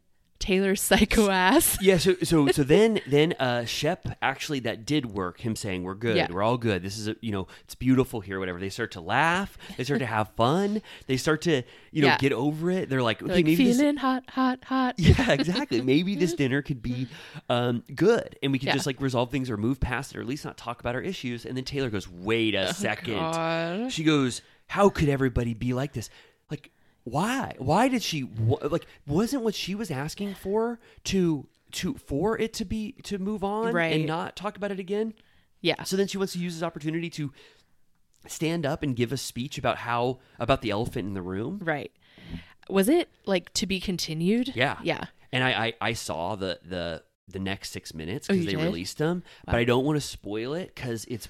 [SPEAKER 1] *laughs*
[SPEAKER 2] Taylor's *laughs* psycho ass.
[SPEAKER 1] Yeah, so so so then then uh Shep actually that did work. Him saying we're good,
[SPEAKER 2] Yeah.
[SPEAKER 1] we're all good. This is a, you know it's beautiful here. Whatever. They start to laugh. They start to have fun. They start to you know
[SPEAKER 2] Yeah.
[SPEAKER 1] get over it. They're like okay,
[SPEAKER 2] They're like,
[SPEAKER 1] maybe this.
[SPEAKER 2] feeling hot, hot, hot.
[SPEAKER 1] Yeah,
[SPEAKER 2] *laughs*
[SPEAKER 1] exactly. Maybe this dinner could be um, good, and we could
[SPEAKER 2] Yeah.
[SPEAKER 1] just like resolve things or move past it, or at least not talk about our issues. And then Taylor goes, "Wait
[SPEAKER 2] Oh,
[SPEAKER 1] a second.
[SPEAKER 2] God.
[SPEAKER 1] She goes, "How could everybody be like this? Like, why? Why did she? wh- Like, wasn't what she was asking for to to for it to be to move on
[SPEAKER 2] Right.
[SPEAKER 1] and not talk about it again?
[SPEAKER 2] Yeah.
[SPEAKER 1] So then she wants to use this opportunity to stand up and give a speech about how about the elephant in the room.
[SPEAKER 2] Right. Was it like to be continued?
[SPEAKER 1] Yeah.
[SPEAKER 2] Yeah.
[SPEAKER 1] And I I, I saw the the the next six minutes
[SPEAKER 2] Oh,
[SPEAKER 1] because
[SPEAKER 2] you
[SPEAKER 1] they
[SPEAKER 2] did?
[SPEAKER 1] released them, but I don't want to spoil it because it's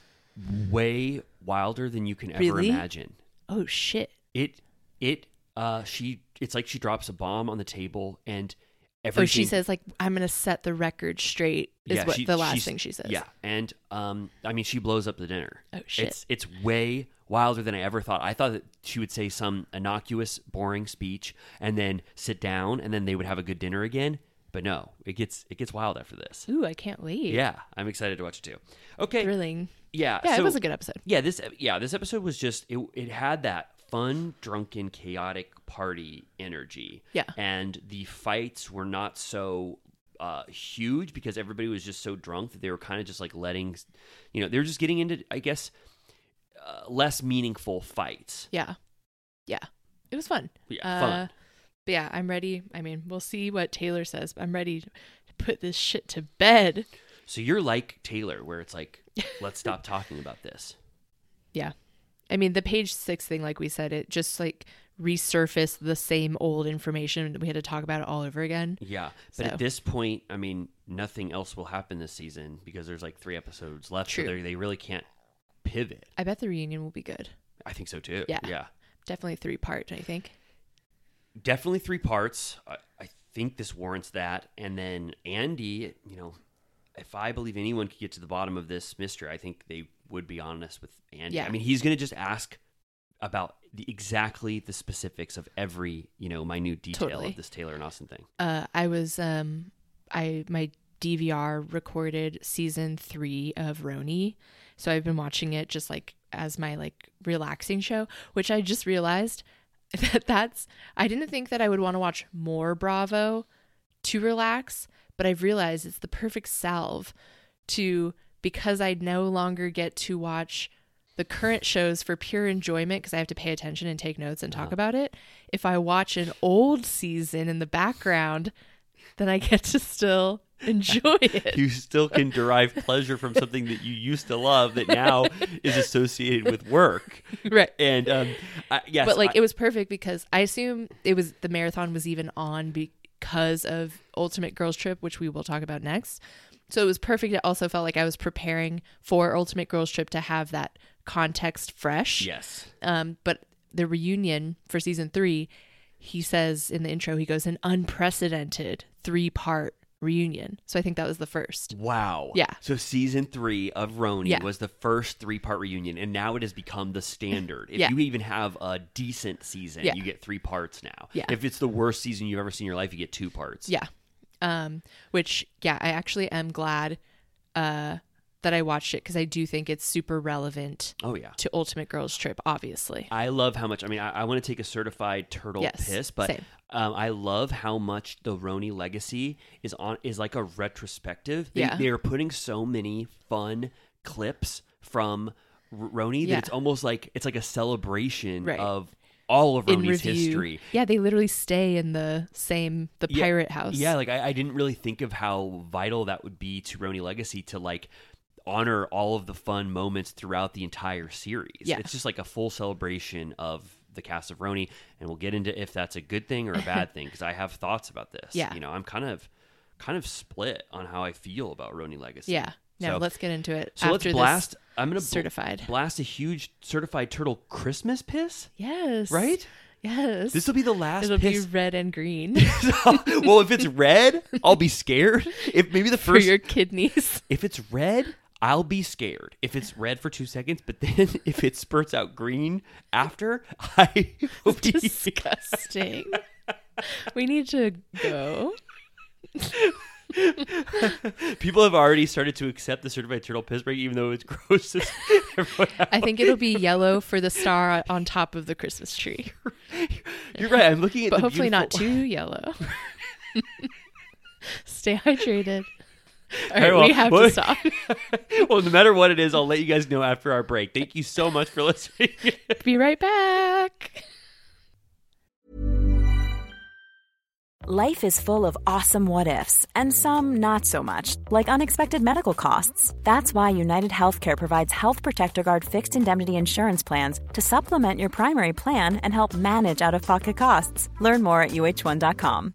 [SPEAKER 1] way wilder than you can ever
[SPEAKER 2] Really?
[SPEAKER 1] imagine.
[SPEAKER 2] Oh shit.
[SPEAKER 1] It it uh she it's like she drops a bomb on the table and
[SPEAKER 2] Oh,
[SPEAKER 1] everything.
[SPEAKER 2] she says like I'm gonna set the record straight is
[SPEAKER 1] Yeah,
[SPEAKER 2] what
[SPEAKER 1] she-
[SPEAKER 2] the last
[SPEAKER 1] she's-
[SPEAKER 2] thing she says.
[SPEAKER 1] Yeah, and um, I mean she blows up the dinner.
[SPEAKER 2] Oh, shit.
[SPEAKER 1] It's it's way wilder than I ever thought. I thought that she would say some innocuous, boring speech and then sit down, and then they would have a good dinner again. But no, it gets it gets wild after this.
[SPEAKER 2] Ooh, I can't wait.
[SPEAKER 1] Yeah, I'm excited to watch it too. Okay,
[SPEAKER 2] Thrilling.
[SPEAKER 1] yeah,
[SPEAKER 2] Yeah, it
[SPEAKER 1] so-
[SPEAKER 2] was a good episode.
[SPEAKER 1] Yeah, this uh, yeah this episode was just it, it had that fun, drunken, chaotic party energy.
[SPEAKER 2] Yeah.
[SPEAKER 1] and the fights were not so uh, huge because everybody was just so drunk that they were kind of just like letting, you know, they were just getting into I guess uh, less meaningful fights.
[SPEAKER 2] Yeah. Yeah. It was fun.
[SPEAKER 1] Yeah,
[SPEAKER 2] Uh,
[SPEAKER 1] fun.
[SPEAKER 2] But yeah, I'm ready. I mean, we'll see what Taylor says. but I'm ready to put this shit to bed.
[SPEAKER 1] So you're like Taylor, where it's
[SPEAKER 2] *laughs*
[SPEAKER 1] like, let's stop talking about this.
[SPEAKER 2] Yeah. I mean, the page six thing, like we said, it just like resurfaced the same old information. We had to talk about it all over again.
[SPEAKER 1] Yeah, but
[SPEAKER 2] So-
[SPEAKER 1] at this point, I mean, nothing else will happen this season because there's like three episodes left,
[SPEAKER 2] True.
[SPEAKER 1] so they they really can't pivot.
[SPEAKER 2] I bet the reunion will be good.
[SPEAKER 1] I think so too.
[SPEAKER 2] Yeah.
[SPEAKER 1] yeah,
[SPEAKER 2] Definitely three part, I think.
[SPEAKER 1] definitely three parts. I, I think this warrants that. And then Andy, you know, if I believe anyone could get to the bottom of this mystery, I think they would be honest with Andy.
[SPEAKER 2] Yeah.
[SPEAKER 1] I mean, he's going to just ask about the, exactly the specifics of every you know minute detail
[SPEAKER 2] Totally.
[SPEAKER 1] of this Taylor and Austin thing.
[SPEAKER 2] uh, I was um I my DVR recorded season three of Roni, so I've been watching it just like as my like relaxing show, which I just realized *laughs* that that's I didn't think that I would want to watch more Bravo to relax, but I've realized it's the perfect salve to because I no longer get to watch the current shows for pure enjoyment because I have to pay attention and take notes and talk about it. If I watch an old season in the background, then I get to still *laughs* enjoy it.
[SPEAKER 1] You *laughs* still can derive pleasure from something that you used to love that now is associated with work.
[SPEAKER 2] right.
[SPEAKER 1] And um, I, yes,
[SPEAKER 2] but like
[SPEAKER 1] I-
[SPEAKER 2] it was perfect because I assume it was the marathon was even on because of Ultimate Girls Trip, which we will talk about next. So it was perfect. It also felt like I was preparing for Ultimate Girls Trip to have that context fresh.
[SPEAKER 1] yes,
[SPEAKER 2] Um, but the reunion for season three, he says in the intro, he goes an unprecedented three part reunion. So I think that was the first.
[SPEAKER 1] Wow.
[SPEAKER 2] Yeah.
[SPEAKER 1] So season three of Roni
[SPEAKER 2] Yeah.
[SPEAKER 1] was the first three part reunion, and now it has become the standard. If
[SPEAKER 2] Yeah.
[SPEAKER 1] you even have a decent season,
[SPEAKER 2] Yeah.
[SPEAKER 1] you get three parts now.
[SPEAKER 2] Yeah.
[SPEAKER 1] If it's the worst season you've ever seen in your life, you get two parts.
[SPEAKER 2] Yeah. Um, which yeah, I actually am glad uh that I watched it because I do think it's super relevant
[SPEAKER 1] Oh yeah.
[SPEAKER 2] to Ultimate Girls Trip, obviously.
[SPEAKER 1] I love how much. I mean, I, I want to take a certified turtle
[SPEAKER 2] Yes,
[SPEAKER 1] piss, but
[SPEAKER 2] same.
[SPEAKER 1] um, I love how much the Roni legacy is on is like a retrospective. They,
[SPEAKER 2] Yeah.
[SPEAKER 1] they are putting so many fun clips from R- Roni
[SPEAKER 2] Yeah.
[SPEAKER 1] that it's almost like it's like a celebration
[SPEAKER 2] Right.
[SPEAKER 1] of all of
[SPEAKER 2] in
[SPEAKER 1] Roni's
[SPEAKER 2] review.
[SPEAKER 1] history.
[SPEAKER 2] Yeah, they literally stay in the same the
[SPEAKER 1] Yeah,
[SPEAKER 2] pirate house.
[SPEAKER 1] Yeah, like I, I didn't really think of how vital that would be to Roni Legacy to like honor all of the fun moments throughout the entire series.
[SPEAKER 2] Yeah.
[SPEAKER 1] It's just like a full celebration of the cast of Roni, and we'll get into if that's a good thing or a
[SPEAKER 2] *laughs*
[SPEAKER 1] bad thing because I have thoughts about this.
[SPEAKER 2] Yeah.
[SPEAKER 1] you know, I'm kind of kind of split on how I feel about Roni Legacy.
[SPEAKER 2] yeah. No,
[SPEAKER 1] So-
[SPEAKER 2] let's get into it.
[SPEAKER 1] so let's
[SPEAKER 2] after
[SPEAKER 1] blast.
[SPEAKER 2] This.
[SPEAKER 1] I'm gonna bl-
[SPEAKER 2] certified.
[SPEAKER 1] blast a huge certified turtle Christmas piss. *laughs*
[SPEAKER 2] Yes.
[SPEAKER 1] Right?
[SPEAKER 2] Yes.
[SPEAKER 1] This will be the last
[SPEAKER 2] It'll
[SPEAKER 1] piss.
[SPEAKER 2] be red and
[SPEAKER 1] *laughs*
[SPEAKER 2] green *laughs*
[SPEAKER 1] well, if it's red, I'll be scared. If maybe the
[SPEAKER 2] *laughs* for
[SPEAKER 1] first *laughs*
[SPEAKER 2] your kidneys.
[SPEAKER 1] If it's red, I'll be scared. If it's red for two seconds, but *laughs* then if it spurts out green after, *laughs* I will be.
[SPEAKER 2] Disgusting. we need to go.
[SPEAKER 1] People have already started to accept the certified turtle piss break, even though it's *laughs* gross.
[SPEAKER 2] *laughs*
[SPEAKER 1] as- everyone else.
[SPEAKER 2] I think it'll be yellow for the star on top of the
[SPEAKER 1] *laughs*
[SPEAKER 2] Christmas tree,
[SPEAKER 1] You're right. I'm looking at
[SPEAKER 2] but
[SPEAKER 1] the
[SPEAKER 2] hopefully not
[SPEAKER 1] beautiful-
[SPEAKER 2] too
[SPEAKER 1] *laughs*
[SPEAKER 2] yellow. *laughs* Stay hydrated.
[SPEAKER 1] *laughs*
[SPEAKER 2] All right,
[SPEAKER 1] Very well.
[SPEAKER 2] we have
[SPEAKER 1] Well-
[SPEAKER 2] to stop.
[SPEAKER 1] well, no matter what it is, I'll let you guys know after our break. Thank you so much for *laughs* listening.
[SPEAKER 2] Be right back.
[SPEAKER 3] Life is full of awesome what ifs and some not so much, like unexpected medical costs. That's why United Healthcare provides Health Protector Guard fixed indemnity insurance plans to supplement your primary plan and help manage out of pocket costs. Learn more at uh1.com.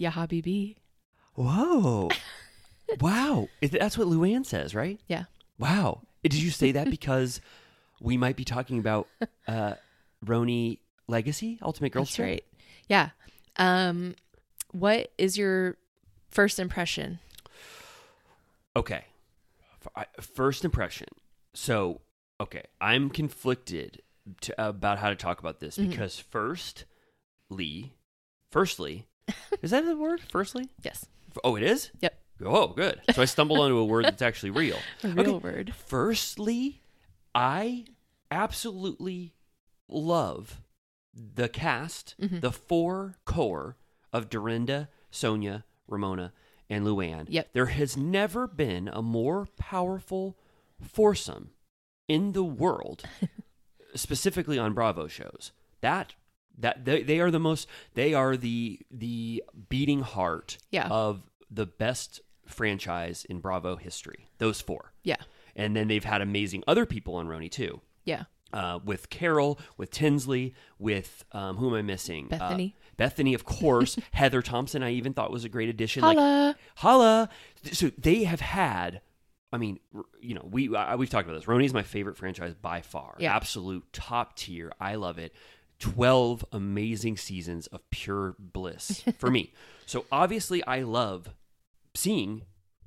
[SPEAKER 2] Ya habibi. *laughs*
[SPEAKER 1] Whoa. Wow. Is- That's what Luann says, right?
[SPEAKER 2] Yeah.
[SPEAKER 1] Wow. Did you say
[SPEAKER 2] *laughs*
[SPEAKER 1] that because we might be talking about uh, Roni Legacy, Ultimate Girls
[SPEAKER 2] That's
[SPEAKER 1] Trip?
[SPEAKER 2] right. Yeah. Um, what is your first impression?
[SPEAKER 1] Okay. F- I- First impression. So, okay, I'm conflicted to, about how to talk about this
[SPEAKER 2] Mm-hmm.
[SPEAKER 1] because first, Lee,
[SPEAKER 2] *laughs*
[SPEAKER 1] firstly, is that the word? Firstly?
[SPEAKER 2] Yes.
[SPEAKER 1] F- Oh, it is?
[SPEAKER 2] Yep.
[SPEAKER 1] Oh, good. So I stumbled onto a word that's actually real.
[SPEAKER 2] *laughs* A real word.
[SPEAKER 1] Firstly, I absolutely love the cast,
[SPEAKER 2] Mm-hmm.
[SPEAKER 1] the four core of Dorinda, Sonia, Ramona, and Luann.
[SPEAKER 2] Yep.
[SPEAKER 1] There has never been a more powerful foursome in the
[SPEAKER 2] *laughs*
[SPEAKER 1] world, specifically on Bravo shows. That that they, they are the most they are the the beating heart
[SPEAKER 2] Yeah.
[SPEAKER 1] of the best franchise in Bravo history. Those four.
[SPEAKER 2] Yeah.
[SPEAKER 1] And then they've had amazing other people on Roni too,
[SPEAKER 2] Yeah.
[SPEAKER 1] uh, with Carol, with Tinsley, with um, who am I missing? Uh,
[SPEAKER 2] Bethany.
[SPEAKER 1] Bethany, of
[SPEAKER 2] *laughs*
[SPEAKER 1] course. Heather Thompson, I even thought was a great addition. Like,
[SPEAKER 2] Holla.
[SPEAKER 1] holla. So they have had. I mean, r- you know, we I, we've talked about this. Roni is my favorite franchise by far.
[SPEAKER 2] Yeah.
[SPEAKER 1] Absolute top tier. I love it. 12 amazing seasons of pure
[SPEAKER 2] *laughs*
[SPEAKER 1] bliss for me. So obviously I love seeing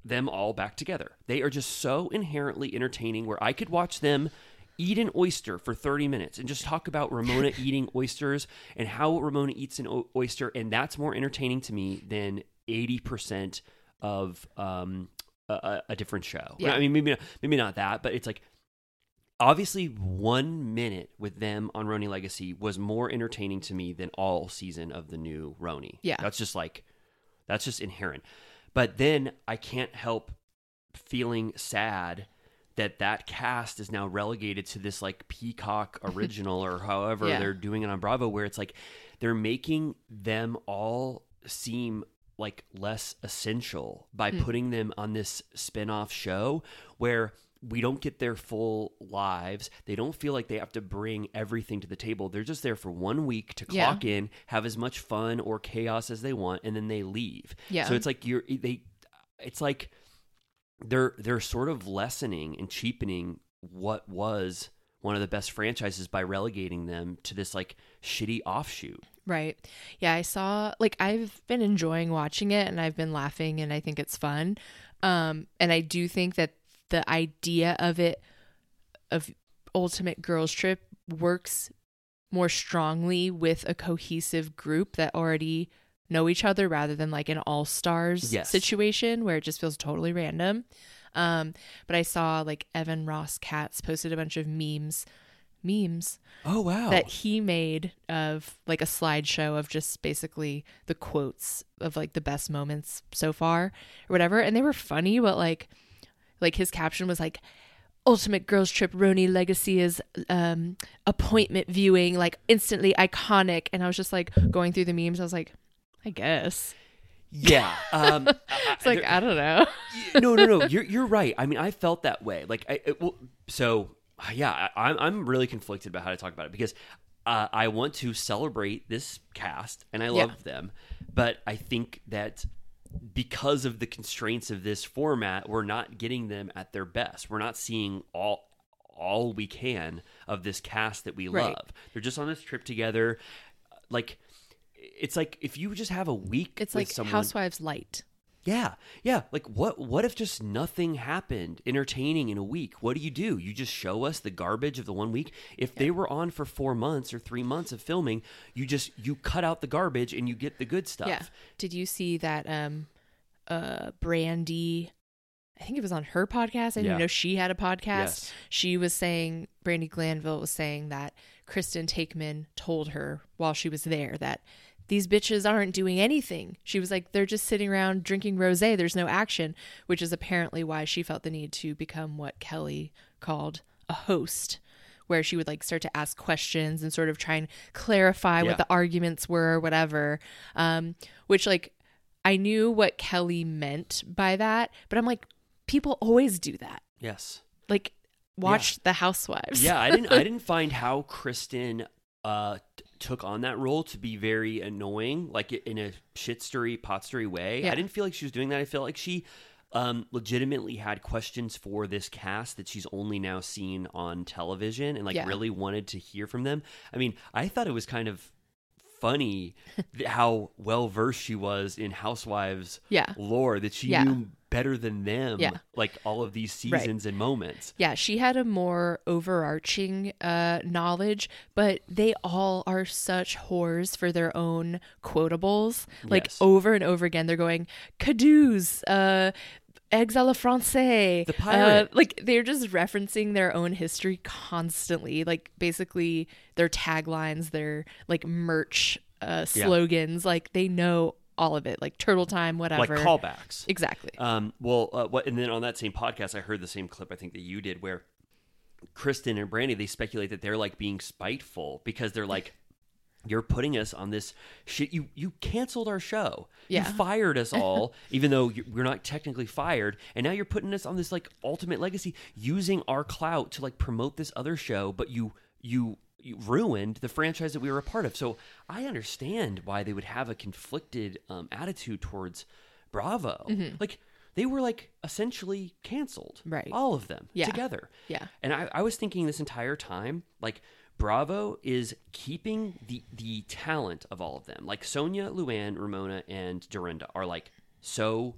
[SPEAKER 1] them all back together. They are just so inherently entertaining where I could watch them eat an oyster for 30 minutes and just talk about Ramona
[SPEAKER 2] *laughs*
[SPEAKER 1] eating oysters and how Ramona eats an o- oyster. And that's more entertaining to me than 80% of um, a- a, a different show.
[SPEAKER 2] Yeah.
[SPEAKER 1] I mean, maybe not, maybe not that, but it's like obviously one minute with them on Roni Legacy was more entertaining to me than all season of the new Roni.
[SPEAKER 2] Yeah.
[SPEAKER 1] That's just like that's just inherent. But then I can't help feeling sad that that cast is now relegated to this like
[SPEAKER 2] *laughs*
[SPEAKER 1] Peacock original or however
[SPEAKER 2] Yeah.
[SPEAKER 1] they're doing it on Bravo where it's like they're making them all seem like less essential by
[SPEAKER 2] Hmm.
[SPEAKER 1] putting them on this spin-off show where we don't get their full lives. They don't feel like they have to bring everything to the table. They're just there for one week to
[SPEAKER 2] Yeah.
[SPEAKER 1] clock in, have as much fun or chaos as they want, and then they leave.
[SPEAKER 2] Yeah.
[SPEAKER 1] So it's like you're they it's like they're they're sort of lessening and cheapening what was one of the best franchises by relegating them to this like shitty offshoot.
[SPEAKER 2] Right. Yeah, I saw like I've been enjoying watching it and I've been laughing and I think it's fun. Um, and I do think that the idea of it, of Ultimate Girls Trip, works more strongly with a cohesive group that already know each other rather than like an all stars
[SPEAKER 1] Yes.
[SPEAKER 2] situation where it just feels totally random. Um, but I saw like Evan Ross Katz posted a bunch of memes, memes
[SPEAKER 1] Oh wow.
[SPEAKER 2] that he made of like a slideshow of just basically the quotes of like the best moments so far or whatever and they were funny but like like his caption was like ultimate girls trip roni legacy is um appointment viewing like instantly iconic and i was just like going through the memes i was like i guess
[SPEAKER 1] yeah. Um,
[SPEAKER 2] it's like i
[SPEAKER 1] *laughs*
[SPEAKER 2] don't know
[SPEAKER 1] no, no, no. You're you're right. I mean, I felt that way. Like, I it, well, so uh, yeah. I, I'm I'm really conflicted about how to talk about it because uh, I want to celebrate this cast and I
[SPEAKER 2] Yeah.
[SPEAKER 1] love them, but I think that because of the constraints of this format, we're not getting them at their best. We're not seeing all all we can of this cast that we
[SPEAKER 2] Right.
[SPEAKER 1] love. They're just on this trip together, like. It's like if you just have a week.
[SPEAKER 2] it's
[SPEAKER 1] with
[SPEAKER 2] like
[SPEAKER 1] someone,
[SPEAKER 2] housewives light
[SPEAKER 1] yeah, yeah. Like, what? What if just nothing happened entertaining in a week? What do you do? You just show us the garbage of the one week. If they were on for four months or three months of filming, you just you cut out the garbage and you get the good stuff.
[SPEAKER 2] Yeah. Did you see that um uh Brandy I think it was on her podcast. I didn't
[SPEAKER 1] Yeah.
[SPEAKER 2] know she had a podcast.
[SPEAKER 1] Yes.
[SPEAKER 2] She was saying Brandy Glanville was saying that Kristen Takeman told her while she was there that these bitches aren't doing anything. She was like, they're just sitting around drinking rosé. There's no action, which is apparently why she felt the need to become what Kelly called a host, where she would like start to ask questions and sort of try and clarify
[SPEAKER 1] Yeah.
[SPEAKER 2] what the arguments were or whatever. Um, which like I knew what Kelly meant by that, but I'm like, people always do that.
[SPEAKER 1] Yes.
[SPEAKER 2] Like, watch The *laughs* Housewives.
[SPEAKER 1] Yeah. I didn't. I didn't find how Kristen uh t- took on that role to be very annoying, like i- in a shitstery, potstery way. I
[SPEAKER 2] Yeah.
[SPEAKER 1] didn't feel like she was doing that. I felt like she. Um, legitimately had questions for this cast that she's only now seen on television and like
[SPEAKER 2] Yeah.
[SPEAKER 1] really wanted to hear from them. I mean, I thought it was kind of
[SPEAKER 2] *laughs*
[SPEAKER 1] funny th- how well versed she was in Housewives
[SPEAKER 2] Yeah.
[SPEAKER 1] lore that she
[SPEAKER 2] Yeah.
[SPEAKER 1] knew better than them
[SPEAKER 2] Yeah.
[SPEAKER 1] like all of these
[SPEAKER 2] Right.
[SPEAKER 1] seasons and moments.
[SPEAKER 2] Yeah, she had a more overarching uh, knowledge, but they all are such whores for their own quotables. Like
[SPEAKER 1] Yes.
[SPEAKER 2] over and over again, they're going Caduce, uh, Eggs à la Française,
[SPEAKER 1] The pirate.
[SPEAKER 2] Uh, like they're just referencing their own history constantly. Like basically their taglines, their like merch uh,
[SPEAKER 1] Yeah.
[SPEAKER 2] slogans. Like they know all of it. Like Turtle Time, whatever.
[SPEAKER 1] like callbacks.
[SPEAKER 2] Exactly.
[SPEAKER 1] Um, well, uh, what, and then on that same podcast, I heard the same clip I think that you did, where Kristen and Brandy they speculate that they're like being spiteful because they're like, "You're putting us on this shit. You you canceled our show.
[SPEAKER 2] Yeah.
[SPEAKER 1] You fired
[SPEAKER 2] *laughs*
[SPEAKER 1] us all, even though you- we're not technically fired, and now you're putting us on this like ultimate legacy, using our clout to like promote this other show, but you you." You ruined the franchise that we were a part of, so I understand why they would have a conflicted um, attitude towards Bravo. Like they were like essentially canceled.
[SPEAKER 2] Mm-hmm. Right.
[SPEAKER 1] All of them
[SPEAKER 2] Yeah.
[SPEAKER 1] together.
[SPEAKER 2] Yeah.
[SPEAKER 1] And I, I was thinking this entire time, like Bravo is keeping the the talent of all of them. Like Sonia, Luann, Ramona, and Dorinda are like so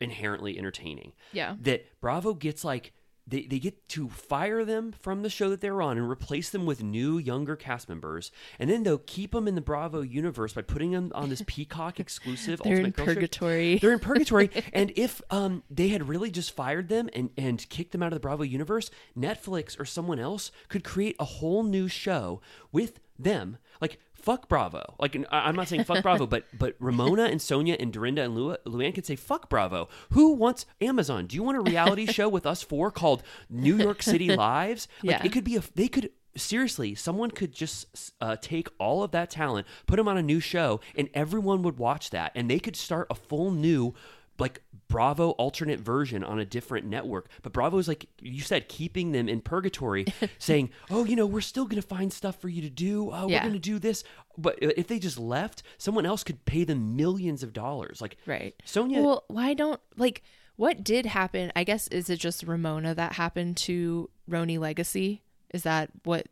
[SPEAKER 1] inherently entertaining
[SPEAKER 2] Yeah.
[SPEAKER 1] that Bravo gets like they, they get to fire them from the show that they're on and replace them with new younger cast members and then they'll keep them in the Bravo universe by putting them on
[SPEAKER 2] *laughs*
[SPEAKER 1] this Peacock exclusive
[SPEAKER 2] They're in
[SPEAKER 1] Ultimate Girls Trip.
[SPEAKER 2] purgatory.
[SPEAKER 1] They're in purgatory and if um they had really just fired them and and kicked them out of the Bravo universe, Netflix or someone else could create a whole new show with them. Like fuck Bravo. Like and I- I'm not saying fuck Bravo, but but Ramona and Sonia and Dorinda and Lu- Luann could say fuck Bravo. Who wants Amazon? Do you want a reality show with us four called New York City Lives? Like
[SPEAKER 2] Yeah.
[SPEAKER 1] it could be a they could seriously someone could just uh, take all of that talent, put them on a new show, and everyone would watch that, and they could start a full new. Like Bravo alternate version on a different network, but Bravo is like you said, keeping them in
[SPEAKER 2] *laughs*
[SPEAKER 1] purgatory, saying, "Oh, you know, we're still gonna find stuff for you to do. Oh,
[SPEAKER 2] Yeah.
[SPEAKER 1] we're gonna do this." But uh, if they just left, someone else could pay them millions of dollars. Like
[SPEAKER 2] Right.
[SPEAKER 1] Sonia,
[SPEAKER 2] Well, why don't like what did happen? I guess is it just Ramona that happened to Roni Legacy? Is that what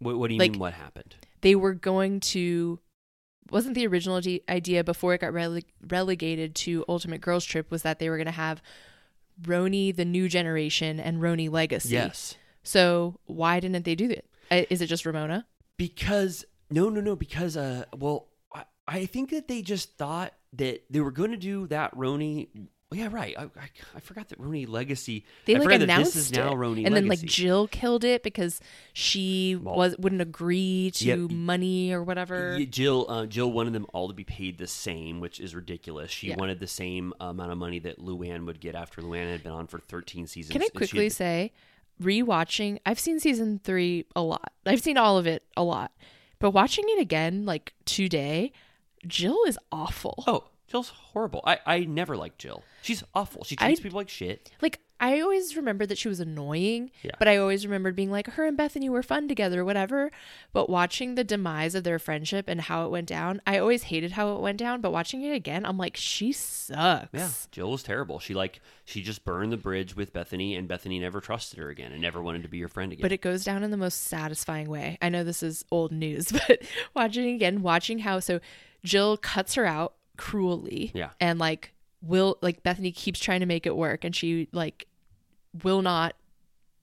[SPEAKER 1] what, what do you
[SPEAKER 2] like-
[SPEAKER 1] mean? What happened?
[SPEAKER 2] they were going to? Wasn't the original de- idea before it got rele- relegated to Ultimate Girls Trip was that they were going to have Roni the New Generation and Roni Legacy.
[SPEAKER 1] Yes.
[SPEAKER 2] So why didn't they do that? I- Is it just Ramona?
[SPEAKER 1] Because no, no, no. Because uh, well, I, I think that they just thought that they were going to do that Roni. Yeah, right. I, I, I forgot that Roni Legacy.
[SPEAKER 2] They
[SPEAKER 1] I
[SPEAKER 2] like
[SPEAKER 1] forgot that
[SPEAKER 2] announced
[SPEAKER 1] this is
[SPEAKER 2] it,
[SPEAKER 1] now Roni Legacy.
[SPEAKER 2] and then like Jill killed it because she
[SPEAKER 1] Well,
[SPEAKER 2] was wouldn't agree to
[SPEAKER 1] yeah, y-
[SPEAKER 2] money or whatever.
[SPEAKER 1] Y- Jill, uh, Jill wanted them all to be paid the same, which is ridiculous. She
[SPEAKER 2] Yeah.
[SPEAKER 1] wanted the same amount of money that Luann would get after Luann had been on for 13 seasons.
[SPEAKER 2] Can
[SPEAKER 1] and she
[SPEAKER 2] I
[SPEAKER 1] had
[SPEAKER 2] quickly say, rewatching, I've seen season three a lot. I've seen all of it a lot. But watching it again, like today, Jill is awful.
[SPEAKER 1] Oh, Jill's horrible. I, I never liked Jill. She's awful. She treats
[SPEAKER 2] I-
[SPEAKER 1] people like shit.
[SPEAKER 2] Like, I always remembered that she was annoying,
[SPEAKER 1] Yeah.
[SPEAKER 2] but I always remembered being like, her and Bethany were fun together, whatever. But watching the demise of their friendship and how it went down, I always hated how it went down. But watching it again, I'm like, she sucks.
[SPEAKER 1] Yeah, Jill was terrible. She like she just burned the bridge with Bethany, and Bethany never trusted her again, and never wanted to be her friend again.
[SPEAKER 2] but it goes down in the most satisfying way. I know this is old news, *laughs* but watching again, watching how so Jill cuts her out cruelly.
[SPEAKER 1] Yeah.
[SPEAKER 2] And like will like Bethany keeps trying to make it work and she like will not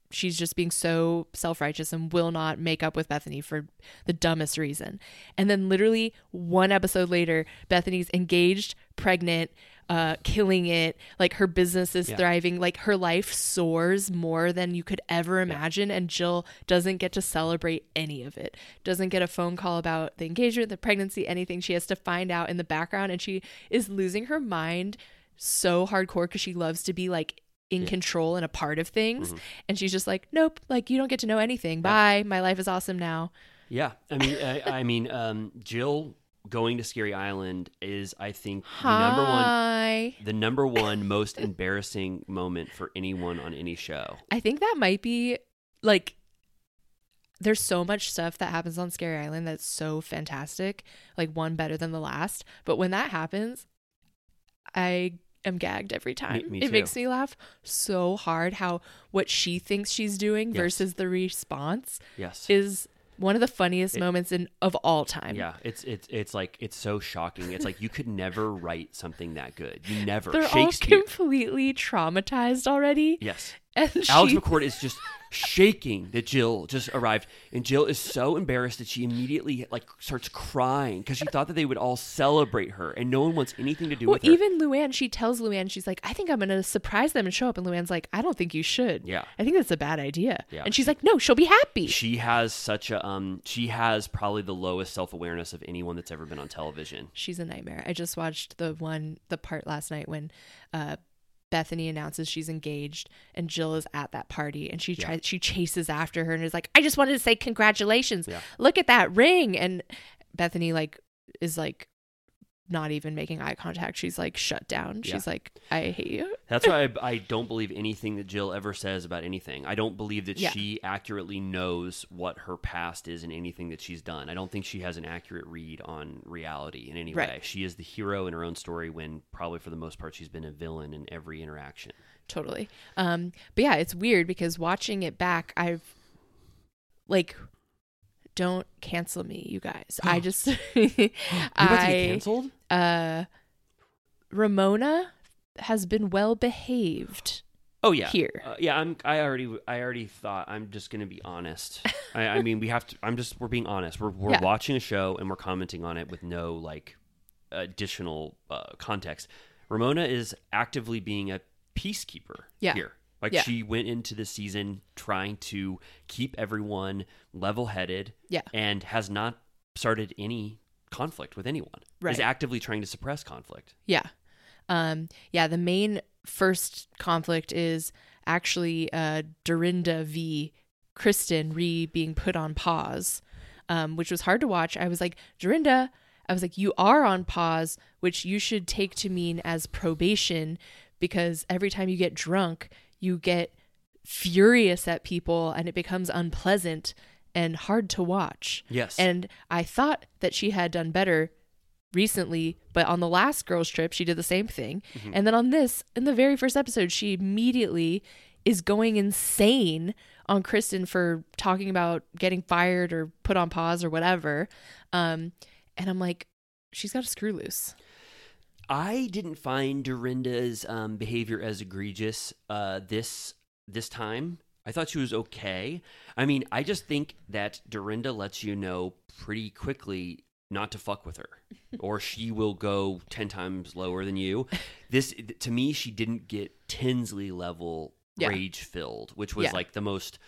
[SPEAKER 2] she's just being so self-righteous and will not make up with Bethany for the dumbest reason. And then literally one episode later, Bethany's engaged, pregnant, uh killing it, like her business is
[SPEAKER 1] Yeah.
[SPEAKER 2] thriving, like her life soars more than you could ever imagine and Jill doesn't get to celebrate any of it. Doesn't get a phone call about the engagement, the pregnancy, anything. She has to find out in the background and she is losing her mind so hardcore cuz she loves to be like in control and a part of things.
[SPEAKER 1] Mm-hmm.
[SPEAKER 2] And she's just like, nope, like you don't get to know anything. Bye. My life is awesome now.
[SPEAKER 1] yeah, I mean, I, I mean, um, Jill going to Scary Island is, I think, the number one.
[SPEAKER 2] Hi.
[SPEAKER 1] The number one most embarrassing moment for anyone on any show.
[SPEAKER 2] I think that might be like there's so much stuff that happens on Scary Island that's so fantastic, like one better than the last. But when that happens, I am gagged every time.
[SPEAKER 1] me
[SPEAKER 2] it
[SPEAKER 1] too.
[SPEAKER 2] makes me laugh so hard how what she thinks she's doing
[SPEAKER 1] Yes.
[SPEAKER 2] versus the response
[SPEAKER 1] Yes.
[SPEAKER 2] is one of the funniest
[SPEAKER 1] It-
[SPEAKER 2] moments in of all time.
[SPEAKER 1] yeah, it's it's it's like it's so shocking. It's like you could never write something that good. You never.
[SPEAKER 2] They're all
[SPEAKER 1] Shakespeare.
[SPEAKER 2] completely traumatized already.
[SPEAKER 1] yes.
[SPEAKER 2] And *laughs* she,
[SPEAKER 1] Alex McCord is just shaking that Jill just arrived, and Jill is so embarrassed that she immediately like starts crying because she thought that they would all celebrate her, and no one wants anything to do
[SPEAKER 2] well,
[SPEAKER 1] with her.
[SPEAKER 2] even Luann, she tells Luann, she's like, I think I'm going to surprise them and show up. And Luann's like, I don't think you should.
[SPEAKER 1] Yeah.
[SPEAKER 2] I think that's a bad idea.
[SPEAKER 1] Yeah.
[SPEAKER 2] And she's like, no, she'll be happy.
[SPEAKER 1] she has such a um, she has probably the lowest self awareness of anyone that's ever been on television.
[SPEAKER 2] she's a nightmare. I just watched the one, the part last night when uh, Bethany announces she's engaged and Jill is at that party and she tries, she chases after her and is like, I just wanted to say congratulations.
[SPEAKER 1] Yeah.
[SPEAKER 2] Look at that ring. And Bethany, like, is like, not even making eye contact. She's like shut down.
[SPEAKER 1] Yeah.
[SPEAKER 2] She's like, I hate you.
[SPEAKER 1] That's why I, I don't believe anything that Jill ever says about anything. I don't believe that
[SPEAKER 2] Yeah.
[SPEAKER 1] she accurately knows what her past is and anything that she's done. I don't think she has an accurate read on reality in any
[SPEAKER 2] Right.
[SPEAKER 1] way. She is the hero in her own story when probably for the most part she's been a villain in every interaction.
[SPEAKER 2] totally um but yeah it's weird because watching it back i've like don't cancel me you guys i
[SPEAKER 1] *gasps*
[SPEAKER 2] just
[SPEAKER 1] Are you about to get
[SPEAKER 2] *laughs* i
[SPEAKER 1] canceled?
[SPEAKER 2] uh ramona has been well behaved
[SPEAKER 1] Oh yeah,
[SPEAKER 2] here.
[SPEAKER 1] Uh, yeah, I'm. I already. I already thought. I'm just gonna be
[SPEAKER 2] *laughs*
[SPEAKER 1] honest. I, I mean, we have to. I'm just. We're being honest. We're we're
[SPEAKER 2] Yeah.
[SPEAKER 1] watching a show and we're commenting on it with no like additional uh, context. Ramona is actively being a peacekeeper
[SPEAKER 2] Yeah.
[SPEAKER 1] here. Like
[SPEAKER 2] Yeah.
[SPEAKER 1] she went into the season trying to keep everyone level headed.
[SPEAKER 2] Yeah.
[SPEAKER 1] and has not started any conflict with anyone.
[SPEAKER 2] Right.
[SPEAKER 1] Is actively trying to suppress conflict.
[SPEAKER 2] yeah um yeah the main first conflict is actually uh dorinda v kristen re being put on pause um, which was hard to watch. I was like, Dorinda, I was like, you are on pause, which you should take to mean as probation because every time you get drunk, you get furious at people and it becomes unpleasant and hard to watch.
[SPEAKER 1] Yes.
[SPEAKER 2] And I thought that she had done better recently, but on the last girls' trip, she did the same thing. And then on this, in the very first episode, she immediately is going insane on Kristen for talking about getting fired or put on pause or whatever. Um, and I'm like, she's got a screw loose.
[SPEAKER 1] I didn't find Dorinda's um, behavior as egregious uh, this this time. I thought she was okay. I mean, I just think that Dorinda lets you know pretty quickly not to fuck
[SPEAKER 2] *laughs*
[SPEAKER 1] with her, or she will go ten times lower than you. This to me, she didn't get Tinsley level
[SPEAKER 2] Yeah.
[SPEAKER 1] rage filled, which was
[SPEAKER 2] Yeah.
[SPEAKER 1] like the most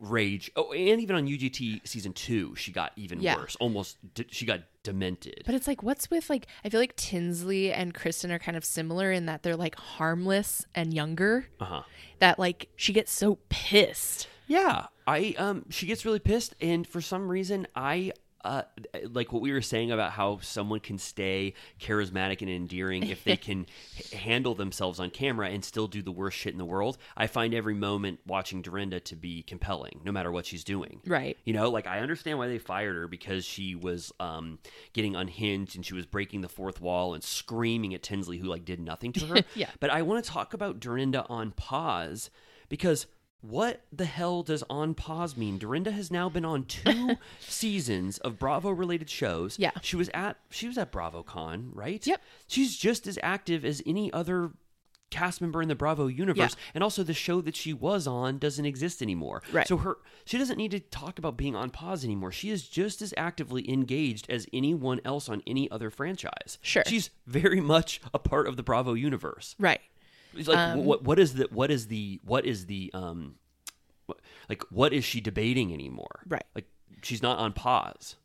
[SPEAKER 1] rage. Oh, and even on UGT season two, she got even
[SPEAKER 2] Yeah.
[SPEAKER 1] worse. Almost, d- she got demented.
[SPEAKER 2] But it's like, what's with like? I feel like Tinsley and Kristen are kind of similar in that they're like harmless and younger.
[SPEAKER 1] uh huh.
[SPEAKER 2] That like she gets so pissed.
[SPEAKER 1] Yeah, I um she gets really pissed and for some reason I uh like what we were saying about how someone can stay charismatic and endearing if they can h- handle themselves on camera and still do the worst shit in the world. I find every moment watching Dorinda to be compelling no matter what she's doing.
[SPEAKER 2] Right.
[SPEAKER 1] You know, like I understand why they fired her because she was um, getting unhinged and she was breaking the fourth wall and screaming at Tinsley, who like did nothing to her.
[SPEAKER 2] *laughs* Yeah.
[SPEAKER 1] But I want to talk about Dorinda on pause because what the hell does on pause mean? Dorinda has now been on
[SPEAKER 2] *laughs*
[SPEAKER 1] two seasons of Bravo related shows.
[SPEAKER 2] Yeah.
[SPEAKER 1] She was at she was at BravoCon, right?
[SPEAKER 2] Yep.
[SPEAKER 1] She's just as active as any other cast member in the Bravo universe. And also the show that she was on doesn't exist anymore.
[SPEAKER 2] Right.
[SPEAKER 1] So her she doesn't need to talk about being on pause anymore. She is just as actively engaged as anyone else on any other franchise.
[SPEAKER 2] Sure.
[SPEAKER 1] She's very much a part of the Bravo universe.
[SPEAKER 2] Right.
[SPEAKER 1] It's like
[SPEAKER 2] Um,
[SPEAKER 1] what what is the what is the what is the um what- like what is she debating anymore?
[SPEAKER 2] Right.
[SPEAKER 1] Like she's not on pause.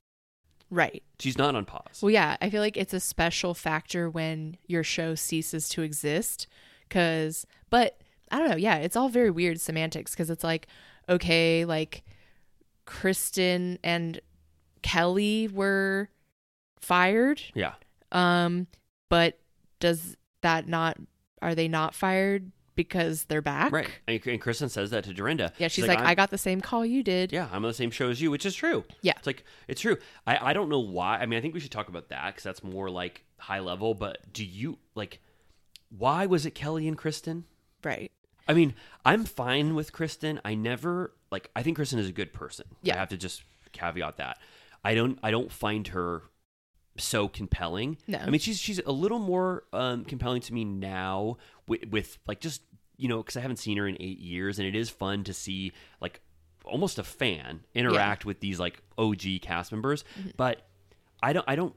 [SPEAKER 2] Right.
[SPEAKER 1] She's not on pause.
[SPEAKER 2] Well, yeah, I feel like it's a special factor when your show ceases to exist. Cause, but I don't know. Yeah, it's all very weird semantics because it's like, okay, like Kristen and Kelly were fired.
[SPEAKER 1] yeah.
[SPEAKER 2] Um, but does that not, are they not fired because they're back?
[SPEAKER 1] Right. And, and Kristen says that to Dorinda.
[SPEAKER 2] Yeah, she's, like,
[SPEAKER 1] "I'm-
[SPEAKER 2] I got the same call you did.
[SPEAKER 1] Yeah, I'm on the same show as you, which is true.
[SPEAKER 2] Yeah.
[SPEAKER 1] It's like, it's true. I, I don't know why. I mean, I think we should talk about that because that's more like high level, but do you, like, why was it Kelly and Kristen?
[SPEAKER 2] Right.
[SPEAKER 1] I mean, I'm fine with Kristen. I never, like, I think Kristen is a good person.
[SPEAKER 2] Yeah.
[SPEAKER 1] I have to just caveat that. I don't, I don't find her so compelling.
[SPEAKER 2] No.
[SPEAKER 1] I mean, she's, she's a little more um, compelling to me now with, with like, just, you know, because I haven't seen her in eight years and it is fun to see, like, almost a fan interact with these like OG cast members.
[SPEAKER 2] Mm-hmm.
[SPEAKER 1] But I don't I don't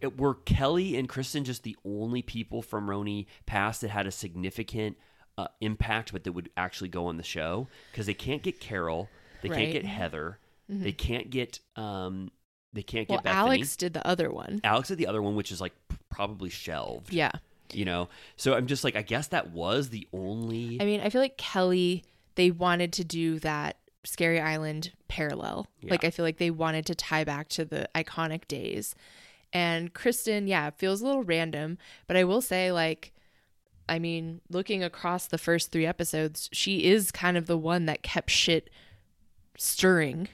[SPEAKER 1] it, were Kelly and Kristen just the only people from Roni past that had a significant uh, impact, but that would actually go on the show because they can't get Carol, they
[SPEAKER 2] Right. Mm-hmm.
[SPEAKER 1] can't get Heather, they can't get um they can't
[SPEAKER 2] Well,
[SPEAKER 1] get Bethany.
[SPEAKER 2] Alex did the other one.
[SPEAKER 1] Alex is the other one, which is like p- probably shelved.
[SPEAKER 2] Yeah.
[SPEAKER 1] You know, so I'm just like, I guess that was the only.
[SPEAKER 2] I mean, I feel like Kelly, they wanted to do that Scary Island parallel.
[SPEAKER 1] Yeah.
[SPEAKER 2] Like, I feel like they wanted to tie back to the iconic days. And Kristen, yeah, it feels a little random, but I will say, like, I mean, looking across the first three episodes, she is kind of the one that kept shit stirring.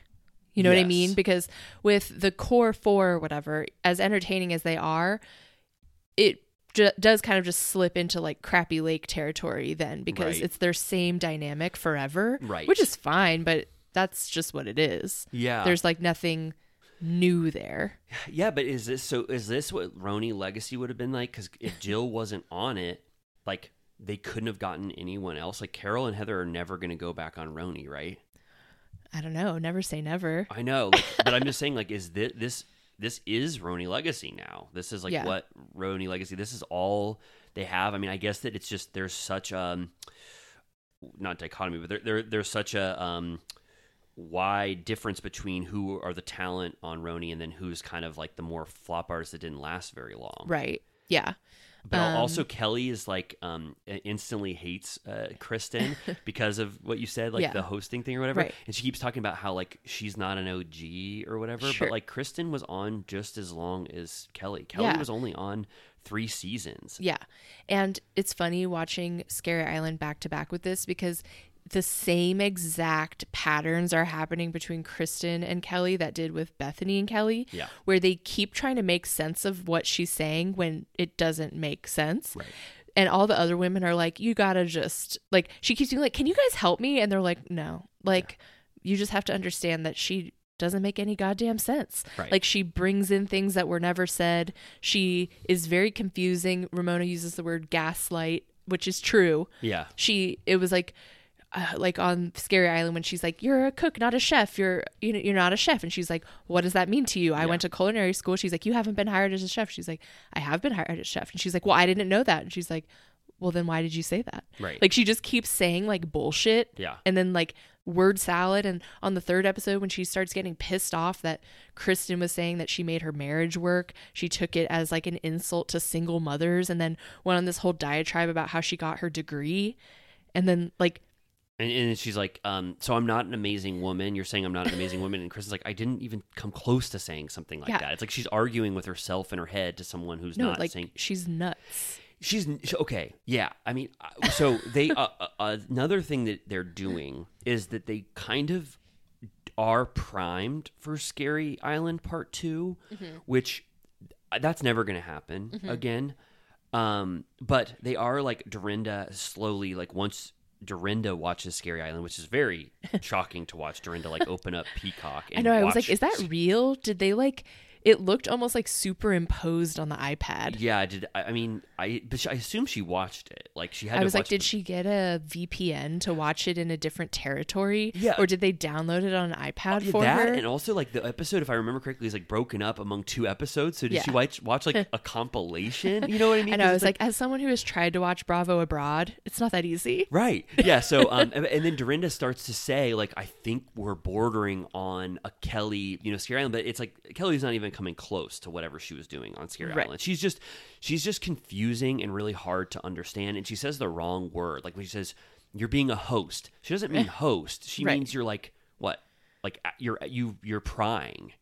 [SPEAKER 2] You know what I
[SPEAKER 1] Yes.
[SPEAKER 2] mean? Because with the core four, or whatever, as entertaining as they are, it ju- does kind of just slip into like crappy lake territory then because
[SPEAKER 1] Right.
[SPEAKER 2] it's their same dynamic forever,
[SPEAKER 1] Right.
[SPEAKER 2] Which is fine, but that's just what it is.
[SPEAKER 1] yeah,
[SPEAKER 2] There's like nothing new there.
[SPEAKER 1] Yeah, but is this so? Is this what Roni Legacy would have been like? Because if Jill wasn't on it, like they couldn't have gotten anyone else. Like Carol and Heather are never going to go back on Roni, right?
[SPEAKER 2] I don't know. Never say never.
[SPEAKER 1] I know, like, *laughs* but I'm just saying, like, is this this this is Roni Legacy now? This is like
[SPEAKER 2] Yeah.
[SPEAKER 1] what Roni Legacy. This is all they have. I mean, I guess that it's just there's such um not dichotomy, but there, there there's such a um wide difference between who are the talent on Roni and then who's kind of like the more flop artist that didn't last very long.
[SPEAKER 2] Right. Yeah.
[SPEAKER 1] But al-
[SPEAKER 2] Um,
[SPEAKER 1] also, Kelly is like um, i- instantly hates uh,
[SPEAKER 2] *laughs*
[SPEAKER 1] Kristen because of what you said, like
[SPEAKER 2] Yeah.
[SPEAKER 1] the hosting thing or whatever.
[SPEAKER 2] Right.
[SPEAKER 1] And she keeps talking about how like she's not an OG or whatever.
[SPEAKER 2] Sure.
[SPEAKER 1] But like Kristen was on just as long as Kelly. Kelly
[SPEAKER 2] Yeah.
[SPEAKER 1] was only on three seasons.
[SPEAKER 2] Yeah. And it's funny watching Scary Island back to back with this because the same exact patterns are happening between Kristen and Kelly that did with Bethany and Kelly,
[SPEAKER 1] Yeah.
[SPEAKER 2] where they keep trying to make sense of what she's saying when it doesn't make sense.
[SPEAKER 1] Right.
[SPEAKER 2] And all the other women are like, you gotta just, like, she keeps being like, can you guys help me? And they're like, no. Like, you just have to understand that she doesn't make any goddamn sense.
[SPEAKER 1] Right.
[SPEAKER 2] Like she brings in things that were never said. She is very confusing. Ramona uses the word gaslight, which is true.
[SPEAKER 1] Yeah.
[SPEAKER 2] She it was like uh, like on Scary Island when she's like, "You're a cook, not a chef. You're you know, you're not a chef," and she's like, "What does that mean to you? I went to culinary school." She's like, "You haven't been hired as a chef." She's like, "I have been hired as a chef," and she's like, "Well, I didn't know that," and she's like, "Well, then why did you say that?"
[SPEAKER 1] Right.
[SPEAKER 2] Like she just keeps saying like bullshit.
[SPEAKER 1] Yeah.
[SPEAKER 2] And then like word salad, and on the third episode when she starts getting pissed off that Kristen was saying that she made her marriage work, she took it as like an insult to single mothers, and then went on this whole diatribe about how she got her degree, and then like.
[SPEAKER 1] And, and she's like, um, so I'm not an amazing woman. You're saying I'm not an amazing woman. And Chris is like, I didn't even come close to saying something like
[SPEAKER 2] Yeah.
[SPEAKER 1] that. It's like she's arguing with herself in her head to someone who's
[SPEAKER 2] No,
[SPEAKER 1] not
[SPEAKER 2] like
[SPEAKER 1] saying
[SPEAKER 2] she's nuts.
[SPEAKER 1] she's she- okay. Yeah, I mean, uh, so they uh, uh, another thing that they're doing is that they kind of are primed for Scary Island Part 2
[SPEAKER 2] Mm-hmm.
[SPEAKER 1] which uh, that's never going to happen again. Um, but they are like Dorinda slowly, like once Dorinda watches Scary Island, which is very
[SPEAKER 2] *laughs*
[SPEAKER 1] shocking to watch Dorinda like open up Peacock. And
[SPEAKER 2] I know. I was
[SPEAKER 1] watch-
[SPEAKER 2] like, is that real? Did they like? It looked almost like superimposed on the iPad.
[SPEAKER 1] Yeah, I did I I mean I? But she, I assume she watched it. Like she had.
[SPEAKER 2] I
[SPEAKER 1] to
[SPEAKER 2] was like,
[SPEAKER 1] watch
[SPEAKER 2] did
[SPEAKER 1] the-
[SPEAKER 2] she get a VPN to watch it in a different territory?
[SPEAKER 1] Yeah.
[SPEAKER 2] Or did they download it on an iPad
[SPEAKER 1] Yeah,
[SPEAKER 2] for
[SPEAKER 1] that
[SPEAKER 2] her?
[SPEAKER 1] and also like the episode if i remember correctly is like broken up among two episodes so did she
[SPEAKER 2] Yeah.
[SPEAKER 1] watch, watch
[SPEAKER 2] *laughs*
[SPEAKER 1] like a compilation you know what i mean
[SPEAKER 2] and I
[SPEAKER 1] 'Cause
[SPEAKER 2] was
[SPEAKER 1] it's
[SPEAKER 2] like, as someone who has tried to watch Bravo abroad, it's not that easy.
[SPEAKER 1] right yeah so um and- and then dorinda starts to say like i think we're bordering on a kelly you know scary island but it's like kelly's not even coming close to whatever she was doing on scary
[SPEAKER 2] Right.
[SPEAKER 1] island she's just she's just confusing and really hard to understand and she says the wrong word like when she says you're being a host she doesn't mean host she
[SPEAKER 2] Eh. Right.
[SPEAKER 1] means you're like what like a- you're you you're prying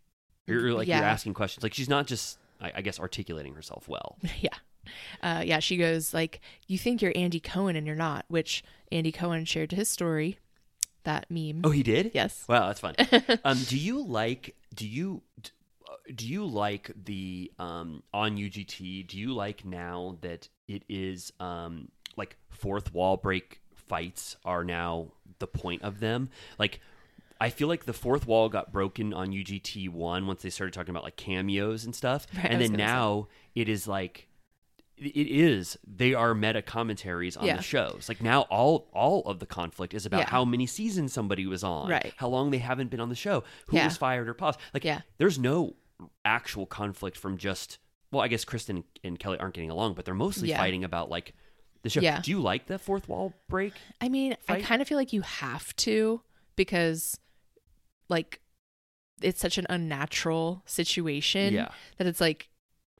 [SPEAKER 1] You're like you're
[SPEAKER 2] Yeah.
[SPEAKER 1] asking questions. Like she's not just, I, I guess, articulating herself well.
[SPEAKER 2] *laughs* yeah. Uh, yeah, she goes like, "You think you're Andy Cohen and you're not," which Andy Cohen shared his story, that meme.
[SPEAKER 1] Oh, he did.
[SPEAKER 2] Yes.
[SPEAKER 1] Wow, that's
[SPEAKER 2] *laughs*
[SPEAKER 1] fun. um, do you like? Do you? d- uh, Do you like the um on UGT? Do you like now that it is um like fourth wall break fights are now the point of them? Like, I feel like the fourth wall got broken on UGT one once they started talking about like cameos and stuff,
[SPEAKER 2] Right, I
[SPEAKER 1] and
[SPEAKER 2] was
[SPEAKER 1] then
[SPEAKER 2] gonna say.
[SPEAKER 1] now it is like it is they are meta commentaries on
[SPEAKER 2] Yeah.
[SPEAKER 1] the shows like now all all of the conflict is about
[SPEAKER 2] Yeah.
[SPEAKER 1] how many seasons somebody was on
[SPEAKER 2] Right.
[SPEAKER 1] how long they haven't been on the show who
[SPEAKER 2] Yeah.
[SPEAKER 1] was fired or paused like
[SPEAKER 2] Yeah.
[SPEAKER 1] there's no actual conflict from just well i guess kristen and kelly aren't getting along but they're mostly
[SPEAKER 2] Yeah.
[SPEAKER 1] fighting about like the show
[SPEAKER 2] Yeah.
[SPEAKER 1] do you like that fourth wall break
[SPEAKER 2] I mean, I
[SPEAKER 1] fight?
[SPEAKER 2] kind of feel like you have to because, like, it's such an unnatural situation
[SPEAKER 1] Yeah.
[SPEAKER 2] that it's like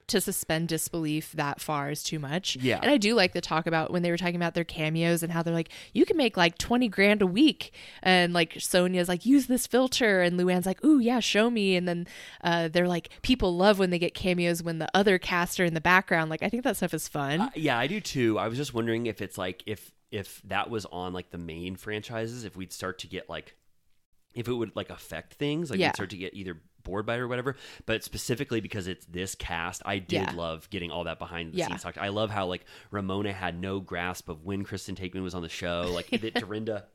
[SPEAKER 2] to suspend disbelief that far is too much.
[SPEAKER 1] Yeah.
[SPEAKER 2] And I do like the talk about when they were talking about their cameos and how they're like, you can make like 20 grand a week. And like Sonia's like, use this filter. And Luann's like, ooh, yeah, show me. And then uh, they're like, people love when they get cameos when the other cast are in the background. Like, I think that stuff is fun.
[SPEAKER 1] Uh, yeah, I do too. I was just wondering if it's like if if that was on like the main franchises, if we'd start to get like if it would like affect things, like
[SPEAKER 2] Yeah.
[SPEAKER 1] we'd start to get either bored by it or whatever. But specifically because it's this cast, I did
[SPEAKER 2] Yeah.
[SPEAKER 1] love getting all that behind the
[SPEAKER 2] Yeah.
[SPEAKER 1] scenes talk. I love how like Ramona had no grasp of when Kristen Takeman was on the show,
[SPEAKER 2] *laughs*
[SPEAKER 1] like that Dorinda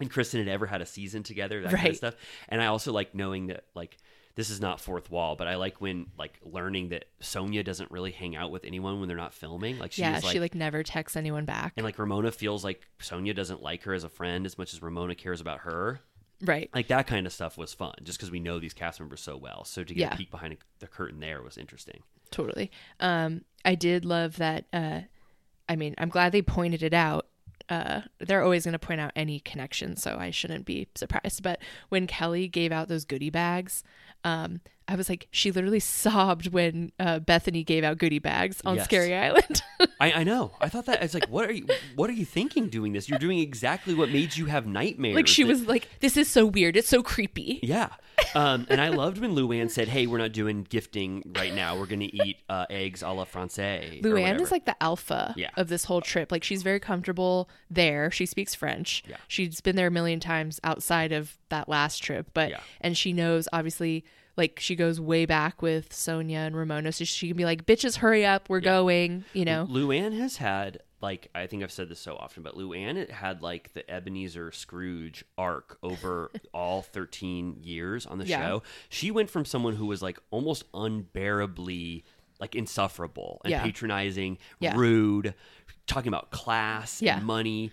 [SPEAKER 1] and Kristen had ever had a season together, that kind of
[SPEAKER 2] Right.
[SPEAKER 1] stuff. And I also like knowing that like this is not fourth wall, but I like when like learning that Sonia doesn't really hang out with anyone when they're not filming. Like she
[SPEAKER 2] yeah,
[SPEAKER 1] was like,
[SPEAKER 2] she like never texts anyone back.
[SPEAKER 1] and like Ramona feels like Sonia doesn't like her as a friend as much as Ramona cares about her.
[SPEAKER 2] right.
[SPEAKER 1] Like that kind of stuff was fun, just because we know these cast members so well. So to get
[SPEAKER 2] Yeah.
[SPEAKER 1] a peek behind the curtain there was interesting.
[SPEAKER 2] Totally. Um, I did love that. Uh, I mean, I'm glad they pointed it out. Uh, they're always going to point out any connection, so I shouldn't be surprised. But when Kelly gave out those goodie bags, um, I was like, she literally *laughs* sobbed when uh, Bethany gave out goodie bags on
[SPEAKER 1] Yes.
[SPEAKER 2] Scary Island. *laughs*
[SPEAKER 1] I, I know. I thought that it's like, what are you? What are you thinking doing this? You're doing exactly what made you have nightmares.
[SPEAKER 2] like she
[SPEAKER 1] that-
[SPEAKER 2] was like, "This is so weird. It's so creepy."
[SPEAKER 1] Yeah. Um, and I loved when Luann said, "Hey, we're not doing gifting right now. We're gonna eat uh, eggs a la française." or
[SPEAKER 2] Luann is
[SPEAKER 1] whatever."
[SPEAKER 2] like the alpha
[SPEAKER 1] Yeah.
[SPEAKER 2] of this whole trip. Like she's very comfortable there. She speaks French.
[SPEAKER 1] Yeah.
[SPEAKER 2] She's been there a million times outside of that last trip, but
[SPEAKER 1] Yeah.
[SPEAKER 2] and she knows obviously like she goes way back with Sonia and Ramona, so she can be like, "Bitches, hurry up, we're going." You know,
[SPEAKER 1] Luann has had like I think I've said this so often, but Luann it had like the Ebenezer Scrooge arc
[SPEAKER 2] *laughs*
[SPEAKER 1] over all 13 years on the
[SPEAKER 2] Yeah.
[SPEAKER 1] show. She went from someone who was like almost unbearably like insufferable and
[SPEAKER 2] Yeah.
[SPEAKER 1] patronizing,
[SPEAKER 2] Yeah.
[SPEAKER 1] rude, talking about class
[SPEAKER 2] Yeah.
[SPEAKER 1] and money,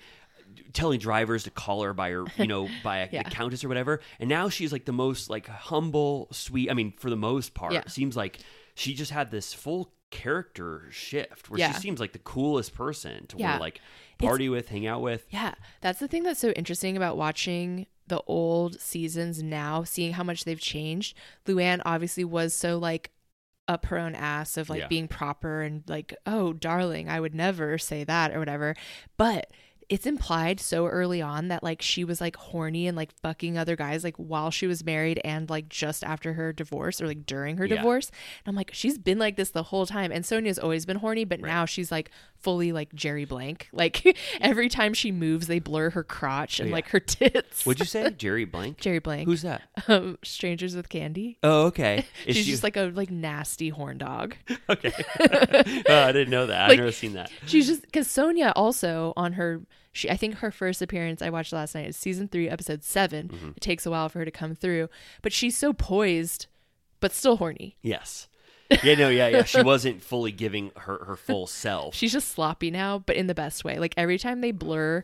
[SPEAKER 1] telling drivers to call her by her, you
[SPEAKER 2] *laughs*
[SPEAKER 1] know, by
[SPEAKER 2] Yeah.
[SPEAKER 1] the countess or whatever. And now she's like the most like humble, sweet, I mean, for the most part,
[SPEAKER 2] Yeah.
[SPEAKER 1] seems like she just had this full character shift where
[SPEAKER 2] Yeah.
[SPEAKER 1] she seems like the coolest person to want
[SPEAKER 2] Yeah.
[SPEAKER 1] to like party with, hang out
[SPEAKER 2] *laughs*
[SPEAKER 1] with.
[SPEAKER 2] Yeah, that's the thing that's so interesting about watching the old seasons now, seeing how much they've changed. Luann obviously was so like up her own ass of like
[SPEAKER 1] Yeah.
[SPEAKER 2] being proper and like, oh, darling, I would never say that or whatever. But it's implied so early on that like she was like horny and like fucking other guys like while she was married and like just after her divorce or like during her
[SPEAKER 1] Yeah.
[SPEAKER 2] divorce. And I'm like, she's been like this the whole time. And Sonia's always been horny, but now she's like fully like Jerry Blank. *laughs* Like every time she moves, they blur her crotch and
[SPEAKER 1] Yeah.
[SPEAKER 2] like her tits.
[SPEAKER 1] Would you say Jerry Blank?
[SPEAKER 2] *laughs* Jerry Blank.
[SPEAKER 1] Who's that?
[SPEAKER 2] *laughs* um, Strangers with Candy?
[SPEAKER 1] Oh, okay. Is
[SPEAKER 2] she's
[SPEAKER 1] she-
[SPEAKER 2] just like a like nasty horn dog.
[SPEAKER 1] *laughs*
[SPEAKER 2] *laughs*
[SPEAKER 1] okay. *laughs* Oh, I didn't know that.
[SPEAKER 2] Like-
[SPEAKER 1] I've never seen that.
[SPEAKER 2] She's just because Sonia also on her, she I think her first appearance I watched last night is season three, episode 7
[SPEAKER 1] Mm-hmm.
[SPEAKER 2] It takes a while for her to come through, but she's so poised, but still horny. *laughs*
[SPEAKER 1] Yes. Yeah, no, yeah, yeah. She wasn't fully giving her her full self.
[SPEAKER 2] She's just sloppy now, but in the best way. Like every time they blur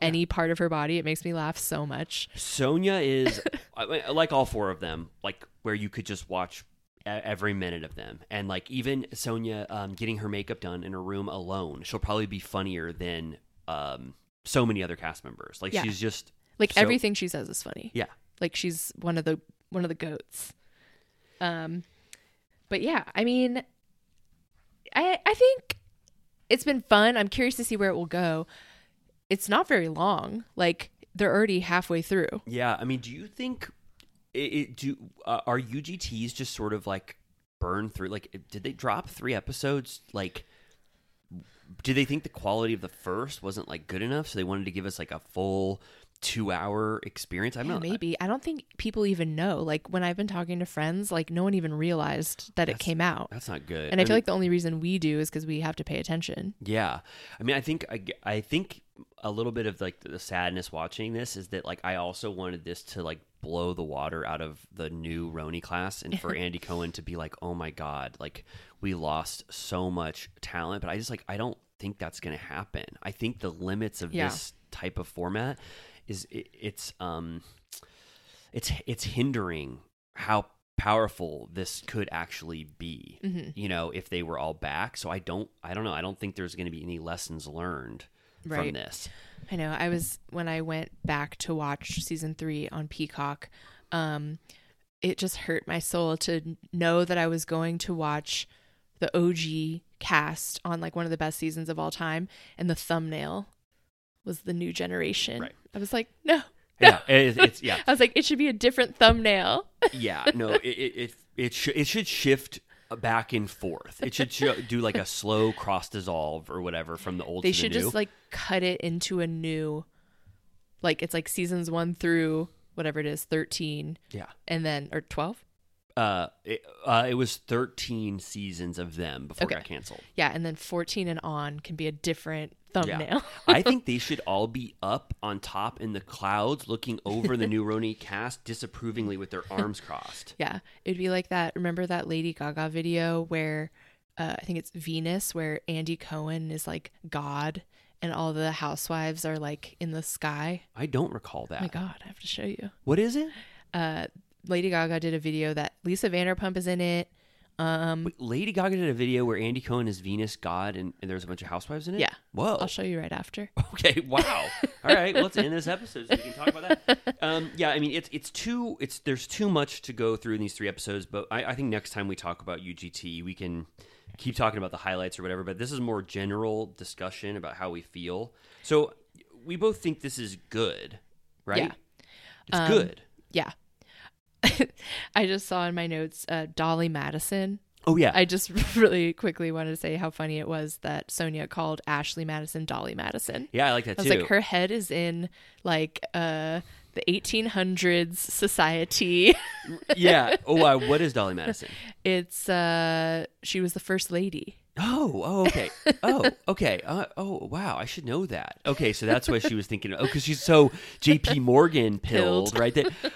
[SPEAKER 2] any part of her body, it makes me laugh so much.
[SPEAKER 1] Sonia is
[SPEAKER 2] *laughs*
[SPEAKER 1] I mean, like all four of them, like where you could just watch e- every minute of them, and like even Sonia um, getting her makeup done in her room alone, she'll probably be funnier than um, so many other cast members. Like
[SPEAKER 2] Yeah.
[SPEAKER 1] she's just
[SPEAKER 2] Like
[SPEAKER 1] so-
[SPEAKER 2] everything she says is funny.
[SPEAKER 1] Yeah,
[SPEAKER 2] Like she's one of the one of the goats. Um but yeah, I mean I I think it's been fun. I'm curious to see where it will go. It's not very long. Like they're already halfway through.
[SPEAKER 1] yeah. I mean, do you think it, it do uh, are UGTs just sort of like burn through? Like, did they drop three episodes? Like. Do they think the quality of the first wasn't like good enough, so they wanted to give us like a full two-hour experience? I
[SPEAKER 2] Yeah,
[SPEAKER 1] don't know.
[SPEAKER 2] maybe. I don't think people even know. Like when I've been talking to friends, like no one even realized that it
[SPEAKER 1] That's-
[SPEAKER 2] came out.
[SPEAKER 1] That's not good.
[SPEAKER 2] And I feel
[SPEAKER 1] mean,
[SPEAKER 2] like the only reason we do is because we have to pay attention.
[SPEAKER 1] yeah. I mean, I think I, g- I think a little bit of like the sadness watching this is that like I also wanted this to like blow the water out of the new Roni class and for Andy Cohen to be like, "Oh my god, like we lost so much talent." But I just like I don't think that's going to happen. I think the limits of
[SPEAKER 2] Yeah.
[SPEAKER 1] this type of format is it, it's um it's it's hindering how powerful this could actually be
[SPEAKER 2] Mm-hmm.
[SPEAKER 1] you know if they were all back so i don't i don't know i don't think there's going to be any lessons learned from
[SPEAKER 2] Right.
[SPEAKER 1] this
[SPEAKER 2] I know. I was when I went back to watch season three on Peacock. Um, it just hurt my soul to know that I was going to watch the OG cast on like one of the best seasons of all time, and the thumbnail was the new generation.
[SPEAKER 1] Right.
[SPEAKER 2] I was like, no,
[SPEAKER 1] yeah it, it's yeah
[SPEAKER 2] *laughs* I was like, it should be a different thumbnail.
[SPEAKER 1] yeah no it it it, it should it should shift back and forth it should show, do like a slow cross dissolve or whatever from the old
[SPEAKER 2] they
[SPEAKER 1] to
[SPEAKER 2] should
[SPEAKER 1] the new.
[SPEAKER 2] just like cut it into a new, like it's like seasons one through whatever it is, thirteen,
[SPEAKER 1] yeah
[SPEAKER 2] and then or twelve.
[SPEAKER 1] uh it, uh it was 13 seasons of them before
[SPEAKER 2] Okay.
[SPEAKER 1] it got canceled
[SPEAKER 2] Yeah, and then 14 and on can be a different thumbnail.
[SPEAKER 1] I
[SPEAKER 2] *laughs*
[SPEAKER 1] think they should all be up on top in the clouds looking over the new Roni cast disapprovingly with their arms crossed.
[SPEAKER 2] yeah, it'd be like that. Remember that Lady Gaga video where uh, I think it's Venus, where Andy Cohen is like God and all the housewives are like in the sky?
[SPEAKER 1] I don't recall that.
[SPEAKER 2] Oh my God, I have to show you.
[SPEAKER 1] What is it?
[SPEAKER 2] Uh, Lady Gaga did a video that Lisa Vanderpump is in it. Um,
[SPEAKER 1] Wait, Lady Gaga did a video where Andy Cohen is Venus God and, and there's a bunch of housewives in it?
[SPEAKER 2] yeah.
[SPEAKER 1] Whoa.
[SPEAKER 2] I'll show you right after.
[SPEAKER 1] *laughs* Okay. Wow. All right. Let's end this episode so we can talk about that. Um, yeah. I mean, it's it's too it's there's too much to go through in these three episodes, but I, I think next time we talk about UGT, we can keep talking about the highlights or whatever. But this is more general discussion about how we feel. So we both think this is good, right?
[SPEAKER 2] Yeah.
[SPEAKER 1] It's
[SPEAKER 2] Um,
[SPEAKER 1] good.
[SPEAKER 2] Yeah. *laughs* I just saw in my notes uh, Dolly Madison
[SPEAKER 1] Oh yeah.
[SPEAKER 2] I just *laughs* really quickly wanted to say how funny it was that Sonia called Ashley Madison Dolly Madison.
[SPEAKER 1] yeah, I like that
[SPEAKER 2] I was
[SPEAKER 1] too.
[SPEAKER 2] like, her head is in like uh the 1800s society. *laughs*
[SPEAKER 1] yeah. Oh, uh, what is Dolly Madison?
[SPEAKER 2] it's uh she was the first lady.
[SPEAKER 1] Oh, oh, okay.
[SPEAKER 2] *laughs*
[SPEAKER 1] Oh, okay. Uh, oh, wow. I should know that. Okay, so that's why she was thinking. Oh, because she's so
[SPEAKER 2] *laughs*
[SPEAKER 1] J.P. Morgan pilled,
[SPEAKER 2] Pilled.
[SPEAKER 1] right?
[SPEAKER 2] *laughs*
[SPEAKER 1] That.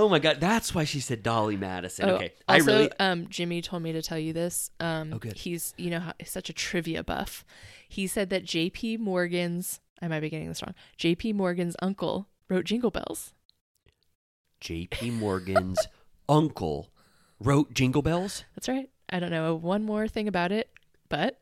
[SPEAKER 1] Oh my God, that's why she said Dolly Madison.
[SPEAKER 2] Oh,
[SPEAKER 1] okay, I
[SPEAKER 2] Also,
[SPEAKER 1] really.
[SPEAKER 2] um, Jimmy told me to tell you this. Um,
[SPEAKER 1] Oh, good.
[SPEAKER 2] He's, you know, how- he's such a trivia buff. He said that J.P. Morgan's, I might be getting this wrong, J.P. Morgan's uncle wrote Jingle Bells.
[SPEAKER 1] J.P. Morgan's *laughs* uncle wrote Jingle Bells.
[SPEAKER 2] That's right. I don't know one more thing about it, but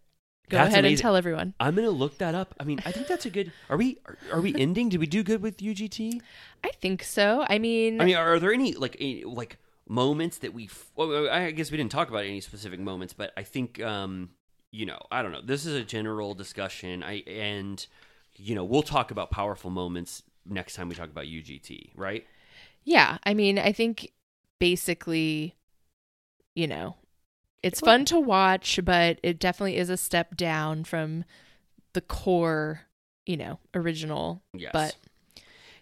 [SPEAKER 2] go
[SPEAKER 1] That's
[SPEAKER 2] ahead and
[SPEAKER 1] amazing.
[SPEAKER 2] tell everyone.
[SPEAKER 1] I'm gonna look that up. I mean, I think that's a good. Are we? Are, are we ending? Did we do good with UGT?
[SPEAKER 2] I think so. I mean,
[SPEAKER 1] I mean, are, are there any like any, like moments that we? f- Well, I guess we didn't talk about any specific moments, but I think um, you know, I don't know. This is a general discussion. I and you know, we'll talk about powerful moments next time we talk about UGT, right?
[SPEAKER 2] yeah. I mean, I think basically, you know, it's fun to watch, but it definitely is a step down from the core, you know, original.
[SPEAKER 1] Yes.
[SPEAKER 2] But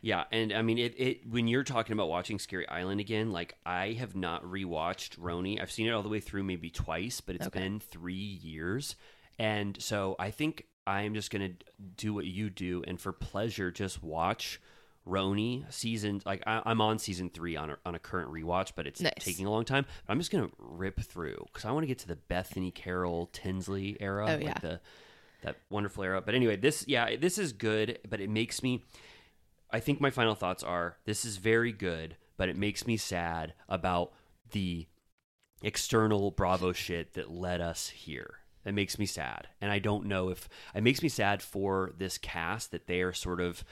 [SPEAKER 1] Yeah, and I mean it, it when you're talking about watching Scary Island again, like I have not rewatched Roni. I've seen it all the way through maybe twice, but it's
[SPEAKER 2] Okay.
[SPEAKER 1] been 3 years. And so I think I'm just going to do what you do and for pleasure just watch Roni season like I, I'm on season 3 on a, on a current rewatch, but it's
[SPEAKER 2] Nice.
[SPEAKER 1] taking a long time. I'm just going to rip through cuz I want to get to the Bethany Carroll Tinsley era,
[SPEAKER 2] Oh,
[SPEAKER 1] like
[SPEAKER 2] yeah.
[SPEAKER 1] the that wonderful era. But anyway, this yeah, this is good, but it makes me I think my final thoughts are this is very good, but it makes me sad about the external Bravo shit that led us here. That makes me sad. And I don't know if it makes me sad for this cast that they are sort of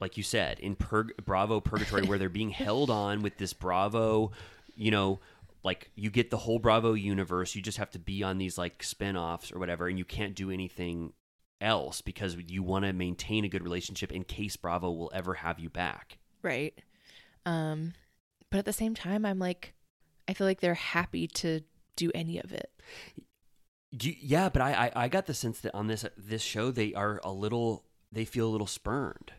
[SPEAKER 1] like you said in purg- Bravo purgatory where they're being held on with this Bravo, you know, like you get the whole Bravo universe, you just have to be on these like spin-offs or whatever and you can't do anything else because you want to maintain a good relationship in case Bravo will ever have you back.
[SPEAKER 2] right. Um, but at the same time, I'm like, I feel like they're happy to do any of it.
[SPEAKER 1] Do you- yeah, but I, I I got the sense that on this this show they are a little they feel a little spurned.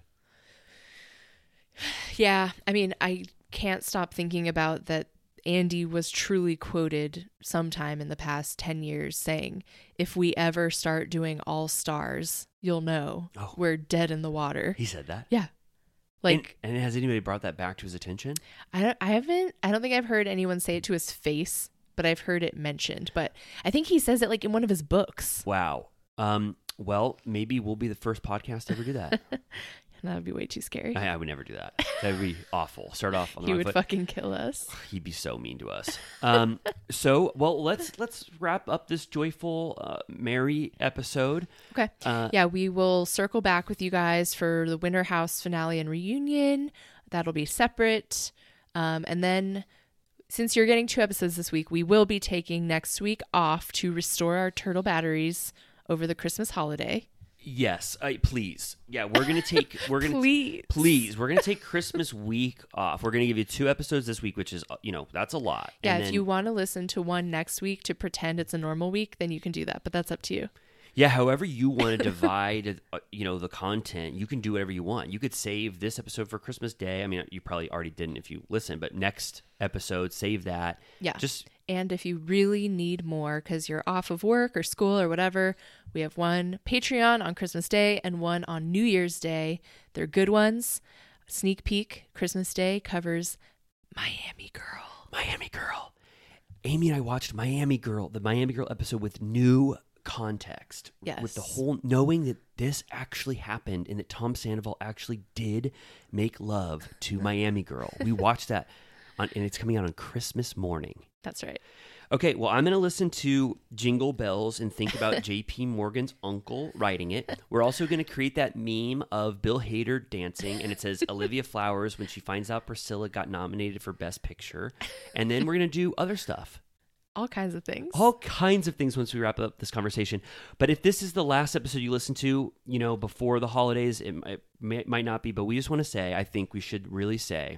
[SPEAKER 2] Yeah, I mean, I can't stop thinking about that. Andy was truly quoted sometime in the past 10 years saying, If we ever start doing all stars, you'll know
[SPEAKER 1] Oh.
[SPEAKER 2] we're dead in the water.
[SPEAKER 1] He said that.
[SPEAKER 2] yeah. Like,
[SPEAKER 1] and, and has anybody brought that back to his attention?
[SPEAKER 2] I, don't, I haven't, I don't think I've heard anyone say it to his face, but I've heard it mentioned. But I think he says it like in one of his books.
[SPEAKER 1] Wow. Um. Well, maybe we'll be the first podcast to ever do that.
[SPEAKER 2] And that would be way too scary.
[SPEAKER 1] I, I would never do that. That would
[SPEAKER 2] *laughs*
[SPEAKER 1] be awful. Start off on the
[SPEAKER 2] He
[SPEAKER 1] wrong
[SPEAKER 2] would
[SPEAKER 1] foot.
[SPEAKER 2] fucking kill us.
[SPEAKER 1] He'd be so mean to us. Um. so well, let's let's wrap up this joyful uh, Mary episode.
[SPEAKER 2] Okay.
[SPEAKER 1] Uh,
[SPEAKER 2] yeah, we will circle back with you guys for the Winter House finale and reunion. That'll be separate. Um, and then, since you're getting two episodes this week, we will be taking next week off to restore our turtle batteries over the Christmas holiday.
[SPEAKER 1] Yes, I, please. Yeah, we're gonna
[SPEAKER 2] *laughs*
[SPEAKER 1] take. We're gonna
[SPEAKER 2] Please.
[SPEAKER 1] please. We're gonna take Christmas week off. We're gonna give you two episodes this week, which is uh, you know that's a lot.
[SPEAKER 2] Yeah,
[SPEAKER 1] And
[SPEAKER 2] if
[SPEAKER 1] then-
[SPEAKER 2] you want to listen to one next week to pretend it's a normal week, then you can do that. But that's up to you.
[SPEAKER 1] Yeah, however you
[SPEAKER 2] *laughs*
[SPEAKER 1] want to divide, uh, you know, the content, you can do whatever you want. You could save this episode for Christmas Day. I mean, you probably already didn't if you listen, but next episode, save that.
[SPEAKER 2] Yeah.
[SPEAKER 1] Just
[SPEAKER 2] And if you really need more because you're off of work or school or whatever, we have one Patreon on Christmas Day and one on New Year's Day. They're good ones. Sneak peek Christmas Day covers Miami Girl.
[SPEAKER 1] Miami Girl. Amy and I watched Miami Girl, the Miami Girl episode with new context.
[SPEAKER 2] Yes.
[SPEAKER 1] With the whole knowing that this actually happened and that Tom Sandoval actually did make love
[SPEAKER 2] *laughs*
[SPEAKER 1] to Miami Girl. We watched that on, and it's coming out on Christmas morning.
[SPEAKER 2] That's right.
[SPEAKER 1] Okay, well, I'm going to listen to Jingle Bells and think about JP Morgan's uncle writing it. We're also going to create that meme of Bill Hader dancing, and it says Olivia Flowers when she finds out Priscilla got nominated for Best Picture. And then we're going to do other stuff
[SPEAKER 2] All kinds of things.
[SPEAKER 1] all kinds of things once we wrap up this conversation. But if this is the last episode you listen to, you know, before the holidays, it, mi- it may, might not be, but we just want to say, I think we should really say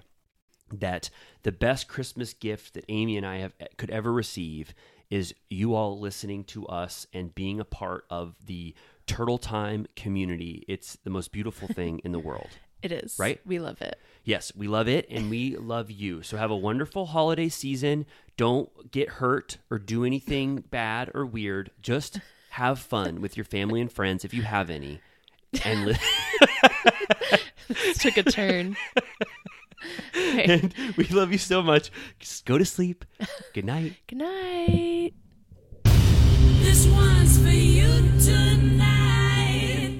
[SPEAKER 1] that the best Christmas gift that Amy and I have eh, could ever receive is you all listening to us and being a part of the Turtle Time community. It's the most beautiful thing in the world.
[SPEAKER 2] It is.
[SPEAKER 1] Right?
[SPEAKER 2] We love it.
[SPEAKER 1] Yes, we love it and we love you. So have a wonderful holiday season. Don't get hurt or do anything bad or weird. Just have fun with your family and friends if you have any. And li-
[SPEAKER 2] This took a *laughs* turn. Okay.
[SPEAKER 1] and *laughs* we love you so much. Just go to sleep. Good night.
[SPEAKER 2] Good night.
[SPEAKER 4] This one's for you tonight.